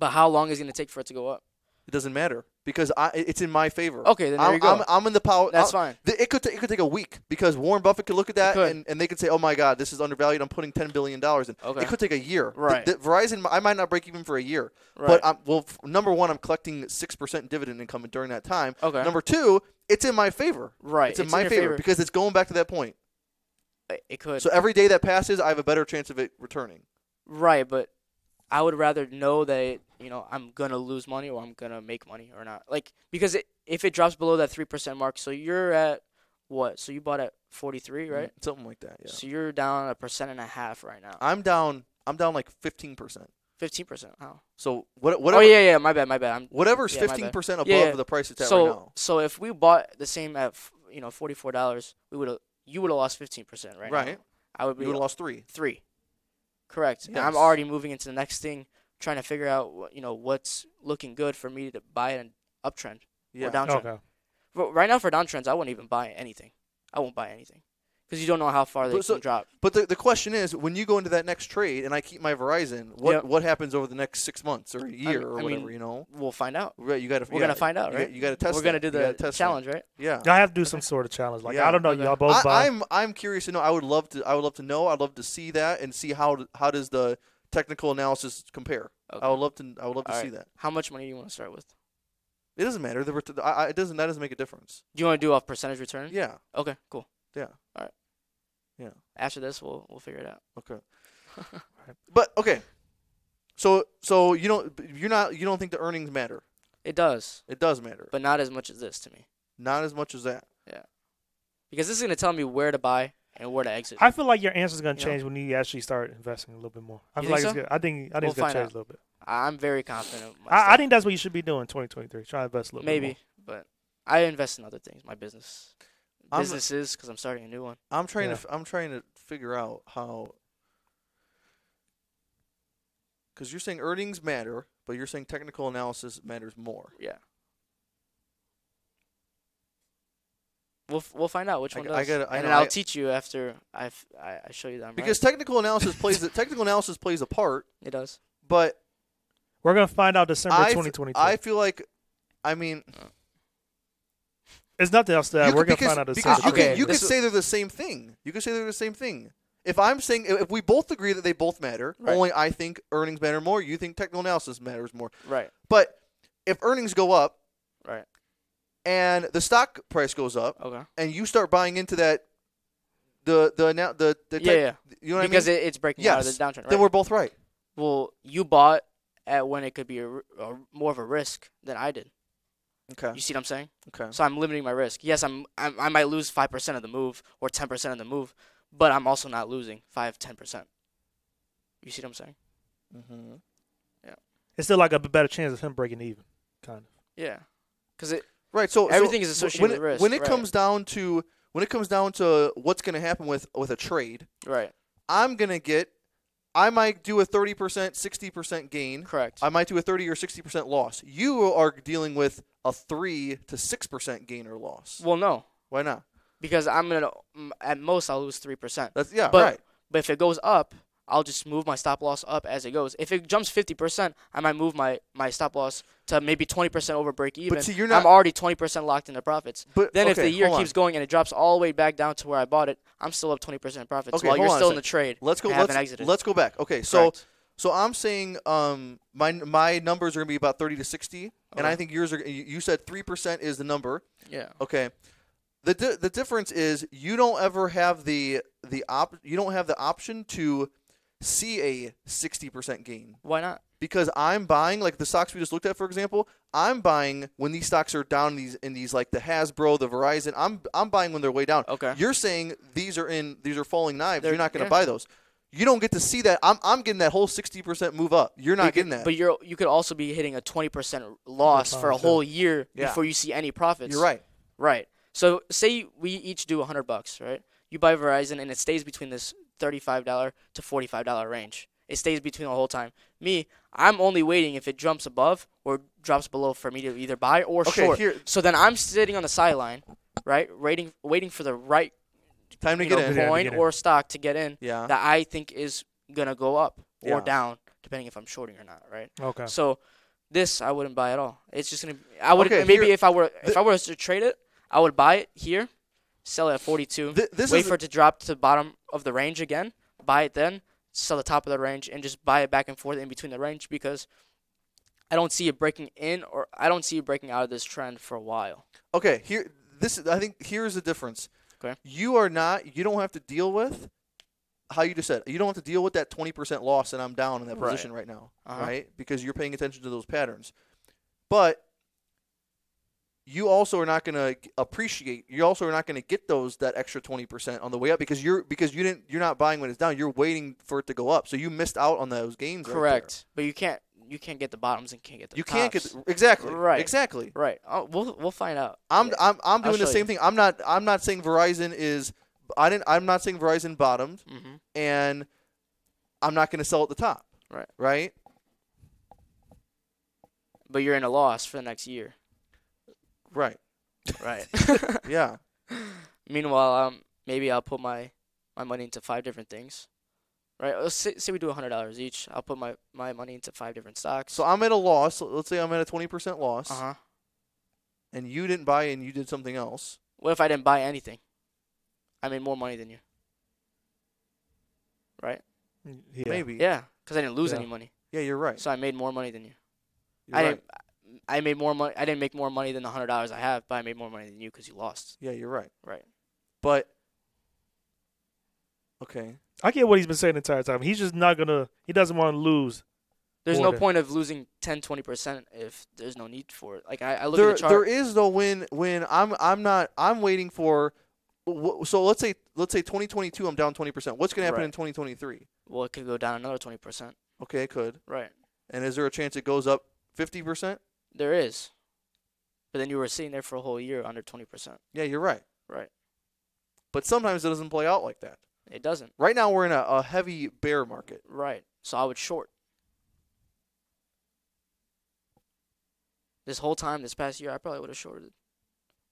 [SPEAKER 3] But how long is it going to take for it to go up?
[SPEAKER 2] It doesn't matter because I it's in my favor.
[SPEAKER 3] Okay, then there
[SPEAKER 2] I'm,
[SPEAKER 3] you go.
[SPEAKER 2] I'm, I'm in the power.
[SPEAKER 3] That's
[SPEAKER 2] I'm-
[SPEAKER 3] fine.
[SPEAKER 2] th- it could ta- it could take a week because Warren Buffett could look at that
[SPEAKER 3] could.
[SPEAKER 2] and, and they could say, "Oh my God, this is undervalued. I'm putting ten billion dollars in."
[SPEAKER 3] Okay.
[SPEAKER 2] It could take a year. Th-
[SPEAKER 3] Right.
[SPEAKER 2] th- Verizon, I might not break even for a year,
[SPEAKER 3] Right.
[SPEAKER 2] but I'm, well, f- number one, I'm collecting six percent dividend income during that time.
[SPEAKER 3] Okay.
[SPEAKER 2] Number two, it's in my favor.
[SPEAKER 3] Right,
[SPEAKER 2] It's in
[SPEAKER 3] it's in
[SPEAKER 2] my
[SPEAKER 3] your
[SPEAKER 2] favor,
[SPEAKER 3] favor.
[SPEAKER 2] because it's going back to that point.
[SPEAKER 3] It- It could.
[SPEAKER 2] So every day that passes, I have a better chance of it returning.
[SPEAKER 3] right, but I would rather know that it, you know I'm gonna lose money or I'm gonna make money or not. Like because it, if it drops below that three percent mark, so you're at what? So you bought at forty three, right?
[SPEAKER 2] Mm, Something like that. Yeah.
[SPEAKER 3] So you're down a percent and a half right now.
[SPEAKER 2] I'm down. I'm down like fifteen percent.
[SPEAKER 3] Fifteen percent. Oh.
[SPEAKER 2] So what?
[SPEAKER 3] Oh
[SPEAKER 2] Whatever.
[SPEAKER 3] yeah, yeah. My bad. My bad. I'm
[SPEAKER 2] Whatever's
[SPEAKER 3] Yeah, my bad.
[SPEAKER 2] fifteen percent above
[SPEAKER 3] Yeah, yeah.
[SPEAKER 2] the price it's at
[SPEAKER 3] so
[SPEAKER 2] right now.
[SPEAKER 3] so if we bought the same at f- you know forty four dollars, we would have you would have lost fifteen percent right. now.
[SPEAKER 2] Right.
[SPEAKER 3] I would be
[SPEAKER 2] You would have lost three.
[SPEAKER 3] three. Correct. And
[SPEAKER 2] Yes.
[SPEAKER 3] I'm already moving into the next thing, trying to figure out wh- you know what's looking good for me to buy an uptrend
[SPEAKER 2] Yeah.
[SPEAKER 3] or downtrend.
[SPEAKER 1] Okay.
[SPEAKER 3] But right now for downtrends, I wouldn't even buy anything. I won't buy anything because you don't know how far they
[SPEAKER 2] But
[SPEAKER 3] can
[SPEAKER 2] so-
[SPEAKER 3] drop.
[SPEAKER 2] But the, the question is, when you go into that next trade, and I keep my Verizon, what
[SPEAKER 3] Yep.
[SPEAKER 2] what happens over the next six months or a year or
[SPEAKER 3] I
[SPEAKER 2] whatever?
[SPEAKER 3] mean,
[SPEAKER 2] you know,
[SPEAKER 3] We'll find out.
[SPEAKER 2] right? You got to.
[SPEAKER 3] We're gonna find out,
[SPEAKER 2] You,
[SPEAKER 3] right?
[SPEAKER 2] got to test.
[SPEAKER 3] We're gonna
[SPEAKER 2] it.
[SPEAKER 3] do
[SPEAKER 2] You gotta
[SPEAKER 3] the
[SPEAKER 2] test it.
[SPEAKER 3] challenge, right?
[SPEAKER 2] Yeah.
[SPEAKER 1] Y'all have to do some sort of challenge. Like
[SPEAKER 2] Yeah.
[SPEAKER 1] I don't know.
[SPEAKER 3] Okay.
[SPEAKER 1] Y'all both buy.
[SPEAKER 2] I, I'm I'm curious to know. I would love to. I would love to know. I'd love to see that and see how how does the technical analysis compare. I
[SPEAKER 3] Okay.
[SPEAKER 2] would love to. I would love to
[SPEAKER 3] All
[SPEAKER 2] see
[SPEAKER 3] right.
[SPEAKER 2] that.
[SPEAKER 3] How much money do you want to start with?
[SPEAKER 2] It doesn't matter. The, ret- I, I, it doesn't. That doesn't make a difference.
[SPEAKER 3] Do you want to do off percentage return?
[SPEAKER 2] Yeah.
[SPEAKER 3] Okay. Cool.
[SPEAKER 2] Yeah.
[SPEAKER 3] All right.
[SPEAKER 2] Yeah.
[SPEAKER 3] After this, we'll we'll figure it out.
[SPEAKER 2] Okay. but okay. So so you don't you're not you don't think the earnings matter.
[SPEAKER 3] It does,
[SPEAKER 2] It does matter.
[SPEAKER 3] but not as much as this to me
[SPEAKER 2] Not as much as that.
[SPEAKER 3] because this is gonna tell me where to buy and where to exit.
[SPEAKER 1] I feel like your answer's gonna
[SPEAKER 3] You know?
[SPEAKER 1] change when you actually start investing a little bit more. I
[SPEAKER 3] You
[SPEAKER 1] feel like
[SPEAKER 3] think
[SPEAKER 1] it's
[SPEAKER 3] so?
[SPEAKER 1] good. I think I think
[SPEAKER 3] We'll
[SPEAKER 1] it's gonna
[SPEAKER 3] find
[SPEAKER 1] change
[SPEAKER 3] out.
[SPEAKER 1] a little bit.
[SPEAKER 3] I'm very confident. of myself.
[SPEAKER 1] I, I think that's what you should be doing in 2023. Try to invest a little.
[SPEAKER 3] Maybe,
[SPEAKER 1] Bit
[SPEAKER 3] but I invest in other things, my business,
[SPEAKER 2] I'm-
[SPEAKER 3] businesses, because I'm starting a new one.
[SPEAKER 2] I'm trying
[SPEAKER 1] Yeah.
[SPEAKER 2] to f- I'm trying to figure out how cuz you're saying earnings matter, but you're saying technical analysis matters more.
[SPEAKER 3] Yeah. We'll f- we'll find out which
[SPEAKER 2] I
[SPEAKER 3] one
[SPEAKER 2] g-
[SPEAKER 3] does,
[SPEAKER 2] I gotta- I
[SPEAKER 3] and
[SPEAKER 2] know,
[SPEAKER 3] then I'll
[SPEAKER 2] I-
[SPEAKER 3] teach you after I f- I, I show you that. I'm right.
[SPEAKER 2] Because technical analysis plays the technical analysis plays a part,
[SPEAKER 3] it does.
[SPEAKER 2] but
[SPEAKER 1] We're gonna find out December
[SPEAKER 2] I f-
[SPEAKER 1] 2023.
[SPEAKER 2] I feel like I mean,
[SPEAKER 1] it's nothing else to that.
[SPEAKER 2] you
[SPEAKER 1] We're
[SPEAKER 2] could-
[SPEAKER 1] gonna
[SPEAKER 2] because,
[SPEAKER 1] find out December.
[SPEAKER 2] because you
[SPEAKER 3] Okay,
[SPEAKER 2] could you could
[SPEAKER 3] this-
[SPEAKER 2] say they're the same thing. You could say they're the same thing. If I'm saying if we both agree that they both matter,
[SPEAKER 3] Right.
[SPEAKER 2] only I think earnings matter more. You think technical analysis matters more.
[SPEAKER 3] Right,
[SPEAKER 2] But if earnings go up
[SPEAKER 3] right,
[SPEAKER 2] and the stock price goes up,
[SPEAKER 3] okay.
[SPEAKER 2] and you start buying into that, the the now the, the
[SPEAKER 3] yeah, yeah.
[SPEAKER 2] you know what
[SPEAKER 3] because
[SPEAKER 2] I mean?
[SPEAKER 3] it, it's breaking out of
[SPEAKER 2] Yes,
[SPEAKER 3] the downtrend. Right?
[SPEAKER 2] then we're both right.
[SPEAKER 3] well, you bought at when it could be a, r- a r- more of a risk than I did.
[SPEAKER 2] Okay.
[SPEAKER 3] You see what I'm saying?
[SPEAKER 2] Okay.
[SPEAKER 3] So I'm limiting my risk. Yes, I'm, I'm I might lose five percent of the move or ten percent of the move, but I'm also not losing five ten percent. You see what I'm saying?
[SPEAKER 2] Mm-hmm.
[SPEAKER 1] it's still like a better chance of him breaking even, kind of.
[SPEAKER 3] Yeah, because it
[SPEAKER 2] Right. Oh, So so
[SPEAKER 3] Everything is
[SPEAKER 2] w-
[SPEAKER 3] associated
[SPEAKER 2] when
[SPEAKER 3] with
[SPEAKER 2] it,
[SPEAKER 3] risk,
[SPEAKER 2] When it
[SPEAKER 3] right.
[SPEAKER 2] comes down to when it comes down to what's going to happen with with a trade,
[SPEAKER 3] right
[SPEAKER 2] I'm gonna get. I might do a thirty percent, sixty percent gain.
[SPEAKER 3] correct
[SPEAKER 2] I might do a thirty or sixty percent loss. You are dealing with a three to six percent gain or loss.
[SPEAKER 3] well no
[SPEAKER 2] Why not?
[SPEAKER 3] because I'm gonna m- at most I'll lose three percent.
[SPEAKER 2] That's yeah,
[SPEAKER 3] But
[SPEAKER 2] right.
[SPEAKER 3] But if it goes up, I'll just move my stop loss up as it goes. If it jumps fifty percent, I might move my, my stop loss to maybe twenty percent over break even.
[SPEAKER 2] see, you're
[SPEAKER 3] I'm
[SPEAKER 2] not-
[SPEAKER 3] already twenty percent locked into profits.
[SPEAKER 2] But
[SPEAKER 3] Then if
[SPEAKER 2] okay,
[SPEAKER 3] the year
[SPEAKER 2] hold on.
[SPEAKER 3] keeps going and it drops all the way back down to where I bought it, I'm still up twenty percent profits
[SPEAKER 2] Okay,
[SPEAKER 3] while
[SPEAKER 2] hold
[SPEAKER 3] you're
[SPEAKER 2] on a
[SPEAKER 3] still in
[SPEAKER 2] sec.
[SPEAKER 3] the trade.
[SPEAKER 2] Let's go.
[SPEAKER 3] and
[SPEAKER 2] Let's
[SPEAKER 3] haven't exited.
[SPEAKER 2] let's go back. Okay, so
[SPEAKER 3] Correct.
[SPEAKER 2] so I'm saying um my my numbers are gonna be about thirty to sixty, and
[SPEAKER 3] Okay.
[SPEAKER 2] I think yours are. You you said three percent is the number.
[SPEAKER 3] yeah.
[SPEAKER 2] Okay. The, di- the difference is you don't ever have the the op you don't have the option to see a 60% gain
[SPEAKER 3] Why not?
[SPEAKER 2] because I'm buying like the stocks we just looked at for example I'm buying when these stocks are down in these in these like the Hasbro the Verizon I'm I'm buying when they're way down
[SPEAKER 3] Okay.
[SPEAKER 2] you're saying these are in these are falling knives
[SPEAKER 3] They're-
[SPEAKER 2] you're not going to
[SPEAKER 3] yeah.
[SPEAKER 2] buy those you don't get to see that I'm I'm getting that whole 60% move up you're not
[SPEAKER 3] You could-
[SPEAKER 2] getting that
[SPEAKER 3] But you're you could also be hitting a twenty percent loss for a
[SPEAKER 1] profit.
[SPEAKER 3] whole year
[SPEAKER 2] Yeah.
[SPEAKER 3] before you see any profits.
[SPEAKER 2] you're right
[SPEAKER 3] Right. So say we each do hundred bucks, right? You buy Verizon and it stays between this thirty-five dollar to forty-five dollar range. It stays between the whole time. Me, I'm only waiting if it jumps above or drops below for me to either buy or
[SPEAKER 2] Okay,
[SPEAKER 3] short.
[SPEAKER 2] here-
[SPEAKER 3] So then I'm sitting on the sideline, right, waiting, waiting for the right
[SPEAKER 2] time to
[SPEAKER 3] you
[SPEAKER 2] get
[SPEAKER 3] know,
[SPEAKER 2] in
[SPEAKER 1] Yeah, to
[SPEAKER 3] coin
[SPEAKER 1] get in.
[SPEAKER 3] or stock to get in
[SPEAKER 2] Yeah.
[SPEAKER 3] that I think is gonna go up
[SPEAKER 2] Yeah.
[SPEAKER 3] or down depending if I'm shorting or not, right?
[SPEAKER 1] Okay.
[SPEAKER 3] So this I wouldn't buy at all. It's just gonna. Be, I would
[SPEAKER 2] Okay,
[SPEAKER 3] maybe
[SPEAKER 2] here-
[SPEAKER 3] if I were if
[SPEAKER 2] th-
[SPEAKER 3] I were to trade it, I would buy it here, sell it at 42.
[SPEAKER 2] Th- this
[SPEAKER 3] wait
[SPEAKER 2] is-
[SPEAKER 3] for it to drop to the bottom of the range again. Buy it then, sell the top of the range, and just buy it back and forth in between the range because I don't see it breaking in or I don't see it breaking out of this trend for a while.
[SPEAKER 2] Okay, here this is I think here's the difference.
[SPEAKER 3] Okay.
[SPEAKER 2] You are not you don't have to deal with how you just said. You don't have to deal with that 20% loss and I'm down in that
[SPEAKER 3] Right.
[SPEAKER 2] position right now,
[SPEAKER 3] Uh-huh.
[SPEAKER 2] right? Because you're paying attention to those patterns. But you also are not going to appreciate. You also are not going to get those that extra 20% on the way up because you're because you didn't you're not buying when it's down. You're waiting for it to go up. So you missed out on those gains right there.
[SPEAKER 3] Correct, but you can't you can't get the bottoms and can't get the
[SPEAKER 2] you can't get
[SPEAKER 3] tops.
[SPEAKER 2] the- exactly.
[SPEAKER 3] Right.
[SPEAKER 2] Exactly.
[SPEAKER 3] right. Oh, we'll we'll find out.
[SPEAKER 2] I'm
[SPEAKER 3] Yeah.
[SPEAKER 2] I'm, I'm
[SPEAKER 3] I'll
[SPEAKER 2] doing the
[SPEAKER 3] show
[SPEAKER 2] same
[SPEAKER 3] you.
[SPEAKER 2] thing. I'm not I'm not saying Verizon is I didn't I'm not saying Verizon bottomed
[SPEAKER 3] Mhm.
[SPEAKER 2] and I'm not going to sell at the top.
[SPEAKER 3] Right.
[SPEAKER 2] Right?
[SPEAKER 3] but you're in a loss for the next [LAUGHS] year.
[SPEAKER 2] Right.
[SPEAKER 3] [LAUGHS] Right.
[SPEAKER 2] Yeah.
[SPEAKER 3] Meanwhile, um, maybe I'll put my, my money into five different things, right? Let's say, say we do hundred dollars each. I'll put my, my money into five different stocks.
[SPEAKER 2] So uh-huh. I'm at a loss. Let's say I'm at a 20% loss
[SPEAKER 3] uh huh.
[SPEAKER 2] and you didn't buy and you did something else.
[SPEAKER 3] What if I didn't buy anything? I made more money than you. Right?
[SPEAKER 1] yeah.
[SPEAKER 2] Maybe.
[SPEAKER 3] Yeah, because I didn't lose
[SPEAKER 1] Yeah.
[SPEAKER 3] any money,
[SPEAKER 2] Yeah, you're right.
[SPEAKER 3] so I made more money than you.
[SPEAKER 2] You're
[SPEAKER 3] I
[SPEAKER 2] right.
[SPEAKER 3] didn't. I made more money. I didn't make more money than the hundred dollars I have, but I made more money than you because you lost.
[SPEAKER 2] Yeah, you're right.
[SPEAKER 3] Right.
[SPEAKER 2] But Okay.
[SPEAKER 1] I get what he's been saying the entire time. He's just not gonna. He doesn't want to lose.
[SPEAKER 3] There's
[SPEAKER 1] Order.
[SPEAKER 3] no point of losing 10, 20 percent if there's no need for it. Like I, I look
[SPEAKER 2] there,
[SPEAKER 3] at the chart.
[SPEAKER 2] there is though when when I'm I'm not I'm waiting for wh- so let's say let's say 2022 I'm down 20%. What's going to happen
[SPEAKER 3] Right.
[SPEAKER 2] in 2023?
[SPEAKER 3] well, it could go down another twenty percent.
[SPEAKER 2] Okay, it could.
[SPEAKER 3] Right.
[SPEAKER 2] And is there a chance it goes up 50%?
[SPEAKER 3] There is. But then you were sitting there for a whole year under 20%.
[SPEAKER 2] Yeah, you're right.
[SPEAKER 3] Right.
[SPEAKER 2] But sometimes it doesn't play out like that.
[SPEAKER 3] It doesn't.
[SPEAKER 2] Right now, we're in a, a heavy bear market.
[SPEAKER 3] Right. So I would short. This whole time, this past year, I probably would have shorted.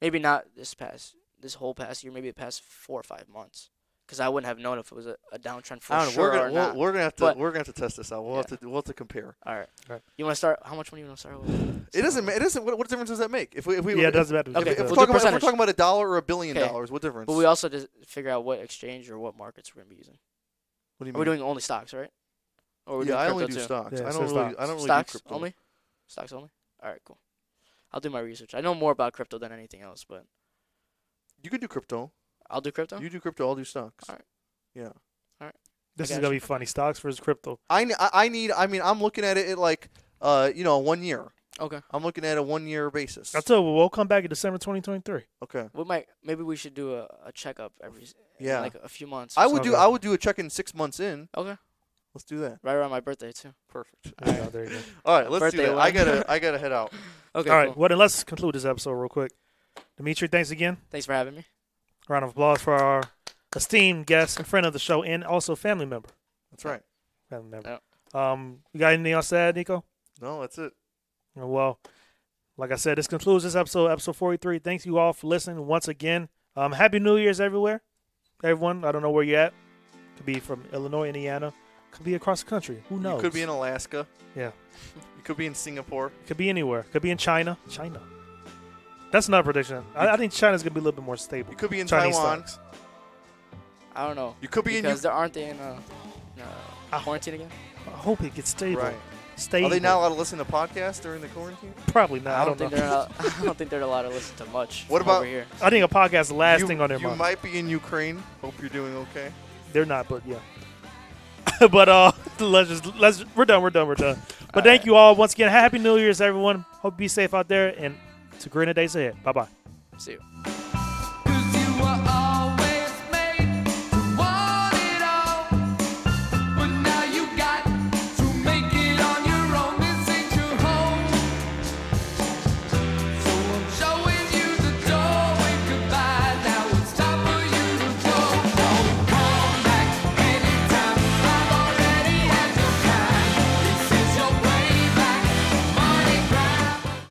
[SPEAKER 3] Maybe not this past, this whole past year, maybe the past four or five months. Because I wouldn't have known if it was a, a downtrend for
[SPEAKER 2] I don't know.
[SPEAKER 3] sure
[SPEAKER 2] We're gonna
[SPEAKER 3] or
[SPEAKER 2] we'll-
[SPEAKER 3] not.
[SPEAKER 2] we're gonna have to
[SPEAKER 3] But-
[SPEAKER 2] we're gonna have to test this out. We'll
[SPEAKER 3] Yeah.
[SPEAKER 2] have to we'll have to compare.
[SPEAKER 3] All right.
[SPEAKER 1] Right.
[SPEAKER 3] You want to start? How much money you want to start with?
[SPEAKER 2] It doesn't ma- it doesn't what, what difference does that make? If we if we
[SPEAKER 1] yeah, it
[SPEAKER 2] if,
[SPEAKER 1] doesn't matter.
[SPEAKER 3] Okay,
[SPEAKER 2] if,
[SPEAKER 1] It
[SPEAKER 2] we're
[SPEAKER 3] We'll
[SPEAKER 1] does.
[SPEAKER 3] do
[SPEAKER 2] talking about, if we're
[SPEAKER 3] percentage.
[SPEAKER 2] talking about a dollar or a billion
[SPEAKER 3] Okay.
[SPEAKER 2] dollars, what difference?
[SPEAKER 3] But we also just figure out what exchange or what markets we're going to be using.
[SPEAKER 2] what do you
[SPEAKER 3] Are we
[SPEAKER 2] mean?
[SPEAKER 3] doing only stocks, right? Or are we
[SPEAKER 2] yeah,
[SPEAKER 3] doing
[SPEAKER 2] I
[SPEAKER 3] crypto
[SPEAKER 2] only do
[SPEAKER 3] too?
[SPEAKER 2] stocks.
[SPEAKER 1] Yeah,
[SPEAKER 2] I
[SPEAKER 1] so
[SPEAKER 2] don't really
[SPEAKER 1] stocks.
[SPEAKER 2] I don't really
[SPEAKER 3] stocks
[SPEAKER 2] do crypto.
[SPEAKER 3] only. Stocks only. All right, cool. I'll do my research. I know more about crypto than anything else, but
[SPEAKER 2] You can do crypto.
[SPEAKER 3] I'll do crypto.
[SPEAKER 2] You do crypto. I'll do stocks.
[SPEAKER 3] Alright.
[SPEAKER 2] Yeah.
[SPEAKER 1] This
[SPEAKER 3] I
[SPEAKER 1] is
[SPEAKER 3] got
[SPEAKER 1] gonna
[SPEAKER 3] you.
[SPEAKER 1] be funny. Stocks versus crypto.
[SPEAKER 2] I, ne- I I need. I mean, I'm looking at it at like uh you know one year.
[SPEAKER 3] Okay.
[SPEAKER 2] I'm looking at a one year basis.
[SPEAKER 1] I tell you, what, we'll come back in December 2023.
[SPEAKER 2] okay.
[SPEAKER 3] We might maybe we should do a, a checkup every s- in,
[SPEAKER 2] Yeah.
[SPEAKER 3] like a few months. or
[SPEAKER 2] I would do
[SPEAKER 1] Okay.
[SPEAKER 2] I would do a check in six months in.
[SPEAKER 3] something. Okay.
[SPEAKER 2] Let's do that.
[SPEAKER 3] Right around my birthday too.
[SPEAKER 2] Perfect.
[SPEAKER 1] There you go, Oh, there you go.
[SPEAKER 2] All right, let's
[SPEAKER 3] Birthday
[SPEAKER 2] do that. I [LAUGHS]
[SPEAKER 3] one.
[SPEAKER 2] gotta I gotta head out.
[SPEAKER 3] Okay.
[SPEAKER 1] All right.
[SPEAKER 3] cool.
[SPEAKER 1] Well, then let's conclude this episode real quick. Dimitri, thanks again.
[SPEAKER 3] Thanks for having me.
[SPEAKER 1] Round of applause for our esteemed guest, and friend of the show, and also family member.
[SPEAKER 2] That's right.
[SPEAKER 1] Family member. Um, you got anything else to add, Nico?
[SPEAKER 2] No, that's it.
[SPEAKER 1] Oh, Well, like I said, this concludes this episode, episode 43. Thanks you all for listening once again. Um, Happy New Year's everywhere, everyone. I don't know where you're at. Could be from Illinois, Indiana. Could be across the country. Who knows?
[SPEAKER 2] You could be in Alaska.
[SPEAKER 1] Yeah.
[SPEAKER 2] You could be in Singapore.
[SPEAKER 1] Could be anywhere. Could be in China. China. That's not a prediction. I, I think China's gonna be a little bit more stable.
[SPEAKER 2] You could be in
[SPEAKER 1] Chinese
[SPEAKER 2] Taiwan.
[SPEAKER 1] stocks.
[SPEAKER 3] I don't know.
[SPEAKER 2] You could be in
[SPEAKER 3] because there aren't they in uh, in, uh,
[SPEAKER 1] Ah.
[SPEAKER 3] quarantine again?
[SPEAKER 1] I hope it gets stable.
[SPEAKER 2] Right.
[SPEAKER 1] Stable.
[SPEAKER 2] Are they not allowed to listen to podcasts during the quarantine?
[SPEAKER 1] Probably not. I don't,
[SPEAKER 3] think
[SPEAKER 1] know.
[SPEAKER 3] they're not,
[SPEAKER 2] [LAUGHS]
[SPEAKER 3] I don't think they're allowed to listen to much.
[SPEAKER 2] What
[SPEAKER 3] from
[SPEAKER 2] about-
[SPEAKER 3] over here?
[SPEAKER 1] I think a podcast is the last
[SPEAKER 2] you,
[SPEAKER 1] thing on their
[SPEAKER 2] you
[SPEAKER 1] mind.
[SPEAKER 2] might be in Ukraine. Hope you're doing okay.
[SPEAKER 1] They're not, but yeah. [LAUGHS] but uh, [LAUGHS] let's just let's we're done. We're done. We're done. But thank you all once again. Happy New Year's, everyone. Hope you be safe out there and to greener days ahead. Bye bye.
[SPEAKER 3] See you.